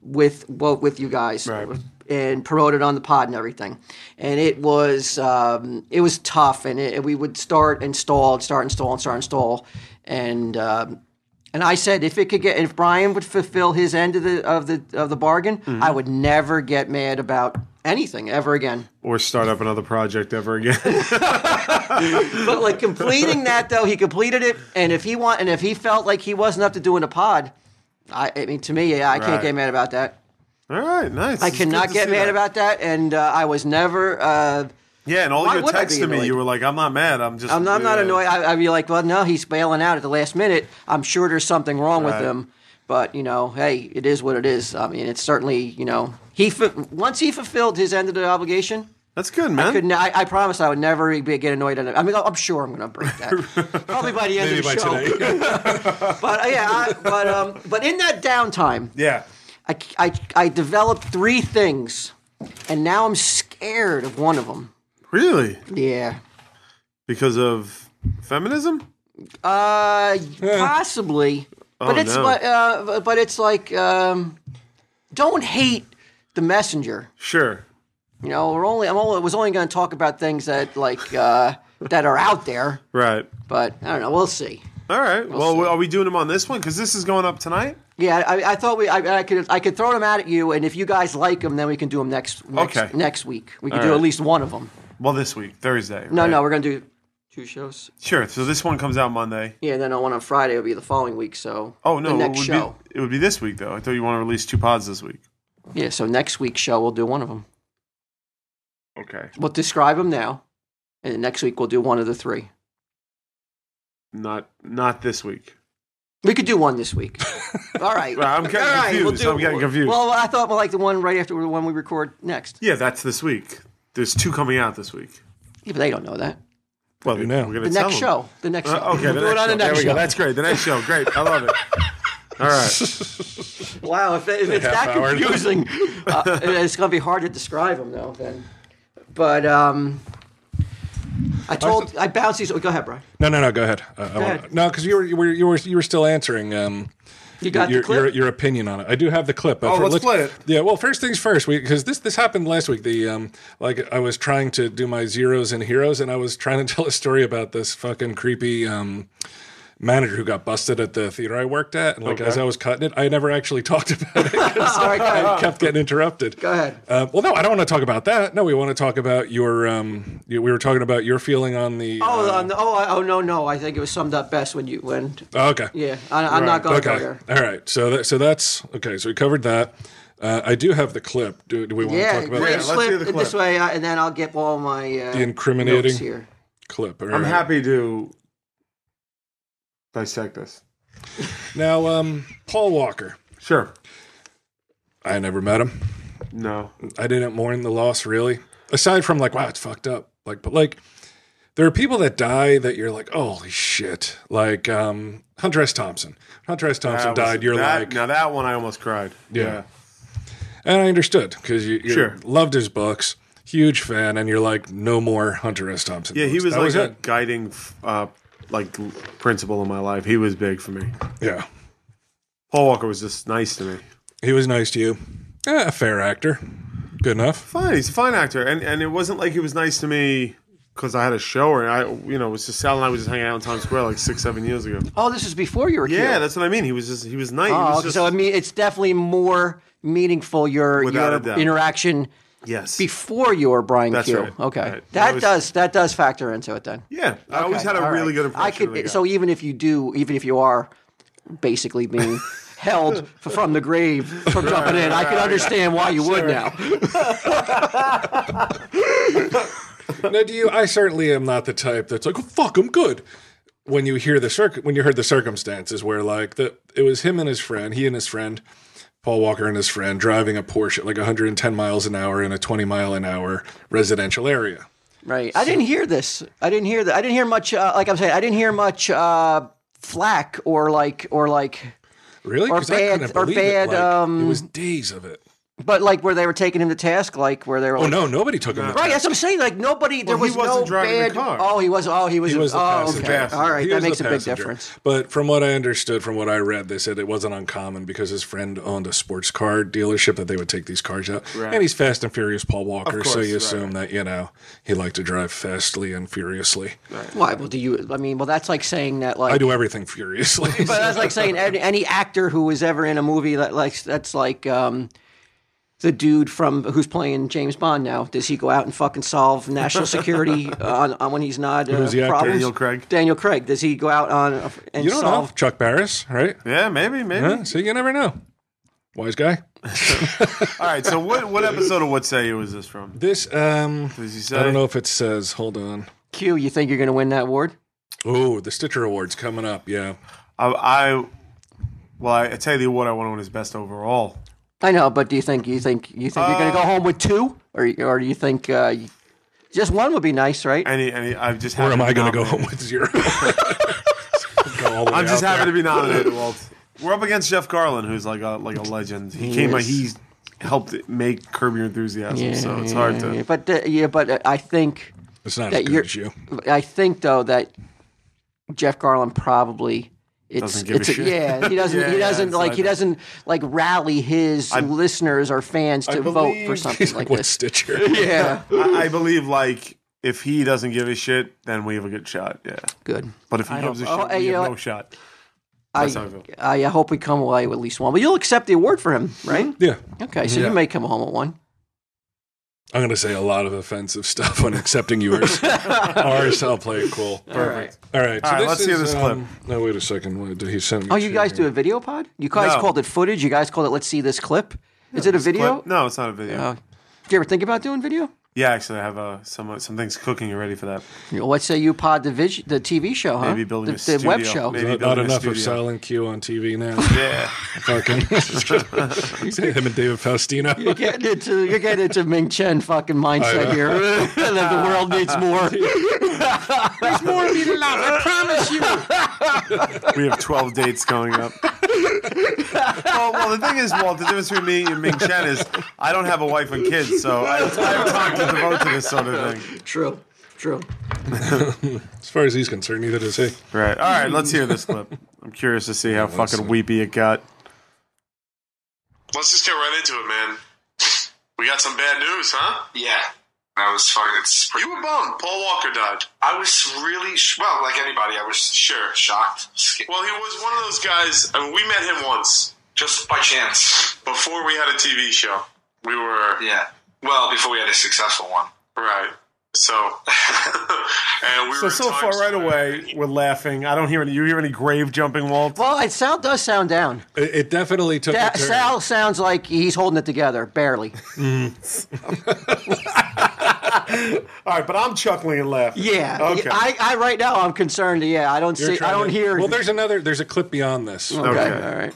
[SPEAKER 5] with well, with you guys
[SPEAKER 6] Right.
[SPEAKER 5] and promote it on the pod and everything. And it was um, it was tough, and it, we would start and stall and start and stall and start and stall, and um, and I said if it could get if Brian would fulfill his end of the of the of the bargain,
[SPEAKER 6] Mm-hmm.
[SPEAKER 5] I would never get mad about anything ever again.
[SPEAKER 6] Or start up another project ever again.
[SPEAKER 5] but like completing that though, he completed it, and if he want, and if he felt like he wasn't up to doing a pod, I, I mean, to me, yeah, I can't
[SPEAKER 6] Right.
[SPEAKER 5] get mad about that.
[SPEAKER 6] All right, nice.
[SPEAKER 5] I cannot get mad about that, and uh, I was never. Uh,
[SPEAKER 6] Yeah, and all
[SPEAKER 5] Why
[SPEAKER 6] your
[SPEAKER 5] would I
[SPEAKER 6] texts
[SPEAKER 5] be
[SPEAKER 6] to me,
[SPEAKER 5] annoyed?
[SPEAKER 6] you were like, "I'm not mad. I'm just." uh,
[SPEAKER 5] I'm not, I'm not
[SPEAKER 6] yeah.
[SPEAKER 5] annoyed. I, I'd be like, well, no, he's bailing out at the last minute. I'm sure there's something wrong with
[SPEAKER 6] Right.
[SPEAKER 5] him, but you know, hey, it is what it is. I mean, it's certainly you know he fu- once he fulfilled his end of the obligation.
[SPEAKER 6] That's
[SPEAKER 5] I,
[SPEAKER 6] good, man.
[SPEAKER 5] could, n- I, I promise I would never be, get annoyed at it. I mean, I'm sure I'm going to break that. Probably by the end
[SPEAKER 4] Maybe
[SPEAKER 5] of the
[SPEAKER 4] by
[SPEAKER 5] show.
[SPEAKER 4] today.
[SPEAKER 5] But uh, yeah, I, but um, but in that downtime,
[SPEAKER 6] yeah.
[SPEAKER 5] I, I I developed three things, and now I'm scared of one of them.
[SPEAKER 6] Really?
[SPEAKER 5] Yeah.
[SPEAKER 6] Because of feminism?
[SPEAKER 5] Uh, possibly. But
[SPEAKER 6] Oh,
[SPEAKER 5] it's
[SPEAKER 6] no.
[SPEAKER 5] but uh, but it's like um, don't hate the messenger.
[SPEAKER 6] Sure.
[SPEAKER 5] You know, we're only I'm only was only going to talk about things that like uh, that are out there.
[SPEAKER 6] Right.
[SPEAKER 5] But I don't know. We'll see.
[SPEAKER 6] All right. Well, are we doing them on this one? Because this is going up tonight.
[SPEAKER 5] Yeah, I, I thought we I, I could I could throw them out at you, and if you guys like them, then we can do them next next,
[SPEAKER 6] Okay.
[SPEAKER 5] next week. We can
[SPEAKER 6] All
[SPEAKER 5] do
[SPEAKER 6] right.
[SPEAKER 5] at least one of them.
[SPEAKER 6] Well, this week, Thursday.
[SPEAKER 5] No,
[SPEAKER 6] right?
[SPEAKER 5] no, we're going to do two shows.
[SPEAKER 6] Sure. So this one comes out Monday.
[SPEAKER 5] Yeah, then on one on Friday will be the following week. So
[SPEAKER 6] Oh no,
[SPEAKER 5] the next
[SPEAKER 6] it would
[SPEAKER 5] show.
[SPEAKER 6] be it would be this week though. I thought you want to release two pods this week.
[SPEAKER 5] Yeah, so next week's show we'll do one of them.
[SPEAKER 6] Okay.
[SPEAKER 5] We'll describe them now, and then next week we'll do one of the three.
[SPEAKER 6] Not not this week.
[SPEAKER 5] We could do one this week. All right.
[SPEAKER 6] Right, I'm getting
[SPEAKER 5] All right, we'll
[SPEAKER 6] confused.
[SPEAKER 5] do-
[SPEAKER 6] I'm getting confused.
[SPEAKER 5] Well, I thought well, like the one right after the one we record next.
[SPEAKER 6] Yeah, that's this week. There's two coming out this week.
[SPEAKER 5] Yeah, but they don't know that.
[SPEAKER 6] Well,
[SPEAKER 4] do now.
[SPEAKER 6] we're gonna
[SPEAKER 5] The
[SPEAKER 6] tell
[SPEAKER 5] next
[SPEAKER 6] them.
[SPEAKER 5] show. The next show.
[SPEAKER 6] Uh, okay,
[SPEAKER 5] We'll
[SPEAKER 6] the
[SPEAKER 5] do it on
[SPEAKER 6] next show.
[SPEAKER 5] the next
[SPEAKER 6] there we
[SPEAKER 5] show.
[SPEAKER 6] go. That's great. The next show. Great. I love it. All right.
[SPEAKER 5] Wow, if, if it's that
[SPEAKER 4] half-hour.
[SPEAKER 5] confusing, uh, it's going to be hard to describe them though. Then, but um, I told I bounced these. Oh, go ahead, Brian.
[SPEAKER 4] No, no, no. Go ahead. Uh, I wanna-
[SPEAKER 5] ahead.
[SPEAKER 4] no, because you were, you were you were you were still answering. Um,
[SPEAKER 5] You got
[SPEAKER 4] your,
[SPEAKER 5] the clip.
[SPEAKER 4] Your, your opinion on it. I do have the clip. but
[SPEAKER 6] Oh, let's play it.
[SPEAKER 4] Yeah. Well, first things first, because this this happened last week. The um, like I was trying to do my zeros and heroes, and I was trying to tell a story about this fucking creepy um manager who got busted at the theater I worked at. And like as I was cutting it, I never actually talked about it. 'cause
[SPEAKER 5] All right, go ahead.
[SPEAKER 4] I kept getting interrupted.
[SPEAKER 5] Go ahead.
[SPEAKER 4] Uh, well, no, I don't want to talk about that. No, we want to talk about your. Um, you, we were talking about your feeling on the.
[SPEAKER 5] Oh,
[SPEAKER 4] uh,
[SPEAKER 5] um, oh, I- oh, no, no. I think it was summed up best when you when.
[SPEAKER 4] oh, okay.
[SPEAKER 5] Yeah, I, I'm not going to go
[SPEAKER 4] Okay.
[SPEAKER 5] there.
[SPEAKER 4] All right. So that, so that's okay. So we covered that. Uh, I do have the clip. Do, do we want to
[SPEAKER 5] Yeah,
[SPEAKER 4] talk about
[SPEAKER 5] great
[SPEAKER 4] that?
[SPEAKER 6] let's hear the
[SPEAKER 5] slip this
[SPEAKER 6] clip.
[SPEAKER 5] way, I, and then I'll get all my uh,
[SPEAKER 4] the incriminating
[SPEAKER 5] notes here.
[SPEAKER 4] clip? All
[SPEAKER 6] I'm
[SPEAKER 4] right.
[SPEAKER 6] happy to dissect this.
[SPEAKER 4] Now, um, Paul Walker.
[SPEAKER 6] Sure.
[SPEAKER 4] I never met him.
[SPEAKER 6] No.
[SPEAKER 4] I didn't mourn the loss really. Aside from like, wow, it's fucked up. Like, but like, there are people that die that you're like, holy shit. Like um, Hunter S. Thompson. Hunter S. Thompson
[SPEAKER 6] That was-
[SPEAKER 4] died. You're
[SPEAKER 6] that-
[SPEAKER 4] like,
[SPEAKER 6] now that one I almost cried.
[SPEAKER 4] Yeah. and I understood because you, you
[SPEAKER 6] Sure.
[SPEAKER 4] loved his books, huge fan, and you're like, no more Hunter S. Thompson.
[SPEAKER 6] Yeah, he
[SPEAKER 4] books.
[SPEAKER 6] was
[SPEAKER 4] that
[SPEAKER 6] like
[SPEAKER 4] was
[SPEAKER 6] a
[SPEAKER 4] it.
[SPEAKER 6] guiding f- uh, like l- principle in my life. He was big for me.
[SPEAKER 4] Yeah,
[SPEAKER 6] Paul Walker was just nice to me.
[SPEAKER 4] he was nice to you. Eh, a fair actor, good enough.
[SPEAKER 6] Fine, he's a fine actor, and and it wasn't like he was nice to me because I had a show or I you know it was just Sal and I was just hanging out in Times Square like six seven years ago.
[SPEAKER 5] Oh, this was before you were
[SPEAKER 6] Yeah,
[SPEAKER 5] here.
[SPEAKER 6] that's what I mean. He was just he was nice. He
[SPEAKER 5] Oh,
[SPEAKER 6] was
[SPEAKER 5] okay,
[SPEAKER 6] just-
[SPEAKER 5] so I mean, it's definitely more meaningful your
[SPEAKER 6] Without a
[SPEAKER 5] your
[SPEAKER 6] doubt.
[SPEAKER 5] interaction
[SPEAKER 6] yes.
[SPEAKER 5] before you were Brian
[SPEAKER 6] That's
[SPEAKER 5] Q.
[SPEAKER 6] right.
[SPEAKER 5] Okay,
[SPEAKER 6] Right.
[SPEAKER 5] that
[SPEAKER 6] That was-
[SPEAKER 5] does that does factor into it then.
[SPEAKER 6] yeah, I always
[SPEAKER 5] Okay,
[SPEAKER 6] had a
[SPEAKER 5] all
[SPEAKER 6] really
[SPEAKER 5] right.
[SPEAKER 6] good impression.
[SPEAKER 5] I
[SPEAKER 6] of the
[SPEAKER 5] could
[SPEAKER 6] guy.
[SPEAKER 5] so even if you do, even if you are basically being held f- from the grave from jumping in, I could understand why you would now.
[SPEAKER 4] now, do you? I certainly am not the type that's like, oh, fuck, I'm good. When you hear the circ, when you heard the circumstances where like the it was him and his friend, he and his friend, Paul Walker and his friend driving a Porsche at like 110 miles an hour in a 20 mile an hour residential area.
[SPEAKER 5] Right. I didn't hear this. I didn't hear that. I didn't hear much. Uh, like I'm saying, I didn't hear much uh, flack or like or like.
[SPEAKER 4] Really?
[SPEAKER 5] Or
[SPEAKER 4] 'Cause I couldn't
[SPEAKER 5] bad- or
[SPEAKER 4] believe it.
[SPEAKER 5] bad,
[SPEAKER 4] Like,
[SPEAKER 5] um,
[SPEAKER 4] it was days of it.
[SPEAKER 5] But like where they were taking him to task, like where they were.
[SPEAKER 4] Oh
[SPEAKER 5] like,
[SPEAKER 4] no, nobody took him. to task.
[SPEAKER 5] Right, that's what I'm saying. Like nobody, there
[SPEAKER 6] Well, he
[SPEAKER 5] was
[SPEAKER 6] wasn't
[SPEAKER 5] no
[SPEAKER 6] driving the
[SPEAKER 5] bad.
[SPEAKER 6] car.
[SPEAKER 5] Oh, he was. Oh, he was.
[SPEAKER 4] He was the
[SPEAKER 5] oh,
[SPEAKER 4] passenger.
[SPEAKER 5] okay. All right,
[SPEAKER 4] He
[SPEAKER 5] that
[SPEAKER 4] was the
[SPEAKER 5] makes a big
[SPEAKER 4] passenger.
[SPEAKER 5] difference.
[SPEAKER 4] But from what I understood, from what I read, they said it wasn't uncommon because his friend owned a sports car dealership that they would take these cars out. And he's fast and furious, Paul Walker. so
[SPEAKER 6] course,
[SPEAKER 4] you
[SPEAKER 6] right.
[SPEAKER 4] assume that you know he liked to drive fastly and furiously.
[SPEAKER 5] Why? Well, do you? I mean, well, that's like saying that. Like,
[SPEAKER 4] I do everything furiously.
[SPEAKER 5] but that's like saying any, any actor who was ever in a movie that like that's like um, the dude from who's playing James Bond now. Does he go out and fucking solve national security on, on when he's not uh,
[SPEAKER 4] Who's the actor?
[SPEAKER 5] problems?
[SPEAKER 6] Daniel Craig.
[SPEAKER 5] Daniel Craig. Does he go out on uh, and
[SPEAKER 4] you don't
[SPEAKER 5] solve?
[SPEAKER 4] know Chuck Barris, right?
[SPEAKER 5] Mm-hmm.
[SPEAKER 6] Yeah, maybe, maybe.
[SPEAKER 4] Huh? So you never know. Wise guy.
[SPEAKER 6] All right. So what what episode of What Say You was this from?
[SPEAKER 4] This um,
[SPEAKER 6] Does he say?
[SPEAKER 4] I don't know if it says. Hold on.
[SPEAKER 5] Q, you think you're going to win that award?
[SPEAKER 4] Oh, the Stitcher Awards coming up. Yeah.
[SPEAKER 6] I, I well, I, I tell you the award I want to win is best overall.
[SPEAKER 5] I know, but do you think you think you think you're going to go home with two, or or do you think uh, you- just one would be nice, right?
[SPEAKER 6] Any, any, I've just.
[SPEAKER 4] Or
[SPEAKER 6] happy
[SPEAKER 4] am I going to go
[SPEAKER 6] nominated.
[SPEAKER 4] home with zero? Go all the way
[SPEAKER 6] I'm just
[SPEAKER 4] out
[SPEAKER 6] happy
[SPEAKER 4] there.
[SPEAKER 6] to be nominated, Walt. We're up against Jeff Garlin, who's like a like a legend. He, came,
[SPEAKER 5] is.
[SPEAKER 6] he helped make Curb Your Enthusiasm, so it's hard to.
[SPEAKER 5] Yeah, But uh, yeah, but uh, I think
[SPEAKER 4] It's not
[SPEAKER 5] that
[SPEAKER 4] as
[SPEAKER 5] you're-
[SPEAKER 4] good as you.
[SPEAKER 5] I think though that Jeff Garland probably it's
[SPEAKER 6] Doesn't give a
[SPEAKER 5] it's
[SPEAKER 6] shit.
[SPEAKER 5] yeah he doesn't
[SPEAKER 6] Yeah,
[SPEAKER 5] he doesn't
[SPEAKER 6] that's
[SPEAKER 5] like
[SPEAKER 6] what
[SPEAKER 5] he
[SPEAKER 6] I
[SPEAKER 5] doesn't like rally his listeners or fans to vote for
[SPEAKER 6] believe-
[SPEAKER 5] something
[SPEAKER 4] He's
[SPEAKER 5] like
[SPEAKER 4] like, what
[SPEAKER 5] this.
[SPEAKER 4] Stitcher?
[SPEAKER 5] Yeah,
[SPEAKER 6] I, I believe like if he doesn't give a shit, then we have a good shot. Yeah,
[SPEAKER 5] good.
[SPEAKER 6] but if he gives a shit,
[SPEAKER 5] oh, hey,
[SPEAKER 6] we
[SPEAKER 5] you know
[SPEAKER 6] have no
[SPEAKER 5] what?
[SPEAKER 6] shot.
[SPEAKER 5] I,
[SPEAKER 6] That's how I feel.
[SPEAKER 5] I hope we come away with at least one. But you'll accept the award for him, right?
[SPEAKER 6] Mm-hmm.
[SPEAKER 4] yeah.
[SPEAKER 5] Okay, so
[SPEAKER 4] Yeah.
[SPEAKER 5] you may come home with one.
[SPEAKER 4] I'm going to say a lot of offensive stuff when accepting yours. Ours, I'll play it cool. All
[SPEAKER 6] Perfect.
[SPEAKER 4] right. So
[SPEAKER 6] All right,
[SPEAKER 4] this
[SPEAKER 6] let's hear
[SPEAKER 4] is,
[SPEAKER 6] this
[SPEAKER 4] um, No, wait a second. What did he send me?
[SPEAKER 5] Oh, you
[SPEAKER 4] to
[SPEAKER 5] guys
[SPEAKER 4] here?
[SPEAKER 5] do a video pod? You guys
[SPEAKER 6] No.
[SPEAKER 5] called it footage. You guys called it. Let's see this clip. Is it a video?
[SPEAKER 6] Clip? No, it's not a video.
[SPEAKER 5] Oh. Do you ever think about doing video?
[SPEAKER 6] yeah, actually, I have uh, some some things cooking already for that.
[SPEAKER 5] You know, Let's say you pod the vis- the TV show, huh?
[SPEAKER 6] Maybe building
[SPEAKER 5] the,
[SPEAKER 6] a
[SPEAKER 5] the web
[SPEAKER 6] studio.
[SPEAKER 5] show.
[SPEAKER 6] Maybe
[SPEAKER 4] Not, not
[SPEAKER 6] building a
[SPEAKER 4] enough of
[SPEAKER 6] studio.
[SPEAKER 4] Silent Q on TV now.
[SPEAKER 6] Yeah,
[SPEAKER 4] Fucking. Say him and David Faustino.
[SPEAKER 5] You're getting into you're getting into Ming Chen fucking mindset here. that the world needs more.
[SPEAKER 6] we have twelve dates going up. well, well, the thing is, Walt, the difference between me and Ming Chen is I don't have a wife and kids, so I, I have time to devote to this sort of thing.
[SPEAKER 5] True, true.
[SPEAKER 4] As far as he's concerned, neither does he.
[SPEAKER 6] Right. All right. Let's hear this clip. I'm curious to see how fucking
[SPEAKER 4] see.
[SPEAKER 6] weepy it got.
[SPEAKER 8] Let's just get right into it, man. We got some bad news, huh? Yeah. I was fucking. You were bummed. Paul Walker died. I was really sh- well, like anybody. I was sure shocked. Well, he was one of those guys. I mean, we met him once, just by chance, before we had a TV show. We were yeah. Well, before we had a successful one, right? So, and we
[SPEAKER 6] So
[SPEAKER 8] were
[SPEAKER 6] so
[SPEAKER 8] in
[SPEAKER 6] far,
[SPEAKER 8] Times
[SPEAKER 6] right
[SPEAKER 8] Square.
[SPEAKER 6] away, we're laughing. I don't hear any. You hear any grave jumping, Walt?
[SPEAKER 5] Well, it sound does sound down.
[SPEAKER 4] It, it definitely took
[SPEAKER 5] Da-
[SPEAKER 4] a turn.
[SPEAKER 5] Sal sounds like he's holding it together, barely.
[SPEAKER 6] All right, but I'm chuckling and laughing.
[SPEAKER 5] Yeah.
[SPEAKER 6] Okay.
[SPEAKER 5] I, I right now I'm concerned. Yeah, I don't
[SPEAKER 4] You're
[SPEAKER 5] see. I
[SPEAKER 4] trying
[SPEAKER 5] don't
[SPEAKER 4] to-
[SPEAKER 5] hear. Oh.
[SPEAKER 4] Well, there's another. There's a clip beyond this.
[SPEAKER 5] okay.
[SPEAKER 6] Okay.
[SPEAKER 5] All right.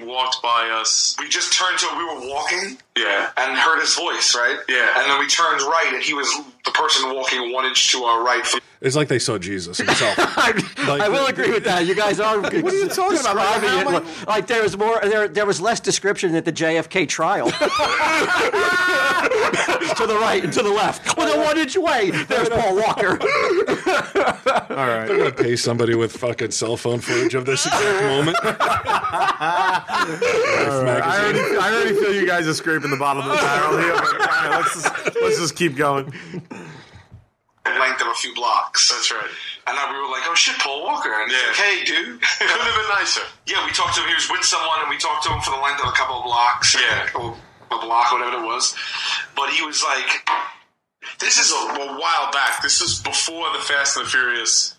[SPEAKER 8] walked by us.
[SPEAKER 9] We just turned to we were walking.
[SPEAKER 8] Yeah.
[SPEAKER 9] And heard his voice, right?
[SPEAKER 8] Yeah.
[SPEAKER 9] And then we turned right, and he was the person walking one inch to our right. From,
[SPEAKER 4] It's like they saw Jesus himself.
[SPEAKER 5] I will agree with that. You guys are what
[SPEAKER 6] are you talking about? How am I-
[SPEAKER 5] Like, there was more, there there was less description at the JFK trial. to the right and to the left, with a one inch way. There's Paul Walker.
[SPEAKER 6] All right.
[SPEAKER 4] I'm gonna pay somebody with fucking cell phone footage of this exact moment. Life
[SPEAKER 6] I
[SPEAKER 4] magazine.
[SPEAKER 6] already, I already feel you guys are scraping the bottom of the barrel here. All right, let's just, let's just keep going.
[SPEAKER 9] the length of a few blocks. That's right.
[SPEAKER 8] And now we were like, oh shit, Paul Walker. And it's
[SPEAKER 9] Yeah.
[SPEAKER 8] like, hey, dude.
[SPEAKER 9] Could have been nicer.
[SPEAKER 8] yeah, we talked to him. He was with someone, and we talked to him for the length of a couple of blocks.
[SPEAKER 9] Yeah.
[SPEAKER 8] Or a block, whatever it was. But he was like,
[SPEAKER 9] This is a, a while back. This is before the Fast and the Furious.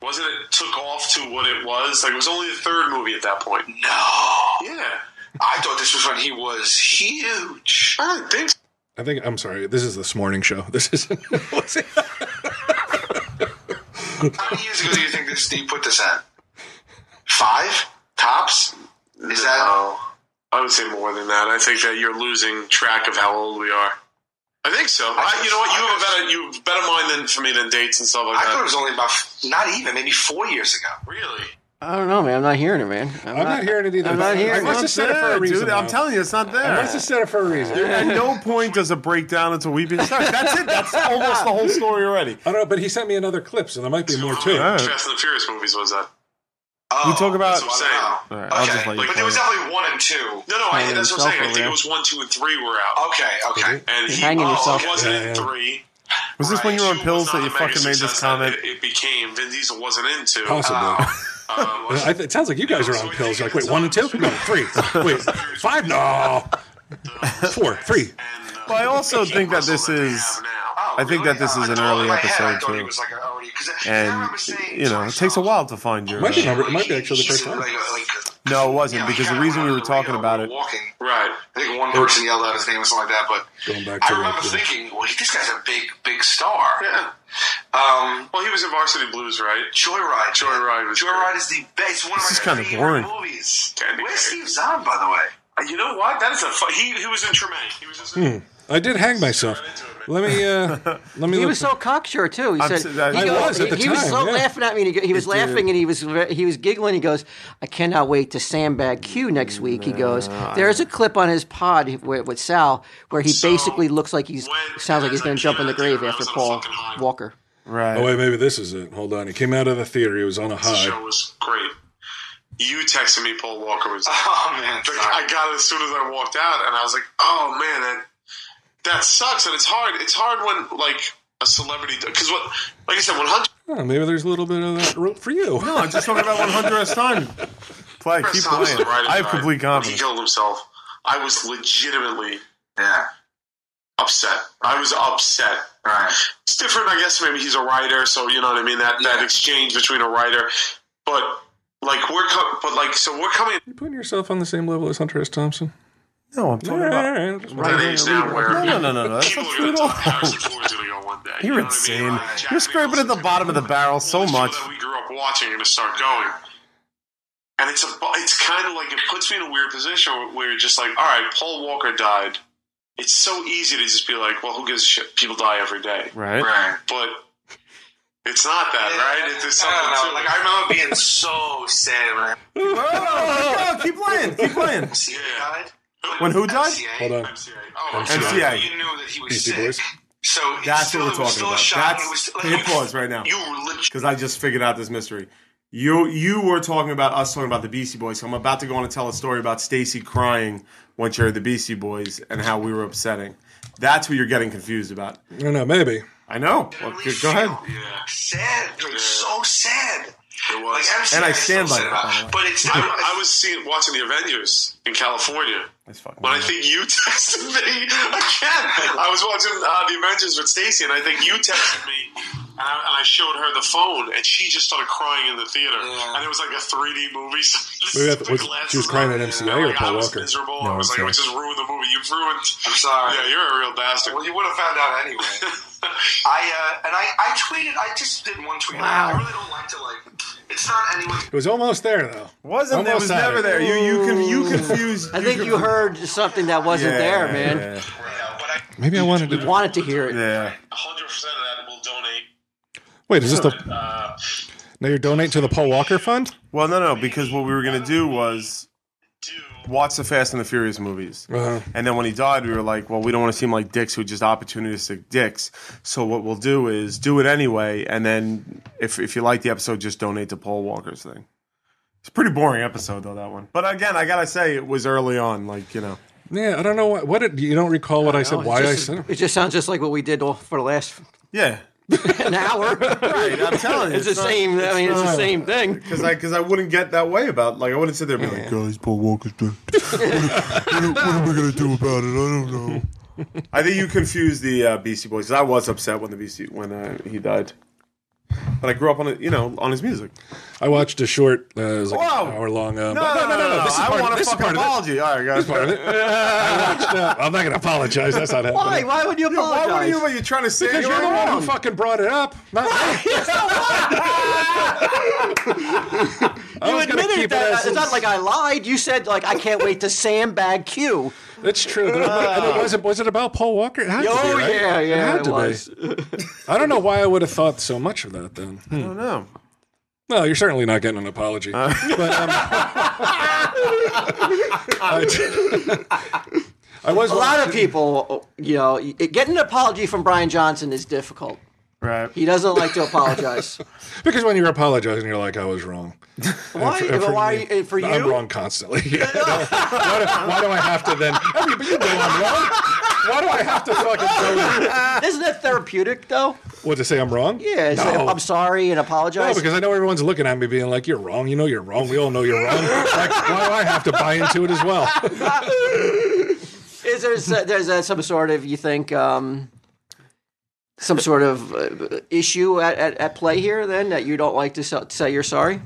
[SPEAKER 9] Wasn't it took off to what it was? Like it was only the third movie at that point.
[SPEAKER 8] no.
[SPEAKER 9] Yeah.
[SPEAKER 8] I thought this was when he was huge.
[SPEAKER 9] I don't think so.
[SPEAKER 4] I think I'm sorry. This is this morning show. This is
[SPEAKER 8] How many years ago do you think this? Do you put this at? Five tops. Is that?
[SPEAKER 9] No. I would say more than that. I think that you're losing track of how old we are. I think so. I, you know what? You have a better you have a better mind than for me than dates and stuff like
[SPEAKER 8] I thought it
[SPEAKER 9] that.
[SPEAKER 8] was only about f- not even maybe four years ago.
[SPEAKER 9] Really?
[SPEAKER 5] I don't know, man. I'm not hearing it, man. I'm,
[SPEAKER 4] not hearing it either.
[SPEAKER 5] I'm
[SPEAKER 4] I
[SPEAKER 5] not hearing
[SPEAKER 4] must
[SPEAKER 5] it.
[SPEAKER 4] have said it for a
[SPEAKER 6] Yeah,
[SPEAKER 4] reason.
[SPEAKER 6] dude, I'm
[SPEAKER 4] though.
[SPEAKER 6] telling you, it's not
[SPEAKER 4] I
[SPEAKER 6] there.
[SPEAKER 4] must have said it for a reason.
[SPEAKER 6] At no point does it break down until we begin. Sorry, that's it. That's almost the whole story already.
[SPEAKER 4] I don't know, but he sent me another clip, so there might be more too.
[SPEAKER 6] All right.
[SPEAKER 9] Fast and the Furious movies was that?
[SPEAKER 8] Oh,
[SPEAKER 6] You Oh. talk about.
[SPEAKER 9] That's what I'm saying.
[SPEAKER 8] wow.
[SPEAKER 6] All right, I'll just let you
[SPEAKER 8] but
[SPEAKER 6] play
[SPEAKER 8] there was
[SPEAKER 6] it.
[SPEAKER 8] definitely one and two.
[SPEAKER 9] No, no, I,
[SPEAKER 5] Hanging
[SPEAKER 9] that's what
[SPEAKER 5] himself
[SPEAKER 9] I'm saying.
[SPEAKER 5] over
[SPEAKER 9] I think
[SPEAKER 5] there.
[SPEAKER 9] it was one, two, and three were out.
[SPEAKER 8] Okay, okay.
[SPEAKER 9] And he,
[SPEAKER 5] Hanging
[SPEAKER 9] oh,
[SPEAKER 5] himself.
[SPEAKER 9] it wasn't
[SPEAKER 4] Yeah, yeah.
[SPEAKER 9] in three.
[SPEAKER 6] Was this when you were on
[SPEAKER 9] Two
[SPEAKER 6] pills
[SPEAKER 9] was
[SPEAKER 6] that you
[SPEAKER 9] not a mega
[SPEAKER 6] fucking made this
[SPEAKER 9] success that
[SPEAKER 6] comment?
[SPEAKER 9] It, it became Vin Diesel wasn't into.
[SPEAKER 4] Possibly.
[SPEAKER 9] Um, was-
[SPEAKER 4] I th- it sounds like you guys are on pills. You're like, wait, one and two? No, three. Wait, five? No. Four, three.
[SPEAKER 9] Uh, and, uh,
[SPEAKER 6] Well, I also think that this
[SPEAKER 9] Russell they
[SPEAKER 6] is-
[SPEAKER 9] have now.
[SPEAKER 8] Oh,
[SPEAKER 6] I think that this is an early
[SPEAKER 8] in my head, I
[SPEAKER 6] episode
[SPEAKER 8] thought he
[SPEAKER 6] too.
[SPEAKER 8] was, like, an early- 'cause I- 'cause I
[SPEAKER 6] And
[SPEAKER 8] remember saying
[SPEAKER 6] you
[SPEAKER 8] to
[SPEAKER 6] know, it takes a
[SPEAKER 8] myself,
[SPEAKER 6] while to find your.
[SPEAKER 4] Might be,
[SPEAKER 6] uh,
[SPEAKER 4] number, it might be actually the first
[SPEAKER 8] like,
[SPEAKER 4] time.
[SPEAKER 8] like,
[SPEAKER 6] No, it
[SPEAKER 8] you
[SPEAKER 6] wasn't
[SPEAKER 8] know,
[SPEAKER 6] because
[SPEAKER 8] he
[SPEAKER 6] the
[SPEAKER 8] kinda
[SPEAKER 6] reason we
[SPEAKER 8] went
[SPEAKER 6] were
[SPEAKER 8] on the
[SPEAKER 6] talking
[SPEAKER 8] radio
[SPEAKER 6] about it.
[SPEAKER 8] walking.
[SPEAKER 9] right.
[SPEAKER 8] I think one person yelled out his name or something like that, but
[SPEAKER 4] Going back to
[SPEAKER 8] I remember
[SPEAKER 4] like, the-
[SPEAKER 8] thinking, well, he- this guy's a big, big star.
[SPEAKER 9] Yeah.
[SPEAKER 8] Um,
[SPEAKER 9] Well, he was in Varsity Blues, right?
[SPEAKER 8] Joyride.
[SPEAKER 9] Joyride was
[SPEAKER 8] Joyride is the best. It's one of
[SPEAKER 6] This is
[SPEAKER 8] my
[SPEAKER 6] kinda
[SPEAKER 8] favorite
[SPEAKER 6] boring.
[SPEAKER 8] movies.
[SPEAKER 9] Candy
[SPEAKER 8] Where's
[SPEAKER 9] Cane.
[SPEAKER 8] Steve Zahn, by the way?
[SPEAKER 9] Uh, You know what? That is a fu- he. He was in Tremaine. He was just. Hmm.
[SPEAKER 4] I did hang myself. Let me, uh, let me
[SPEAKER 5] He
[SPEAKER 4] look.
[SPEAKER 5] was so cocksure too. He
[SPEAKER 6] I'm
[SPEAKER 5] said
[SPEAKER 6] s- that-
[SPEAKER 5] he
[SPEAKER 6] I
[SPEAKER 4] was at the
[SPEAKER 5] he was
[SPEAKER 4] time,
[SPEAKER 5] so
[SPEAKER 4] yeah.
[SPEAKER 5] laughing at me. And he, go- he was laughing and he was ve- he was giggling. He goes, "I cannot wait to sandbag Q next week." He goes, "There's a clip on his pod with, with Sal where he basically looks like he's
[SPEAKER 9] when-
[SPEAKER 5] sounds like he's
[SPEAKER 9] as
[SPEAKER 5] going
[SPEAKER 9] I
[SPEAKER 5] to jump in
[SPEAKER 9] came
[SPEAKER 5] the
[SPEAKER 9] out there,
[SPEAKER 5] grave
[SPEAKER 9] I
[SPEAKER 5] after
[SPEAKER 9] was on a
[SPEAKER 5] Paul
[SPEAKER 9] fucking high.
[SPEAKER 5] Walker."
[SPEAKER 6] Right.
[SPEAKER 4] oh, wait, maybe this is it. Hold on. He came out of the theater. He was on a
[SPEAKER 9] The
[SPEAKER 4] high.
[SPEAKER 9] show was great. You texted me Paul Walker was.
[SPEAKER 8] Oh man,
[SPEAKER 9] Like,
[SPEAKER 8] sorry.
[SPEAKER 9] I got it as soon as I walked out, and I was like, "Oh man, that that sucks." And it's hard. It's hard when like a celebrity because what, like I said, one hundred
[SPEAKER 4] Oh, maybe there's a little bit of that rope for you.
[SPEAKER 6] No, I'm just talking about 100th time. Play, keep
[SPEAKER 9] times
[SPEAKER 6] playing.
[SPEAKER 9] the writing
[SPEAKER 6] I have
[SPEAKER 9] died.
[SPEAKER 6] complete
[SPEAKER 9] He
[SPEAKER 6] confidence.
[SPEAKER 9] killed himself. I was legitimately
[SPEAKER 8] yeah,
[SPEAKER 9] upset. I was upset.
[SPEAKER 8] right.
[SPEAKER 9] It's different, I guess. Maybe he's a writer, so you know what I mean. That that
[SPEAKER 8] Yeah.
[SPEAKER 9] exchange between a writer, but like we're co- but like so we're coming
[SPEAKER 4] You putting yourself on the same level as Hunter S. Thompson?
[SPEAKER 6] No, I'm talking
[SPEAKER 4] All right,
[SPEAKER 6] about.
[SPEAKER 4] all right, just-
[SPEAKER 9] to
[SPEAKER 6] Right.
[SPEAKER 9] an age now where
[SPEAKER 6] No, no, no, no, no. That's
[SPEAKER 9] people
[SPEAKER 6] not
[SPEAKER 9] are
[SPEAKER 6] true
[SPEAKER 9] going
[SPEAKER 6] at
[SPEAKER 9] to
[SPEAKER 6] all.
[SPEAKER 9] talk Harrison Ford's going to go one day. you
[SPEAKER 6] You're
[SPEAKER 9] know what I mean?
[SPEAKER 6] insane.
[SPEAKER 9] Like, Jack
[SPEAKER 6] You're scraping at the
[SPEAKER 9] Nicholson's
[SPEAKER 6] bottom of the barrel
[SPEAKER 9] the
[SPEAKER 6] so
[SPEAKER 9] show
[SPEAKER 6] much.
[SPEAKER 9] that we grew up watching are going to start going. And it's a, bu- it's kind of like it puts me in a weird position where- where you're just like, all right, Paul Walker died. It's so easy to just be like, well, who gives a shit? People die every day,
[SPEAKER 6] Right.
[SPEAKER 8] right.
[SPEAKER 9] but it's not that, right? It's, there's something
[SPEAKER 8] I don't know.
[SPEAKER 9] to
[SPEAKER 8] Like
[SPEAKER 9] it.
[SPEAKER 8] I remember being so sad when I
[SPEAKER 6] Oh, keep playing. Keep playing.
[SPEAKER 8] MCA
[SPEAKER 9] Yeah.
[SPEAKER 8] died.
[SPEAKER 6] When who died?
[SPEAKER 8] MCA?
[SPEAKER 4] Hold on.
[SPEAKER 9] MCA.
[SPEAKER 8] Oh,
[SPEAKER 9] Oh,
[SPEAKER 8] okay.
[SPEAKER 6] MCA.
[SPEAKER 8] You knew that he was
[SPEAKER 4] Beastie
[SPEAKER 8] sick.
[SPEAKER 4] Boys.
[SPEAKER 8] So it's
[SPEAKER 6] That's
[SPEAKER 8] still,
[SPEAKER 6] what we're
[SPEAKER 8] it
[SPEAKER 6] talking
[SPEAKER 8] was still
[SPEAKER 6] about.
[SPEAKER 8] a shock. It was
[SPEAKER 6] That's
[SPEAKER 8] still, like,
[SPEAKER 6] hit pause right now
[SPEAKER 8] You were literally
[SPEAKER 6] because I just figured out this mystery. You you were talking about us talking about the Beastie Boys. So I'm about to go on and tell a story about Stacy crying when she heard the Beastie Boys and how we were upsetting. That's what you're getting confused about.
[SPEAKER 4] I don't know, maybe.
[SPEAKER 6] I know. Well,
[SPEAKER 8] really
[SPEAKER 6] go go ahead.
[SPEAKER 8] feel Sad, like
[SPEAKER 9] Yeah.
[SPEAKER 8] so sad.
[SPEAKER 9] It
[SPEAKER 8] Like
[SPEAKER 9] was.
[SPEAKER 8] MCA
[SPEAKER 6] And I
[SPEAKER 8] is so
[SPEAKER 6] stand by
[SPEAKER 8] sad
[SPEAKER 6] that,
[SPEAKER 8] about-
[SPEAKER 6] by the way.
[SPEAKER 8] But it's
[SPEAKER 9] I, I was seeing watching the Avengers in California.
[SPEAKER 6] That's fucking.
[SPEAKER 9] When I think you texted me again, I was watching uh, the Avengers with Stacy, and I think you texted me, and I, and I showed her the phone, and she just started crying in the theater,
[SPEAKER 8] Yeah.
[SPEAKER 9] and it was like a 3D movie. so
[SPEAKER 4] Maybe that
[SPEAKER 9] the
[SPEAKER 4] was-
[SPEAKER 9] glasses
[SPEAKER 4] she was crying
[SPEAKER 9] on,
[SPEAKER 4] at MCA
[SPEAKER 9] and,
[SPEAKER 4] or
[SPEAKER 9] like,
[SPEAKER 4] Paul
[SPEAKER 9] I was
[SPEAKER 4] Walker?
[SPEAKER 9] miserable.
[SPEAKER 4] No,
[SPEAKER 9] I was like,
[SPEAKER 4] MCA.
[SPEAKER 9] it just ruined the movie. You've ruined.
[SPEAKER 8] I'm sorry.
[SPEAKER 9] Yeah, you're a real bastard.
[SPEAKER 8] Well, you would have found out anyway. I uh, and I, I tweeted. I just did one tweet. I really don't like to like. It's not anyone.
[SPEAKER 4] It was almost there, though.
[SPEAKER 6] wasn't there?
[SPEAKER 4] Almost
[SPEAKER 6] Was
[SPEAKER 4] had
[SPEAKER 6] never
[SPEAKER 4] it.
[SPEAKER 6] there. You you can you confused.
[SPEAKER 5] I think you heard something that wasn't
[SPEAKER 6] Yeah,
[SPEAKER 5] there, man.
[SPEAKER 9] Yeah, but I
[SPEAKER 4] Maybe I wanted to.
[SPEAKER 5] You wanted to hear it.
[SPEAKER 6] Yeah.
[SPEAKER 9] 100 percent of that will donate.
[SPEAKER 4] Wait, is this the?
[SPEAKER 5] uh,
[SPEAKER 4] Now you're donating to the Paul Walker Fund?
[SPEAKER 6] Well, no, no, because what we were gonna do was watch the Fast and the Furious movies,
[SPEAKER 4] Uh-huh.
[SPEAKER 6] and then when he died, we were like, well, we don't want to seem like dicks who are just opportunistic dicks. So what we'll do is do it anyway, and then if if you like the episode, just donate to Paul Walker's thing. It's a pretty boring episode though that one, but again, I gotta say it was early on, like you know.
[SPEAKER 4] Yeah, I don't know what. What did, you don't recall what I, said?
[SPEAKER 5] It's
[SPEAKER 4] Why I
[SPEAKER 5] just-
[SPEAKER 4] said? it?
[SPEAKER 5] It just sounds just like what we did all for the last
[SPEAKER 6] Yeah,
[SPEAKER 5] an hour. right,
[SPEAKER 6] I'm telling you,
[SPEAKER 5] it's,
[SPEAKER 6] it's
[SPEAKER 5] the
[SPEAKER 6] not-
[SPEAKER 5] same. I mean, it's the
[SPEAKER 6] not-
[SPEAKER 5] same thing.
[SPEAKER 6] because I because I wouldn't get that way about like I wouldn't sit there and be like, guys, Paul Walker's dead. what, are, what are we gonna do about it? I don't know. I think you confused the uh, Beastie Boys. 'cause I was upset when the Beastie when uh, he died, but I grew up on it. You know, on his music.
[SPEAKER 4] I watched a short. Uh, it was like
[SPEAKER 6] Whoa!
[SPEAKER 4] an hour long. Um, This is
[SPEAKER 6] I
[SPEAKER 4] part of-
[SPEAKER 6] want a
[SPEAKER 4] this is
[SPEAKER 6] fucking
[SPEAKER 4] part of it.
[SPEAKER 6] apology. All right, guys.
[SPEAKER 4] This is part of it. I watched, uh, I'm not going to apologize. That's not happening.
[SPEAKER 5] Why? Why would you apologize?
[SPEAKER 6] Why were you? Are you trying to say?
[SPEAKER 4] Because you're the one who
[SPEAKER 5] wrong.
[SPEAKER 4] fucking brought it up. Not me. I
[SPEAKER 5] You
[SPEAKER 4] was gonna
[SPEAKER 5] admitted
[SPEAKER 4] keep it
[SPEAKER 5] that.
[SPEAKER 4] as-
[SPEAKER 5] it's not like I lied. You said like I can't wait to sandbag Q.
[SPEAKER 4] That's true. But- and it was, it, was it about Paul Walker? It had to be,
[SPEAKER 5] Oh,
[SPEAKER 4] right?
[SPEAKER 5] yeah,
[SPEAKER 4] It
[SPEAKER 5] yeah,
[SPEAKER 4] had
[SPEAKER 5] it
[SPEAKER 4] to be.
[SPEAKER 5] was.
[SPEAKER 4] I don't know why I would have thought so much of that then. Hmm.
[SPEAKER 6] I don't know.
[SPEAKER 4] Well, you're certainly not getting an apology.
[SPEAKER 5] Uh.
[SPEAKER 4] but um, I, I was
[SPEAKER 5] A lot of people, you know, getting an apology from Brian Johnson is difficult.
[SPEAKER 6] Right.
[SPEAKER 5] He doesn't like to apologize.
[SPEAKER 4] because when you're apologizing, you're like, I was wrong.
[SPEAKER 5] why?
[SPEAKER 4] And
[SPEAKER 5] but why?
[SPEAKER 4] me,
[SPEAKER 5] and eh, for you?
[SPEAKER 4] I'm wrong constantly. Yeah. why, do, why do I have to then? I mean, but you know I'm wrong. Why do I have to fucking tell you
[SPEAKER 5] Isn't that therapeutic though?
[SPEAKER 4] what to say? I'm wrong.
[SPEAKER 5] Yeah. it's like,
[SPEAKER 4] No.
[SPEAKER 5] I'm sorry and
[SPEAKER 4] No,
[SPEAKER 5] apologize.
[SPEAKER 4] because I know everyone's looking at me, being like, "You're wrong. You know you're wrong. We all know you're wrong. Like, why do I have to buy into it as well?"
[SPEAKER 5] is there s- there's uh some sort of you think um, some sort of uh, issue at, at, at play here then that you don't like to so- say you're sorry?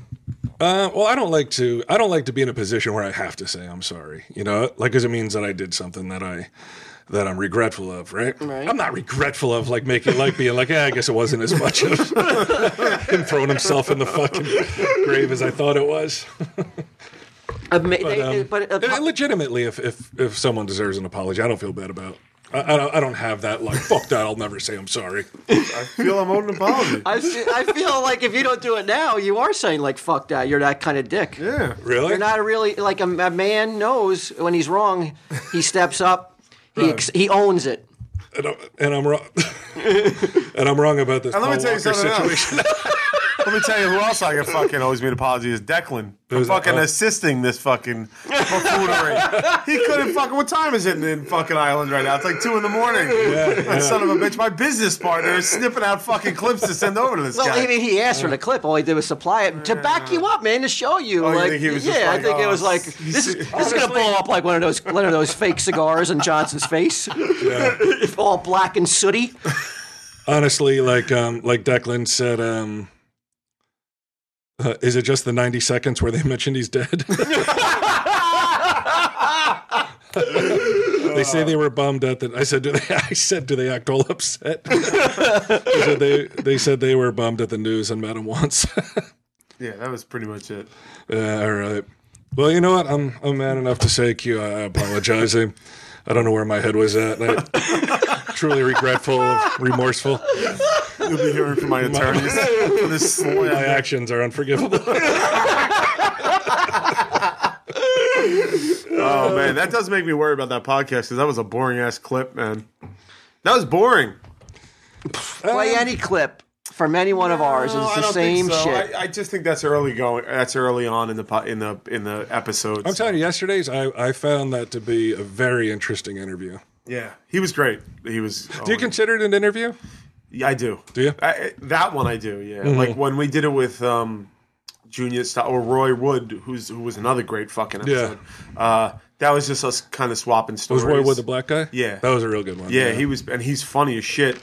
[SPEAKER 4] Uh, well, I don't like to. I don't like to be in a position where I have to say I'm sorry. You know, like because it means that I did something that I that I'm regretful of, right?
[SPEAKER 5] Right.
[SPEAKER 4] I'm not regretful of like making like being like, yeah, I guess it wasn't as much of him throwing himself in the fucking grave as I thought it was.
[SPEAKER 5] But, they,
[SPEAKER 4] Um,
[SPEAKER 5] but
[SPEAKER 4] and
[SPEAKER 5] apo-
[SPEAKER 4] legitimately, if if if someone deserves an apology, I don't feel bad about. I, I don't. I don't have that like fuck that. I'll never say I'm sorry.
[SPEAKER 6] I feel I'm owed an apology.
[SPEAKER 5] I feel, I feel like if you don't do it now, you are saying like "fuck that." You're that kind of dick.
[SPEAKER 6] yeah.
[SPEAKER 4] Really?
[SPEAKER 5] You're not really like a, a man knows when he's wrong. He steps up. He ex- he owns it.
[SPEAKER 4] and I'm, and I'm wrong. and I'm wrong about this.
[SPEAKER 6] And let me
[SPEAKER 4] Paul
[SPEAKER 6] tell you
[SPEAKER 4] Walker
[SPEAKER 6] something
[SPEAKER 4] situation.
[SPEAKER 6] else. let me tell you who else I get fucking owes me an apology is Declan for
[SPEAKER 4] Who's that?
[SPEAKER 6] fucking
[SPEAKER 4] Oh.
[SPEAKER 6] assisting this fucking buffoonery. he couldn't fucking. What time is it in fucking Ireland right now? It's like two in the morning. That son of a bitch. My business partner is snipping out fucking clips to send over to this
[SPEAKER 5] Well,
[SPEAKER 6] guy.
[SPEAKER 5] I mean, he asked for the clip. All he did was supply it to back you up, man, to show you.
[SPEAKER 6] Oh, you
[SPEAKER 5] like,
[SPEAKER 6] think he was
[SPEAKER 5] yeah,
[SPEAKER 6] just
[SPEAKER 5] I
[SPEAKER 6] like,
[SPEAKER 5] think it
[SPEAKER 6] oh,
[SPEAKER 5] was like
[SPEAKER 6] s-
[SPEAKER 5] this is this is gonna blow up like one of those one of those fake cigars in Johnson's face, all black and sooty.
[SPEAKER 4] honestly, like um, like Declan said, um, uh, is it just the ninety seconds where they mentioned he's dead? they say they were bummed out that I said. Do they? I said, do they act all upset? They said they they said they were bummed at the news and met him once.
[SPEAKER 6] yeah, that was pretty much it.
[SPEAKER 4] Yeah, all right. Well, you know what? I'm I'm man enough to say, Q, I apologize. I, I don't know where my head was at. I, truly regretful, remorseful.
[SPEAKER 6] You'll be hearing from my attorneys. this
[SPEAKER 4] My
[SPEAKER 6] slander.
[SPEAKER 4] actions are unforgivable.
[SPEAKER 6] Oh man, that does make me worry about that podcast because that was a boring ass clip, man. That was boring.
[SPEAKER 5] Play any clip from any one of ours, and
[SPEAKER 6] Uh, No,
[SPEAKER 5] it's
[SPEAKER 6] I
[SPEAKER 5] the
[SPEAKER 6] don't think
[SPEAKER 5] same
[SPEAKER 6] so.
[SPEAKER 5] shit.
[SPEAKER 6] I, I just think that's early going. That's early on in the po- in the in the episodes.
[SPEAKER 4] I'm telling you, yesterday's I, I found that to be a very interesting interview.
[SPEAKER 6] Yeah, he was great. He was. oh,
[SPEAKER 4] Do you consider it an interview?
[SPEAKER 6] Yeah, I do.
[SPEAKER 4] Do you? Mm-hmm.
[SPEAKER 6] I- I, that one I do. Yeah, like when we did it with um, Junior Sta- or Roy Wood, who's who was another great fucking episode. Uh, that was just us kind of swapping
[SPEAKER 4] Was
[SPEAKER 6] stories.
[SPEAKER 4] Roy Wood the black guy?
[SPEAKER 6] Yeah.
[SPEAKER 4] that was a real good one.
[SPEAKER 6] Yeah, he was, and he's funny as shit.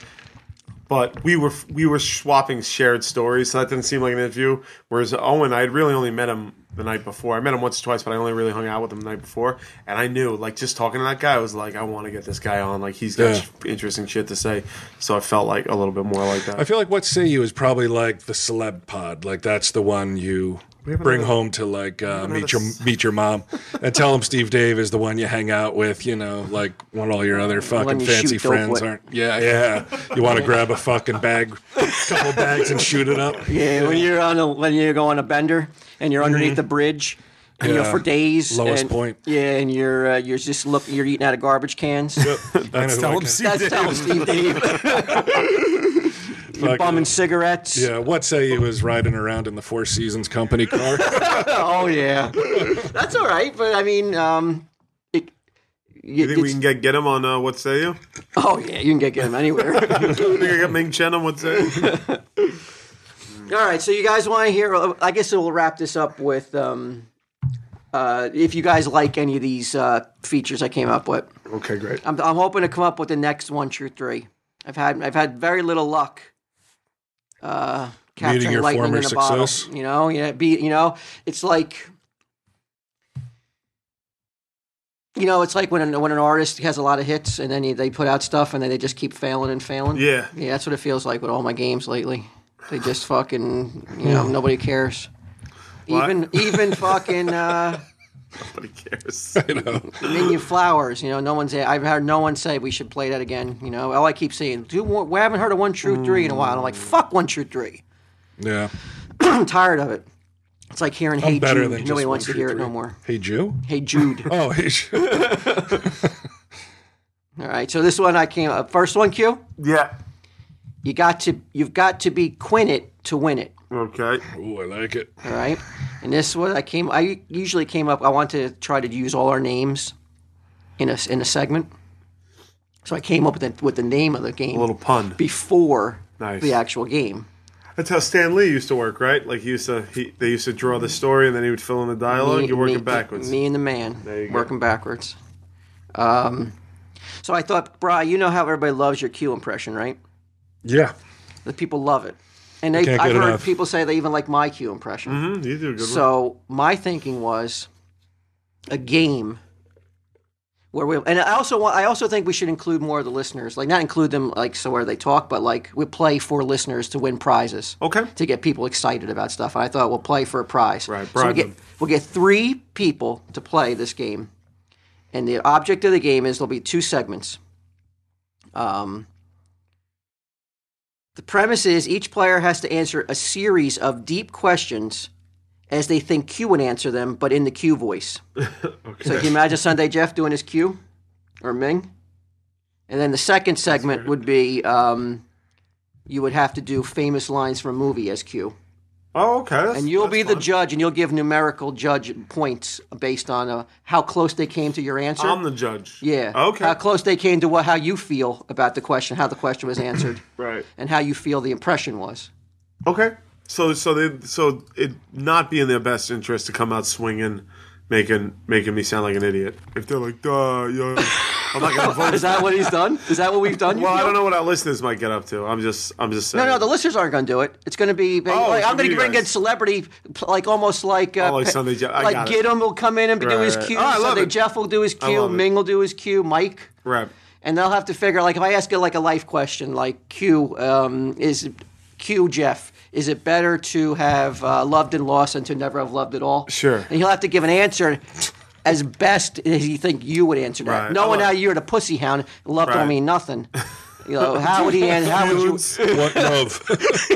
[SPEAKER 6] But we were we were swapping shared stories, so that didn't seem like an interview. Whereas Owen, I had really only met him the night before. I met him once or twice, but I only really hung out with him the night before. And I knew, like, just talking to that guy, I was like, I want to get this guy on. Like, he's got
[SPEAKER 4] Yeah.
[SPEAKER 6] sh- interesting shit to say. So I felt like a little bit more like that.
[SPEAKER 4] I feel like what say you is probably like the celeb pod. Like that's the one you bring home to like uh, meet your meet your mom, and tell them Steve Dave is the one you hang out with. You know, like when all your other fucking
[SPEAKER 5] you
[SPEAKER 4] fancy
[SPEAKER 5] shoot dope
[SPEAKER 4] friends
[SPEAKER 5] with.
[SPEAKER 4] aren't. Yeah, yeah. You want to grab a fucking bag, couple bags, and shoot it up.
[SPEAKER 5] Yeah, when you're on a when you go on a bender and you're underneath the bridge, and you're
[SPEAKER 4] Yeah.
[SPEAKER 5] for days.
[SPEAKER 4] Lowest
[SPEAKER 5] and-
[SPEAKER 4] point.
[SPEAKER 5] Yeah, and you're uh, you're just look you're eating out of garbage cans.
[SPEAKER 4] That's
[SPEAKER 3] Tell him Steve
[SPEAKER 5] That's
[SPEAKER 3] Dave.
[SPEAKER 5] how Steve Dave. you're
[SPEAKER 4] Fuck.
[SPEAKER 5] bumming cigarettes.
[SPEAKER 4] Yeah, what say he was riding around in the Four Seasons company car?
[SPEAKER 5] Oh yeah, that's all right. But I mean, um, it,
[SPEAKER 6] You think we can get get him on uh, what say you?
[SPEAKER 5] oh yeah, you can get him anywhere.
[SPEAKER 6] You think I got Ming Chen on what say you?
[SPEAKER 5] All right, so you guys want to hear? I guess we'll wrap this up with um, uh, if you guys like any of these uh, features I came up with.
[SPEAKER 6] Okay, great.
[SPEAKER 5] I'm, I'm hoping to come up with the next one, two, three. I've had I've had very little luck. Uh, capturing
[SPEAKER 4] your
[SPEAKER 5] lightning
[SPEAKER 4] former
[SPEAKER 5] in a bottle.
[SPEAKER 4] success.
[SPEAKER 5] You know, yeah, be you know, it's like. You know, it's like when an, when an artist has a lot of hits and then he, they put out stuff and then they just keep failing and failing.
[SPEAKER 6] Yeah.
[SPEAKER 5] Yeah, that's what it feels like with all my games lately. They just fucking, you know, nobody cares.
[SPEAKER 6] What?
[SPEAKER 5] Even even fucking uh,
[SPEAKER 6] Nobody cares.
[SPEAKER 4] you know,
[SPEAKER 5] minion flowers. You know, no one's. I've heard no one say we should play that again. You know, all I keep seeing. Do one- we haven't heard of one true three in a while? I'm like, fuck one true three.
[SPEAKER 4] yeah.
[SPEAKER 5] I'm tired of it. It's like hearing
[SPEAKER 4] I'm
[SPEAKER 5] Hey
[SPEAKER 4] better
[SPEAKER 5] Jude.
[SPEAKER 4] than just
[SPEAKER 5] Nobody
[SPEAKER 4] one,
[SPEAKER 5] wants to
[SPEAKER 4] two,
[SPEAKER 5] hear it
[SPEAKER 4] three.
[SPEAKER 5] no more.
[SPEAKER 4] Hey Jew.
[SPEAKER 5] Hey Jude.
[SPEAKER 4] Oh, hey. Jew.
[SPEAKER 5] all right, so this one I came up first one. Q.
[SPEAKER 6] Yeah.
[SPEAKER 5] You got to. You've got to be quin it to win it.
[SPEAKER 6] Okay.
[SPEAKER 4] Ooh, I like it.
[SPEAKER 5] All right. And this one I came I usually came up I want to try to use all our names in a in a segment. So I came up with the, with the name of the game
[SPEAKER 6] A little pun.
[SPEAKER 5] before
[SPEAKER 6] Nice.
[SPEAKER 5] the actual game.
[SPEAKER 6] That's how Stan Lee used to work, right? Like he used to, he, they used to draw the story and then he would fill in the dialogue. You're working
[SPEAKER 5] me,
[SPEAKER 6] backwards.
[SPEAKER 5] Me and the man
[SPEAKER 6] you go.
[SPEAKER 5] working backwards. Um so I thought, Bri, you know how everybody loves your Q impression, right?
[SPEAKER 4] Yeah.
[SPEAKER 5] The people love it. And they,
[SPEAKER 4] can't
[SPEAKER 5] I've
[SPEAKER 4] get
[SPEAKER 5] heard
[SPEAKER 4] enough.
[SPEAKER 5] people say they even like my Q impression.
[SPEAKER 6] Hmm, you do a good one.
[SPEAKER 5] So my thinking was a game where we and I also want, I also think we should include more of the listeners, like not include them like so where they talk, but like we play for listeners to win prizes
[SPEAKER 6] Okay.
[SPEAKER 5] to get people excited about stuff. And I thought we'll play for a prize.
[SPEAKER 6] Right,
[SPEAKER 5] So we
[SPEAKER 6] bribe
[SPEAKER 5] get
[SPEAKER 6] them.
[SPEAKER 5] we'll get three people to play this game, and the object of the game is there'll be two segments. Um. The premise is each player has to answer a series of deep questions as they think Q would answer them, but in the Q voice. So can you imagine Sunday Jeff doing his Q or Ming? And then the second segment would be um, you would have to do famous lines from a movie as Q.
[SPEAKER 6] Oh, okay. That's,
[SPEAKER 5] And you'll
[SPEAKER 6] that's
[SPEAKER 5] be the
[SPEAKER 6] fun.
[SPEAKER 5] judge and you'll give numerical judge points based on uh, how close they came to your answer.
[SPEAKER 6] I'm the judge.
[SPEAKER 5] yeah.
[SPEAKER 6] Okay.
[SPEAKER 5] How close they came to what, how you feel about the question, how the question was answered,
[SPEAKER 6] right.
[SPEAKER 5] and how you feel the impression was.
[SPEAKER 6] Okay. So so they so it not be in their best interest to come out swinging, making making me sound like an idiot. If they're like, duh, yo, I'm not gonna vote.
[SPEAKER 5] Is that what he's done? Is that what we've done? you
[SPEAKER 6] Well, I
[SPEAKER 5] feel?
[SPEAKER 6] don't know what our listeners might get up to. I'm just I'm just saying.
[SPEAKER 5] No, no, the listeners aren't going to do it. It's going to be. like,
[SPEAKER 6] Oh, it's
[SPEAKER 5] I'm going
[SPEAKER 6] gonna be
[SPEAKER 5] to
[SPEAKER 6] you
[SPEAKER 5] bring
[SPEAKER 6] guys.
[SPEAKER 5] in celebrity, like almost like uh,
[SPEAKER 6] Oh, like
[SPEAKER 5] pe-
[SPEAKER 6] Sunday Jeff. I
[SPEAKER 5] like
[SPEAKER 6] got it.
[SPEAKER 5] Gidim will come in and do
[SPEAKER 6] Right,
[SPEAKER 5] his
[SPEAKER 6] right.
[SPEAKER 5] cue.
[SPEAKER 6] Oh, I love
[SPEAKER 5] Sunday
[SPEAKER 6] it.
[SPEAKER 5] Jeff will do his cue.
[SPEAKER 6] love it.
[SPEAKER 5] Ming will do his cue. Mike,
[SPEAKER 6] right.
[SPEAKER 5] and they'll have to figure like if I ask you like a life question, like Q um, is Q Jeff. Is it better to have uh, loved and lost than to never have loved at all?
[SPEAKER 6] Sure.
[SPEAKER 5] And he'll have to give an answer as best as you think you would answer that.
[SPEAKER 6] Right.
[SPEAKER 5] Knowing
[SPEAKER 6] I
[SPEAKER 5] how
[SPEAKER 6] love-
[SPEAKER 5] you're the pussy hound, love
[SPEAKER 6] Right.
[SPEAKER 5] don't mean nothing. You know, how would he? an- How would you?
[SPEAKER 4] What love?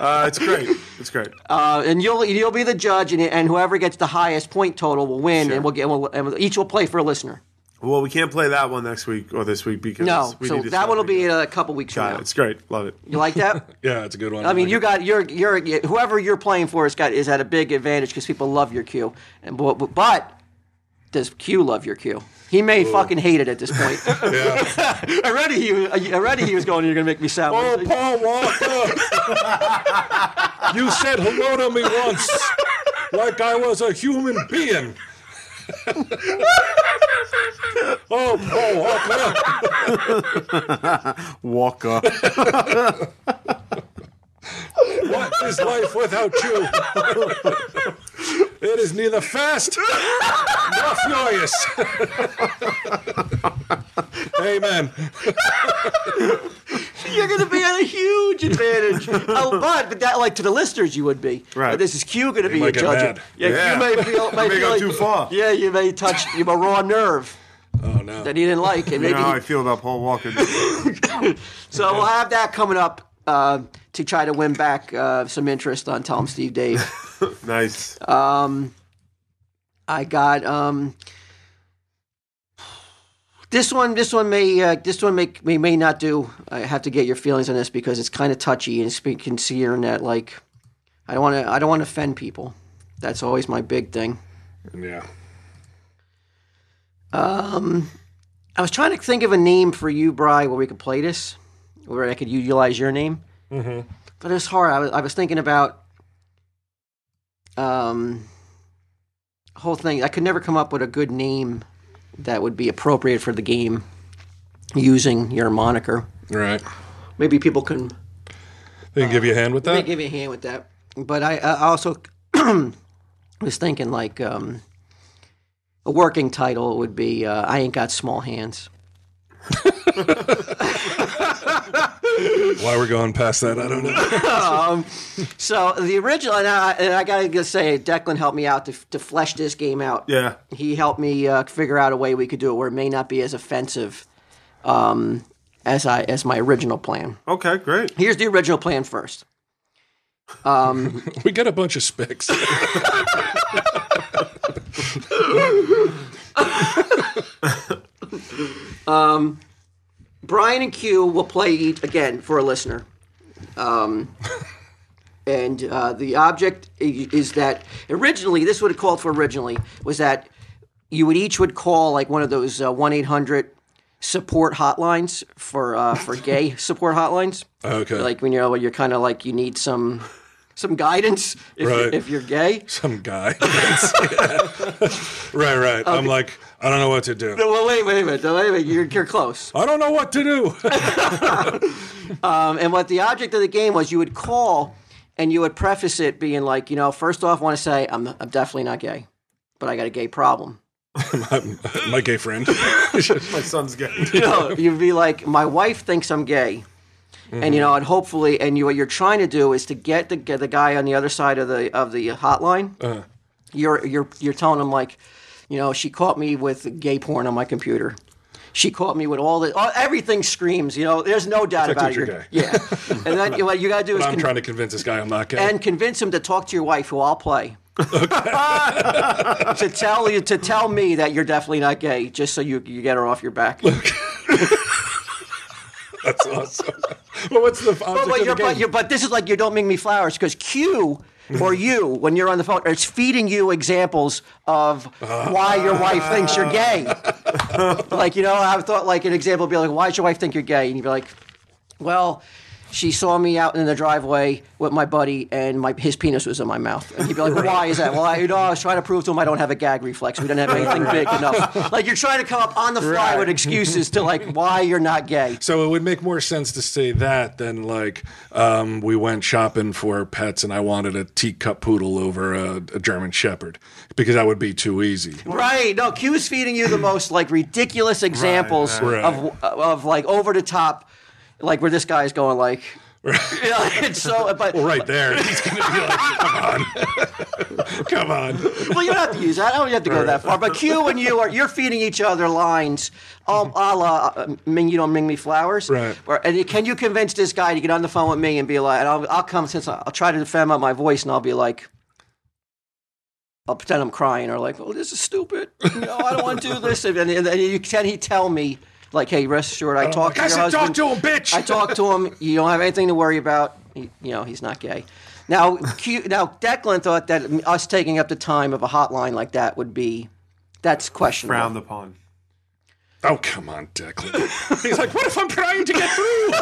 [SPEAKER 6] Uh, it's great. It's great.
[SPEAKER 5] Uh, and you'll you'll be the judge, and, and whoever gets the highest point total will win, and we'll get we'll, and each will play for a listener.
[SPEAKER 6] well, we can't play that one next week or this week because
[SPEAKER 5] No,
[SPEAKER 6] we
[SPEAKER 5] so
[SPEAKER 6] need to
[SPEAKER 5] that
[SPEAKER 6] start
[SPEAKER 5] one will be
[SPEAKER 6] again.
[SPEAKER 5] a couple weeks from
[SPEAKER 6] Got it.
[SPEAKER 5] now.
[SPEAKER 6] It's great. Love it.
[SPEAKER 5] You like that?
[SPEAKER 4] yeah, it's a good one.
[SPEAKER 5] I mean,
[SPEAKER 4] like
[SPEAKER 5] you
[SPEAKER 4] it.
[SPEAKER 5] got your your whoever you're playing for has got is at a big advantage because people love your cue, and but, but- but does Q love your cue? He may fucking hate it at this point. already he was- uh, already he was going. You're gonna make me sound.
[SPEAKER 4] Oh,
[SPEAKER 5] like,
[SPEAKER 4] Paul Walker! you said hello to me once, like I was a human being. oh, Paul Walker!
[SPEAKER 6] Walk up.
[SPEAKER 4] What is life without you? it is neither fast nor furious. Amen.
[SPEAKER 5] You're going to be at a huge advantage. Oh, but but that like to the listeners you would be.
[SPEAKER 6] Right.
[SPEAKER 5] But this is Q going to be
[SPEAKER 4] might
[SPEAKER 5] a
[SPEAKER 4] get
[SPEAKER 5] judge.
[SPEAKER 4] mad.
[SPEAKER 5] Yeah,
[SPEAKER 6] Yeah.
[SPEAKER 5] You may feel may
[SPEAKER 6] may
[SPEAKER 5] feel
[SPEAKER 6] go
[SPEAKER 5] like-
[SPEAKER 6] too far.
[SPEAKER 5] Yeah, you may touch you a raw nerve
[SPEAKER 4] Oh no.
[SPEAKER 5] that he didn't like, and
[SPEAKER 6] You
[SPEAKER 5] maybe
[SPEAKER 6] know how
[SPEAKER 5] he-
[SPEAKER 6] I feel about Paul Walker.
[SPEAKER 5] so we'll have that coming up. Uh, to try to win back uh, some interest on Tom, Steve, Dave.
[SPEAKER 6] nice.
[SPEAKER 5] I got um this one. This one may. Uh, this one may, may may not do. I have to get your feelings on this because it's kind of touchy and speak considering that like I don't want to. I don't want to offend people. That's always my big thing.
[SPEAKER 4] Yeah.
[SPEAKER 5] Um, I was trying to think of a name for you, Bry, where we could play this, where I could utilize your name. Mm-hmm. But it's hard. I was, I was thinking about um whole thing. I could never come up with a good name that would be appropriate for the game using your moniker.
[SPEAKER 4] Right.
[SPEAKER 5] Maybe people can
[SPEAKER 4] They can give you a hand with
[SPEAKER 5] they
[SPEAKER 4] that.
[SPEAKER 5] give you a hand with that. But I, I also was thinking like um, a working title would be uh, "I ain't got small hands."
[SPEAKER 4] Why we're going past that, I don't know.
[SPEAKER 5] So the original, and I, and I gotta just say, Declan helped me out to, to flesh this game out.
[SPEAKER 6] Yeah.
[SPEAKER 5] he helped me uh, figure out a way we could do it where it may not be as offensive um, as I as my original plan.
[SPEAKER 6] Okay, great.
[SPEAKER 5] Here's the original plan first.
[SPEAKER 4] we got a bunch of specs.
[SPEAKER 5] Brian and Q will play each again for a listener. Um, and uh, the object i- is that originally, this would have called for originally, was that you would each would call like one of those uh, one eight hundred support hotlines for uh, for gay support hotlines.
[SPEAKER 4] Okay.
[SPEAKER 5] Like when you know you're kind of like you need some some guidance if, you're-
[SPEAKER 4] Right.
[SPEAKER 5] if you're gay.
[SPEAKER 4] Some guy. right, right. I'm like, I don't know what to do.
[SPEAKER 5] Well, wait, wait a minute, wait a minute. You're, you're close.
[SPEAKER 4] I don't know what to do.
[SPEAKER 5] Um, and what the object of the game was, you would call and you would preface it being like, you know, first off, I want to say I'm, I'm definitely not gay, but I got a gay problem.
[SPEAKER 4] My gay friend.
[SPEAKER 6] My son's gay.
[SPEAKER 5] You know, you'd be like, my wife thinks I'm gay. And
[SPEAKER 4] Mm-hmm.
[SPEAKER 5] you know, and hopefully, and you, what you're trying to do is to get the get the guy on the other side of the of the hotline.
[SPEAKER 4] Uh-huh.
[SPEAKER 5] You're you're you're telling him like, you know, she caught me with gay porn on my computer. She caught me with all the all, everything screams. You know, there's no doubt
[SPEAKER 4] like
[SPEAKER 5] about it.
[SPEAKER 4] teacher
[SPEAKER 5] You're-
[SPEAKER 4] guy.
[SPEAKER 5] Yeah, and then you- what you got to do is
[SPEAKER 4] I'm
[SPEAKER 5] con-
[SPEAKER 4] trying to convince this guy I'm not gay.
[SPEAKER 5] and convince him to talk to your wife, who I'll play. to tell you to tell me that you're definitely not gay, just so you you get her off your back. but
[SPEAKER 4] That's awesome. well, what's the object
[SPEAKER 5] but,
[SPEAKER 4] of the
[SPEAKER 5] you're, but,
[SPEAKER 4] game?
[SPEAKER 5] you're, but this is like you don't make me flowers because Q or you when you're on the phone, it's feeding you examples of why your wife thinks you're gay. like you know, I thought like an example would be like, why does your wife think you're gay? And you'd be like, well. She saw me out in the driveway with my buddy, and my his penis was in my mouth. And you'd be like, "Why is that?" Well, I, you know, I was trying to prove to him I don't have a gag reflex. We don't have anything big enough. Like you're trying to come up on the fly with excuses to like why you're not gay.
[SPEAKER 4] So it would make more sense to say that than like um, we went shopping for pets and I wanted a teacup poodle over a, a German Shepherd because that would be too easy.
[SPEAKER 5] Right? No, Q is feeding you the most like ridiculous examples
[SPEAKER 4] right.
[SPEAKER 5] of of like over the top, like where this guy is going like. You know, it's so, but
[SPEAKER 4] Well, right there, he's gonna be like, "Come on, come on."
[SPEAKER 5] well, you don't have to use that. I don't have to go that far. But Q and you are you're feeding each other lines, um, a la uh, Ming. You don't Ming me flowers,
[SPEAKER 4] Right.
[SPEAKER 5] Or, and you, can you convince this guy to get on the phone with me and be like, and I'll, I'll come since I- I'll try to defend out my voice, and I'll be like. I'll pretend I'm crying, or like, "Oh, this is stupid. No, I don't want to do this." And, and, and you can he tell me, like, "Hey, rest assured, I talked to
[SPEAKER 4] Uh, I
[SPEAKER 5] your
[SPEAKER 4] said,
[SPEAKER 5] husband.
[SPEAKER 4] "Talk to him, bitch."
[SPEAKER 5] I talked to him. You don't have anything to worry about. He, you know, he's not gay. Now, Q, now Declan thought that us taking up the time of a hotline like that would be that's questionable.
[SPEAKER 6] Frowned upon.
[SPEAKER 4] oh, come on, Declan. He's like, "What if I'm trying to get through?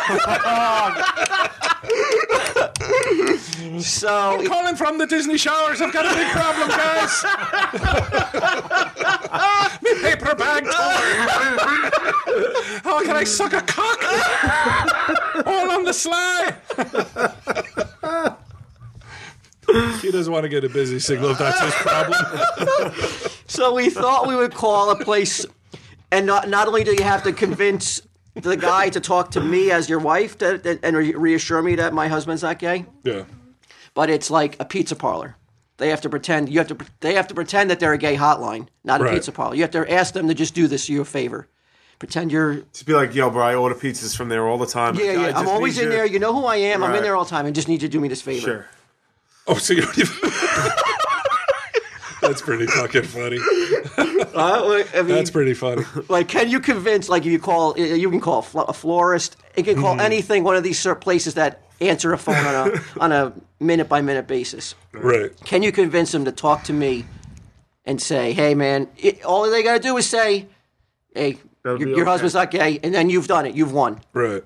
[SPEAKER 5] So,
[SPEAKER 4] Calling from the Disney showers. I've got a big problem, guys. Me paper bag torn. How can I suck a cock? All on the sly. He doesn't want to get a busy signal if that's his problem.
[SPEAKER 5] so we thought we would call a place, and not not only do you have to convince the guy to talk to me as your wife to, to- and re- reassure me that my husband's not gay.
[SPEAKER 4] Yeah.
[SPEAKER 5] But it's like a pizza parlor. They have to pretend you have to. pre- They have to pretend that they're a gay hotline, not a
[SPEAKER 4] Right.
[SPEAKER 5] pizza parlor. You have to ask them to just do this you a favor. Pretend you're.
[SPEAKER 6] Just be like, yo, bro, I order pizzas from there all the time.
[SPEAKER 5] Yeah,
[SPEAKER 6] I
[SPEAKER 5] yeah.
[SPEAKER 6] just
[SPEAKER 5] I'm always
[SPEAKER 6] need
[SPEAKER 5] in
[SPEAKER 6] your-
[SPEAKER 5] there. You know who I am. I'm in
[SPEAKER 6] Right.
[SPEAKER 5] there all the time. I just need you to do me this favor.
[SPEAKER 6] Sure.
[SPEAKER 4] Oh, so you don't even. That's pretty fucking funny.
[SPEAKER 5] Uh, I mean,
[SPEAKER 4] That's pretty funny.
[SPEAKER 5] Like, can you convince? Like, you call, you can call a fl- a florist. You can call
[SPEAKER 6] Mm-hmm.
[SPEAKER 5] anything. One of these sort of places that answer a phone on a on a minute by minute basis.
[SPEAKER 4] Right.
[SPEAKER 5] Can you convince them to talk to me and say, "Hey, man, it, all they gotta do is say, hey, your,
[SPEAKER 6] That'll be
[SPEAKER 5] your
[SPEAKER 6] okay.
[SPEAKER 5] husband's not gay," and then you've done it. You've won.
[SPEAKER 4] Right.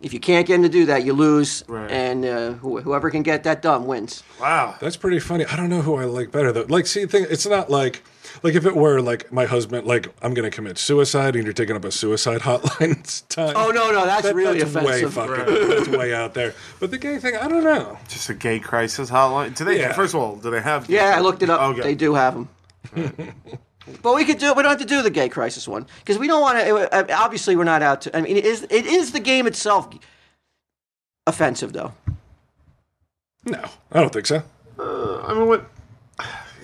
[SPEAKER 5] If you can't get them to do that, you lose,
[SPEAKER 6] Right.
[SPEAKER 5] and uh, wh- whoever can get that done wins.
[SPEAKER 6] Wow.
[SPEAKER 4] That's pretty funny. I don't know who I like better though. Like, see, thing, it's not like, like if it were like my husband, like I'm gonna commit suicide, and you're taking up a suicide hotline it's time.
[SPEAKER 5] Oh no, no, that's
[SPEAKER 4] That-
[SPEAKER 5] really
[SPEAKER 4] that's way
[SPEAKER 5] offensive.
[SPEAKER 4] fucking. That's way out there. But the gay thing, I don't know.
[SPEAKER 6] Just a gay crisis hotline. Do they?
[SPEAKER 4] Yeah.
[SPEAKER 6] First of all, do they have?
[SPEAKER 5] Yeah, I looked it up.
[SPEAKER 6] Okay.
[SPEAKER 5] They do have them. but we could do. We don't have to do the gay crisis one because we don't want to. Obviously, we're not out to. I mean, it is it is the game itself offensive though?
[SPEAKER 4] No, I don't think so.
[SPEAKER 6] I mean, what?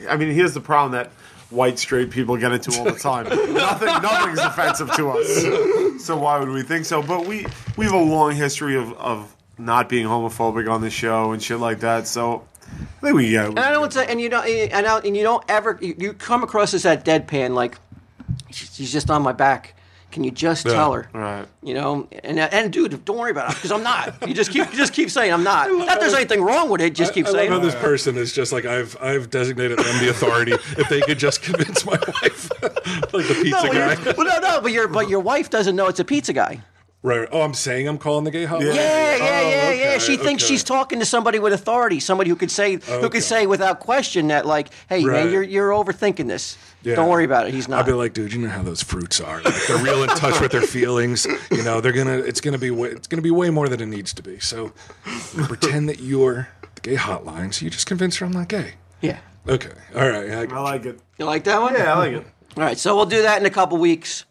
[SPEAKER 6] I mean, here's the problem that white straight people get into all the time. Nothing, nothing's offensive to us. So why would we think so? But we we have a long history of of not being homophobic on the show and shit like that. So I think we yeah.
[SPEAKER 5] And I don't say. And you don't. And, I, and you don't ever. You, you come across as that deadpan like she's just on my back. Can you just tell her?
[SPEAKER 6] Right.
[SPEAKER 5] You know, and and dude, don't worry about it because I'm not. You just keep you just keep saying I'm not. Not there's anything wrong with it. Just keep
[SPEAKER 4] I love
[SPEAKER 5] saying.
[SPEAKER 4] how
[SPEAKER 5] it.
[SPEAKER 4] this person is just like I've I've designated them the authority if they could just convince my wife, like the pizza
[SPEAKER 5] No,
[SPEAKER 4] guy.
[SPEAKER 5] you're- well, no, no, but your but your wife doesn't know it's a pizza guy.
[SPEAKER 4] Right. Oh, I'm saying I'm calling the gay hotline.
[SPEAKER 5] Yeah, yeah,
[SPEAKER 4] Oh,
[SPEAKER 5] yeah,
[SPEAKER 4] okay,
[SPEAKER 5] yeah. She thinks
[SPEAKER 4] okay.
[SPEAKER 5] she's talking to somebody with authority, somebody who could say who
[SPEAKER 4] Okay.
[SPEAKER 5] could say without question that like, hey
[SPEAKER 4] Right.
[SPEAKER 5] man, you're you're overthinking this.
[SPEAKER 4] Yeah.
[SPEAKER 5] Don't worry about it. He's
[SPEAKER 4] I'll
[SPEAKER 5] not.
[SPEAKER 4] be like, dude, you know how those fruits are. Like, they're real in touch with their feelings. You know, they're gonna. It's gonna be. Way, it's gonna be way more than it needs to be. So, pretend that you're the gay hotline. So you just convince her I'm not gay.
[SPEAKER 5] yeah.
[SPEAKER 4] Okay. All right. I,
[SPEAKER 6] I like it.
[SPEAKER 5] You like that one?
[SPEAKER 6] Yeah, I like it.
[SPEAKER 5] All right, so we'll do that in a couple weeks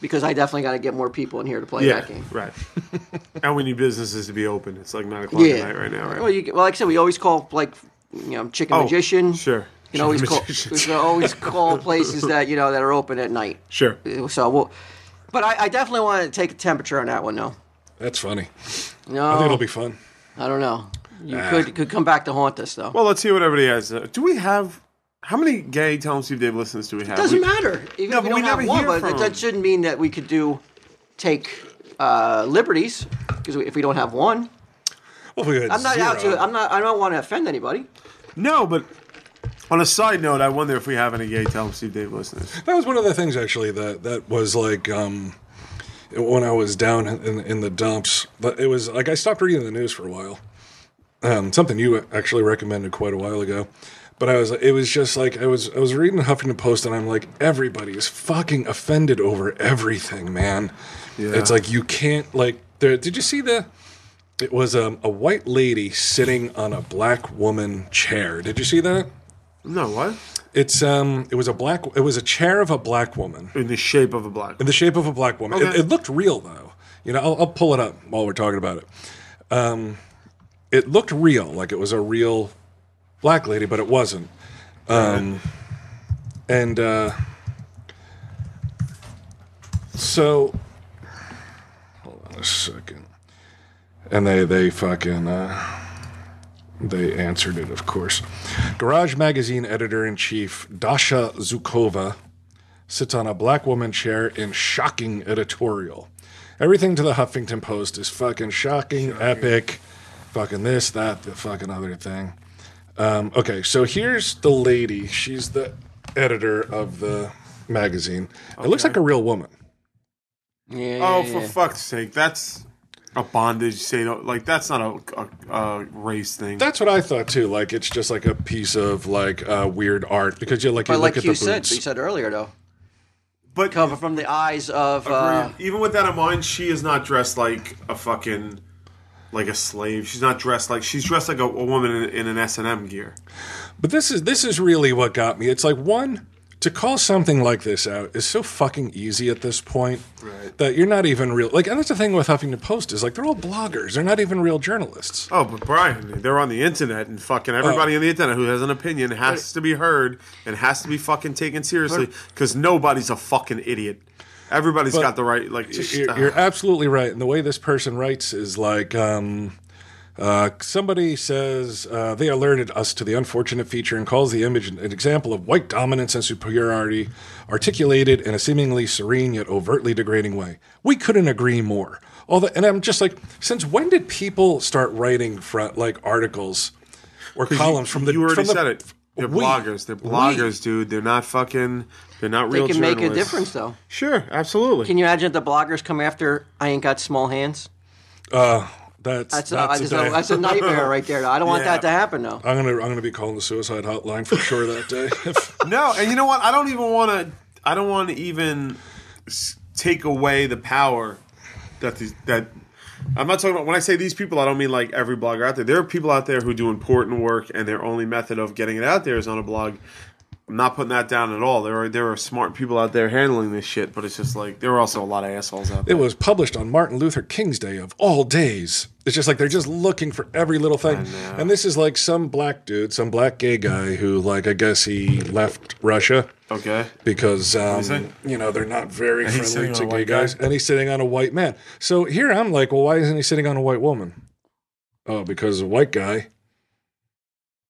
[SPEAKER 5] because I definitely got to get more people in here to play
[SPEAKER 6] Yeah,
[SPEAKER 5] that game.
[SPEAKER 6] right. and we need businesses to be open. It's like nine o'clock
[SPEAKER 5] Yeah.
[SPEAKER 6] at night right now, right?
[SPEAKER 5] Well, you, well, like I said, we always call like you know chicken
[SPEAKER 6] Oh,
[SPEAKER 5] magician.
[SPEAKER 6] sure.
[SPEAKER 5] You know, always
[SPEAKER 6] Chicken
[SPEAKER 5] call,
[SPEAKER 6] magician.
[SPEAKER 5] we can always call places that you know that are open at night.
[SPEAKER 6] Sure.
[SPEAKER 5] So we'll, but I, I definitely want to take a temperature on that one though.
[SPEAKER 4] that's funny.
[SPEAKER 5] No,
[SPEAKER 4] I think it'll be fun.
[SPEAKER 5] I don't know. You could could come back to haunt us though.
[SPEAKER 6] Well, let's see what everybody has. Uh, Do we have how many gay Tell 'Em Steve Dave listeners do we have?
[SPEAKER 5] doesn't
[SPEAKER 6] We-
[SPEAKER 5] matter. Even
[SPEAKER 6] No,
[SPEAKER 5] if we
[SPEAKER 6] but
[SPEAKER 5] don't
[SPEAKER 6] we
[SPEAKER 5] have
[SPEAKER 6] never
[SPEAKER 5] one,
[SPEAKER 6] hear
[SPEAKER 5] but
[SPEAKER 6] from
[SPEAKER 5] that, that
[SPEAKER 6] them.
[SPEAKER 5] shouldn't mean that we could do take uh, liberties because if we don't have one,
[SPEAKER 4] Well, if we had
[SPEAKER 5] I'm not out
[SPEAKER 4] zero-
[SPEAKER 5] to. I'm not. I don't want to offend anybody.
[SPEAKER 6] No, but on a side note, I wonder if we have any gay Tell 'Em Steve Dave listeners.
[SPEAKER 4] That was one of the things actually that that was like um, when I was down in, in the dumps. But it was like I stopped reading the news for a while. Um, something you actually recommended quite a while ago. But I was it was just like I was I was reading the Huffington Post and I'm like everybody is fucking offended over everything, man. It's like you can't like there, did you see the it was um, a white lady sitting on a black woman chair. Did you see that?
[SPEAKER 6] No, what?
[SPEAKER 4] It's um it was a black it was a chair of a black woman
[SPEAKER 6] In the shape of a black.
[SPEAKER 4] in the shape of a black woman. It,
[SPEAKER 6] Okay.
[SPEAKER 4] it looked real though. You know, I'll, I'll pull it up while we're talking about it. Um, it looked real, like it was a real black lady, but it wasn't. Um, and uh, so, hold on a second. And they they fucking. Uh, they answered it, of course. Garage Magazine editor in chief Dasha Zukova sits on a black woman chair in shocking editorial. Everything to the Huffington Post is fucking shocking, epic, fucking this, that, the fucking other thing. Um, okay, so here's the lady. She's the editor of the magazine. It looks like a real woman.
[SPEAKER 5] Yeah.
[SPEAKER 6] Oh, for fuck's sake! That's a bondage. Say like that's not a, a, a race thing.
[SPEAKER 4] That's what I thought too. Like it's just like a piece of like uh, weird art because you like you
[SPEAKER 5] but
[SPEAKER 4] look
[SPEAKER 5] like
[SPEAKER 4] at
[SPEAKER 5] you
[SPEAKER 4] the
[SPEAKER 5] said,
[SPEAKER 4] boots.
[SPEAKER 5] you said earlier though,
[SPEAKER 6] but
[SPEAKER 5] cover from the eyes of. Uh,
[SPEAKER 6] even with that in mind, she is not dressed like a fucking like a slave. She's not dressed like she's dressed like a, a woman in, in an S and M gear.
[SPEAKER 4] But this is this is really what got me. It's like one, to call something like this out is so fucking easy at this point that you're not even real. Like, and that's the thing with Huffington Post is like they're all bloggers. They're not even real journalists.
[SPEAKER 6] Oh, but Brian, they're on the internet, and fucking
[SPEAKER 4] Oh.
[SPEAKER 6] everybody on the internet who has an opinion has to be heard and has to be fucking taken seriously because nobody's a fucking idiot. Everybody's got the right, like, just,
[SPEAKER 4] you're,
[SPEAKER 6] uh,
[SPEAKER 4] you're absolutely right. And the way this person writes is like um, uh, somebody says uh, they alerted us to the unfortunate feature and calls the image an, an example of white dominance and superiority articulated in a seemingly serene yet overtly degrading way. We couldn't agree more. All the, and I'm just like, since when did people start writing front like articles or columns from the?
[SPEAKER 6] you already
[SPEAKER 4] from the-
[SPEAKER 6] said it. They're
[SPEAKER 4] we-
[SPEAKER 6] bloggers. They're bloggers, dude. They're not fucking. They're not
[SPEAKER 5] They
[SPEAKER 6] real.
[SPEAKER 5] can make a
[SPEAKER 6] journalists.
[SPEAKER 5] difference, though.
[SPEAKER 6] Sure, absolutely.
[SPEAKER 5] Can you imagine if the bloggers come after I ain't got small hands?
[SPEAKER 4] Uh, that's
[SPEAKER 5] That's
[SPEAKER 4] that's,
[SPEAKER 5] a, that's, a,
[SPEAKER 4] day.
[SPEAKER 5] that's a nightmare right there. though. I don't want that to happen, though.
[SPEAKER 4] I'm gonna I'm gonna be calling the suicide hotline for sure that day. If-
[SPEAKER 6] No, and you know what? I don't even want to. I don't want to even s- take away the power that these, that. I'm not talking about when I say these people. I don't mean like every blogger out there. There are people out there who do important work, and their only method of getting it out there is on a blog. I'm not putting that down at all. There are there are smart people out there handling this shit, but it's just like there are also a lot of assholes out
[SPEAKER 4] It
[SPEAKER 6] there.
[SPEAKER 4] was published on Martin Luther King's Day of all days. It's just like they're just looking for every little thing. And this is like some black dude, some black gay guy who, like, I guess he left Russia
[SPEAKER 6] Okay,
[SPEAKER 4] because,
[SPEAKER 6] say?
[SPEAKER 4] um, you know, they're not very friendly
[SPEAKER 6] he's sitting
[SPEAKER 4] to
[SPEAKER 6] on a
[SPEAKER 4] gay
[SPEAKER 6] white guy?
[SPEAKER 4] guys. And he's sitting on a white man. So here I'm like, well, why isn't he sitting on a white woman? Oh, because a white guy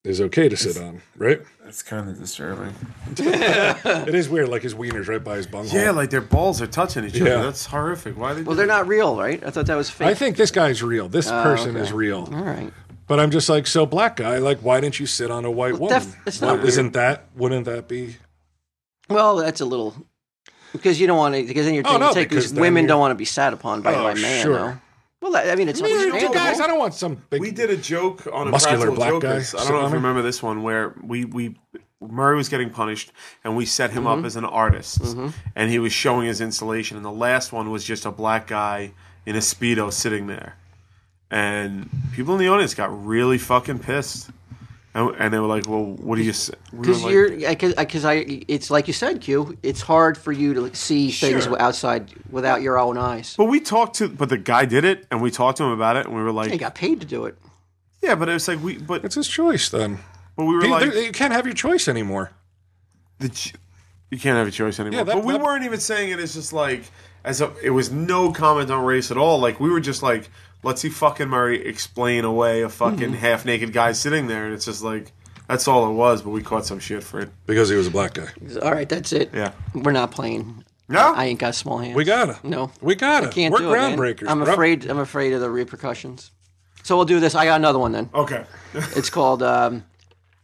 [SPEAKER 4] is okay to sit on, right?
[SPEAKER 6] that's kind of disturbing.
[SPEAKER 4] It is weird. Like his wiener's right by his bunghole.
[SPEAKER 6] Uh. Yeah, like their balls are touching each
[SPEAKER 4] Yeah.
[SPEAKER 6] other. That's horrific. Why? They
[SPEAKER 5] Well, they're not real, right? I thought that was fake.
[SPEAKER 4] I think this guy's real. This
[SPEAKER 6] Oh,
[SPEAKER 4] person is real.
[SPEAKER 5] All right.
[SPEAKER 4] But I'm just like, so black guy, like, why didn't you sit on a white
[SPEAKER 5] Well,
[SPEAKER 4] woman?
[SPEAKER 5] def- it's
[SPEAKER 4] Why-
[SPEAKER 5] not weird.
[SPEAKER 4] isn't that? Wouldn't that be?
[SPEAKER 5] Well, that's a little because you don't want to because then you're
[SPEAKER 4] Oh,
[SPEAKER 5] taking
[SPEAKER 4] no,
[SPEAKER 5] take
[SPEAKER 4] because
[SPEAKER 5] these
[SPEAKER 4] then
[SPEAKER 5] women
[SPEAKER 4] you're-
[SPEAKER 5] don't want to be sat upon by,
[SPEAKER 4] Oh,
[SPEAKER 5] by man.
[SPEAKER 4] sure.
[SPEAKER 5] though. Well, that- I mean, it's understandable.
[SPEAKER 4] guys, I don't want some big.
[SPEAKER 6] We did a joke on a
[SPEAKER 4] Muscular
[SPEAKER 6] practical
[SPEAKER 4] black
[SPEAKER 6] joke.
[SPEAKER 4] guy
[SPEAKER 6] I don't know if
[SPEAKER 4] sitting
[SPEAKER 6] you
[SPEAKER 4] on it.
[SPEAKER 6] remember this one where we we Murray was getting punished and we set him
[SPEAKER 4] Mm-hmm.
[SPEAKER 6] up as an artist and he was showing his installation and the last one was just a black guy in a speedo sitting there and people in the audience got really fucking pissed and, and they were like, "Well, what do you?" Say? We were
[SPEAKER 5] Because
[SPEAKER 6] like,
[SPEAKER 5] you're, because I, 'cause I, it's like you said, Q. It's hard for you to see things outside without your own eyes.
[SPEAKER 6] But we talked to, but the guy did it, and we talked to him about it, and we were
[SPEAKER 5] They
[SPEAKER 6] like,
[SPEAKER 5] got paid to do it.
[SPEAKER 6] "Yeah," but it was like we, but
[SPEAKER 4] It's his choice then.
[SPEAKER 6] but we were
[SPEAKER 4] He-
[SPEAKER 6] like,
[SPEAKER 4] there- you can't have your choice anymore.
[SPEAKER 6] the ch- you can't have a choice anymore.
[SPEAKER 4] Yeah, that-
[SPEAKER 6] but we
[SPEAKER 4] that-
[SPEAKER 6] weren't even saying it as just like as a. It was no comment on race at all. Like we were just like, let's see fucking Murray explain away a fucking
[SPEAKER 5] Mm-hmm.
[SPEAKER 6] half naked guy sitting there, and it's just like that's all it was. But we caught some shit for it.
[SPEAKER 4] Because he was a black guy.
[SPEAKER 5] All right, that's it.
[SPEAKER 6] Yeah.
[SPEAKER 5] We're not playing.
[SPEAKER 6] No,
[SPEAKER 5] I ain't got small hands.
[SPEAKER 4] We got it.
[SPEAKER 5] No.
[SPEAKER 4] We got
[SPEAKER 5] I
[SPEAKER 4] it.
[SPEAKER 5] can't
[SPEAKER 4] We're
[SPEAKER 5] do it. man.
[SPEAKER 4] groundbreakers.
[SPEAKER 5] I'm
[SPEAKER 4] bro.
[SPEAKER 5] afraid. I'm afraid of the repercussions. So we'll do this. I got another one then.
[SPEAKER 6] okay.
[SPEAKER 5] It's called um,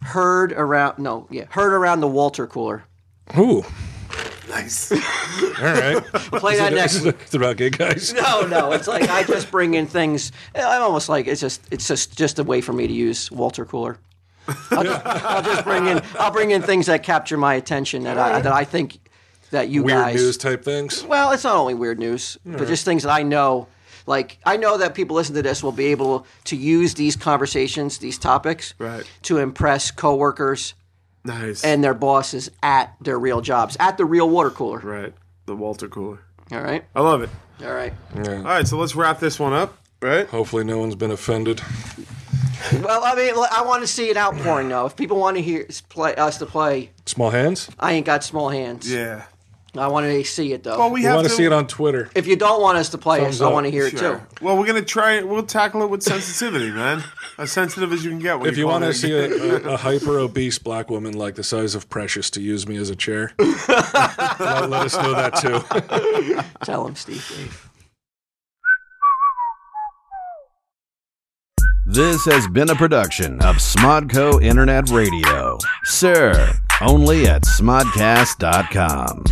[SPEAKER 5] "Heard Around." No, yeah, "Heard Around the Walter Cooler."
[SPEAKER 4] Ooh.
[SPEAKER 6] nice.
[SPEAKER 4] All right.
[SPEAKER 5] Play that next week.
[SPEAKER 4] it's about gay guys.
[SPEAKER 5] No, no, it's like I just bring in things. I'm almost like it's just it's just just a way for me to use Walter Cooler. I'll just, I'll just bring in I'll bring in things that capture my attention that I that I think that you
[SPEAKER 4] Weird
[SPEAKER 5] guys
[SPEAKER 4] news type things.
[SPEAKER 5] well, it's not only weird news, but just things that I know. Like I know that people listen to this will be able to use these conversations, these topics,
[SPEAKER 6] Right.
[SPEAKER 5] to impress coworkers
[SPEAKER 6] Nice.
[SPEAKER 5] and their bosses at their real jobs, at the real water cooler.
[SPEAKER 6] right, the Walter cooler.
[SPEAKER 5] All right,
[SPEAKER 6] I love it.
[SPEAKER 5] all right.
[SPEAKER 6] All right, so let's wrap this one up. Right.
[SPEAKER 4] Hopefully, no one's been offended.
[SPEAKER 5] Well, I mean, I want to see an outpouring though. If people want to hear us play, us to play,
[SPEAKER 4] Small hands.
[SPEAKER 5] I ain't got small hands.
[SPEAKER 6] Yeah.
[SPEAKER 5] I want to see it though.
[SPEAKER 6] Well, we
[SPEAKER 4] We
[SPEAKER 6] have
[SPEAKER 4] want
[SPEAKER 6] to
[SPEAKER 4] to see it on Twitter.
[SPEAKER 5] if you don't want us to play
[SPEAKER 4] Thumbs
[SPEAKER 5] it, I
[SPEAKER 4] up.
[SPEAKER 5] want to hear it too.
[SPEAKER 6] Sure. Well, we're gonna try it. We'll tackle it with sensitivity, man. As sensitive as you can get. When
[SPEAKER 4] If you
[SPEAKER 6] call
[SPEAKER 4] want to
[SPEAKER 6] me a
[SPEAKER 4] see a, a, a hyper obese black woman like the size of Precious to use me as a chair, let, let us know that too.
[SPEAKER 5] Tell them, Steve. Dave.
[SPEAKER 10] This has been a production of Smodco Internet Radio. Sir, only at smodcast.com.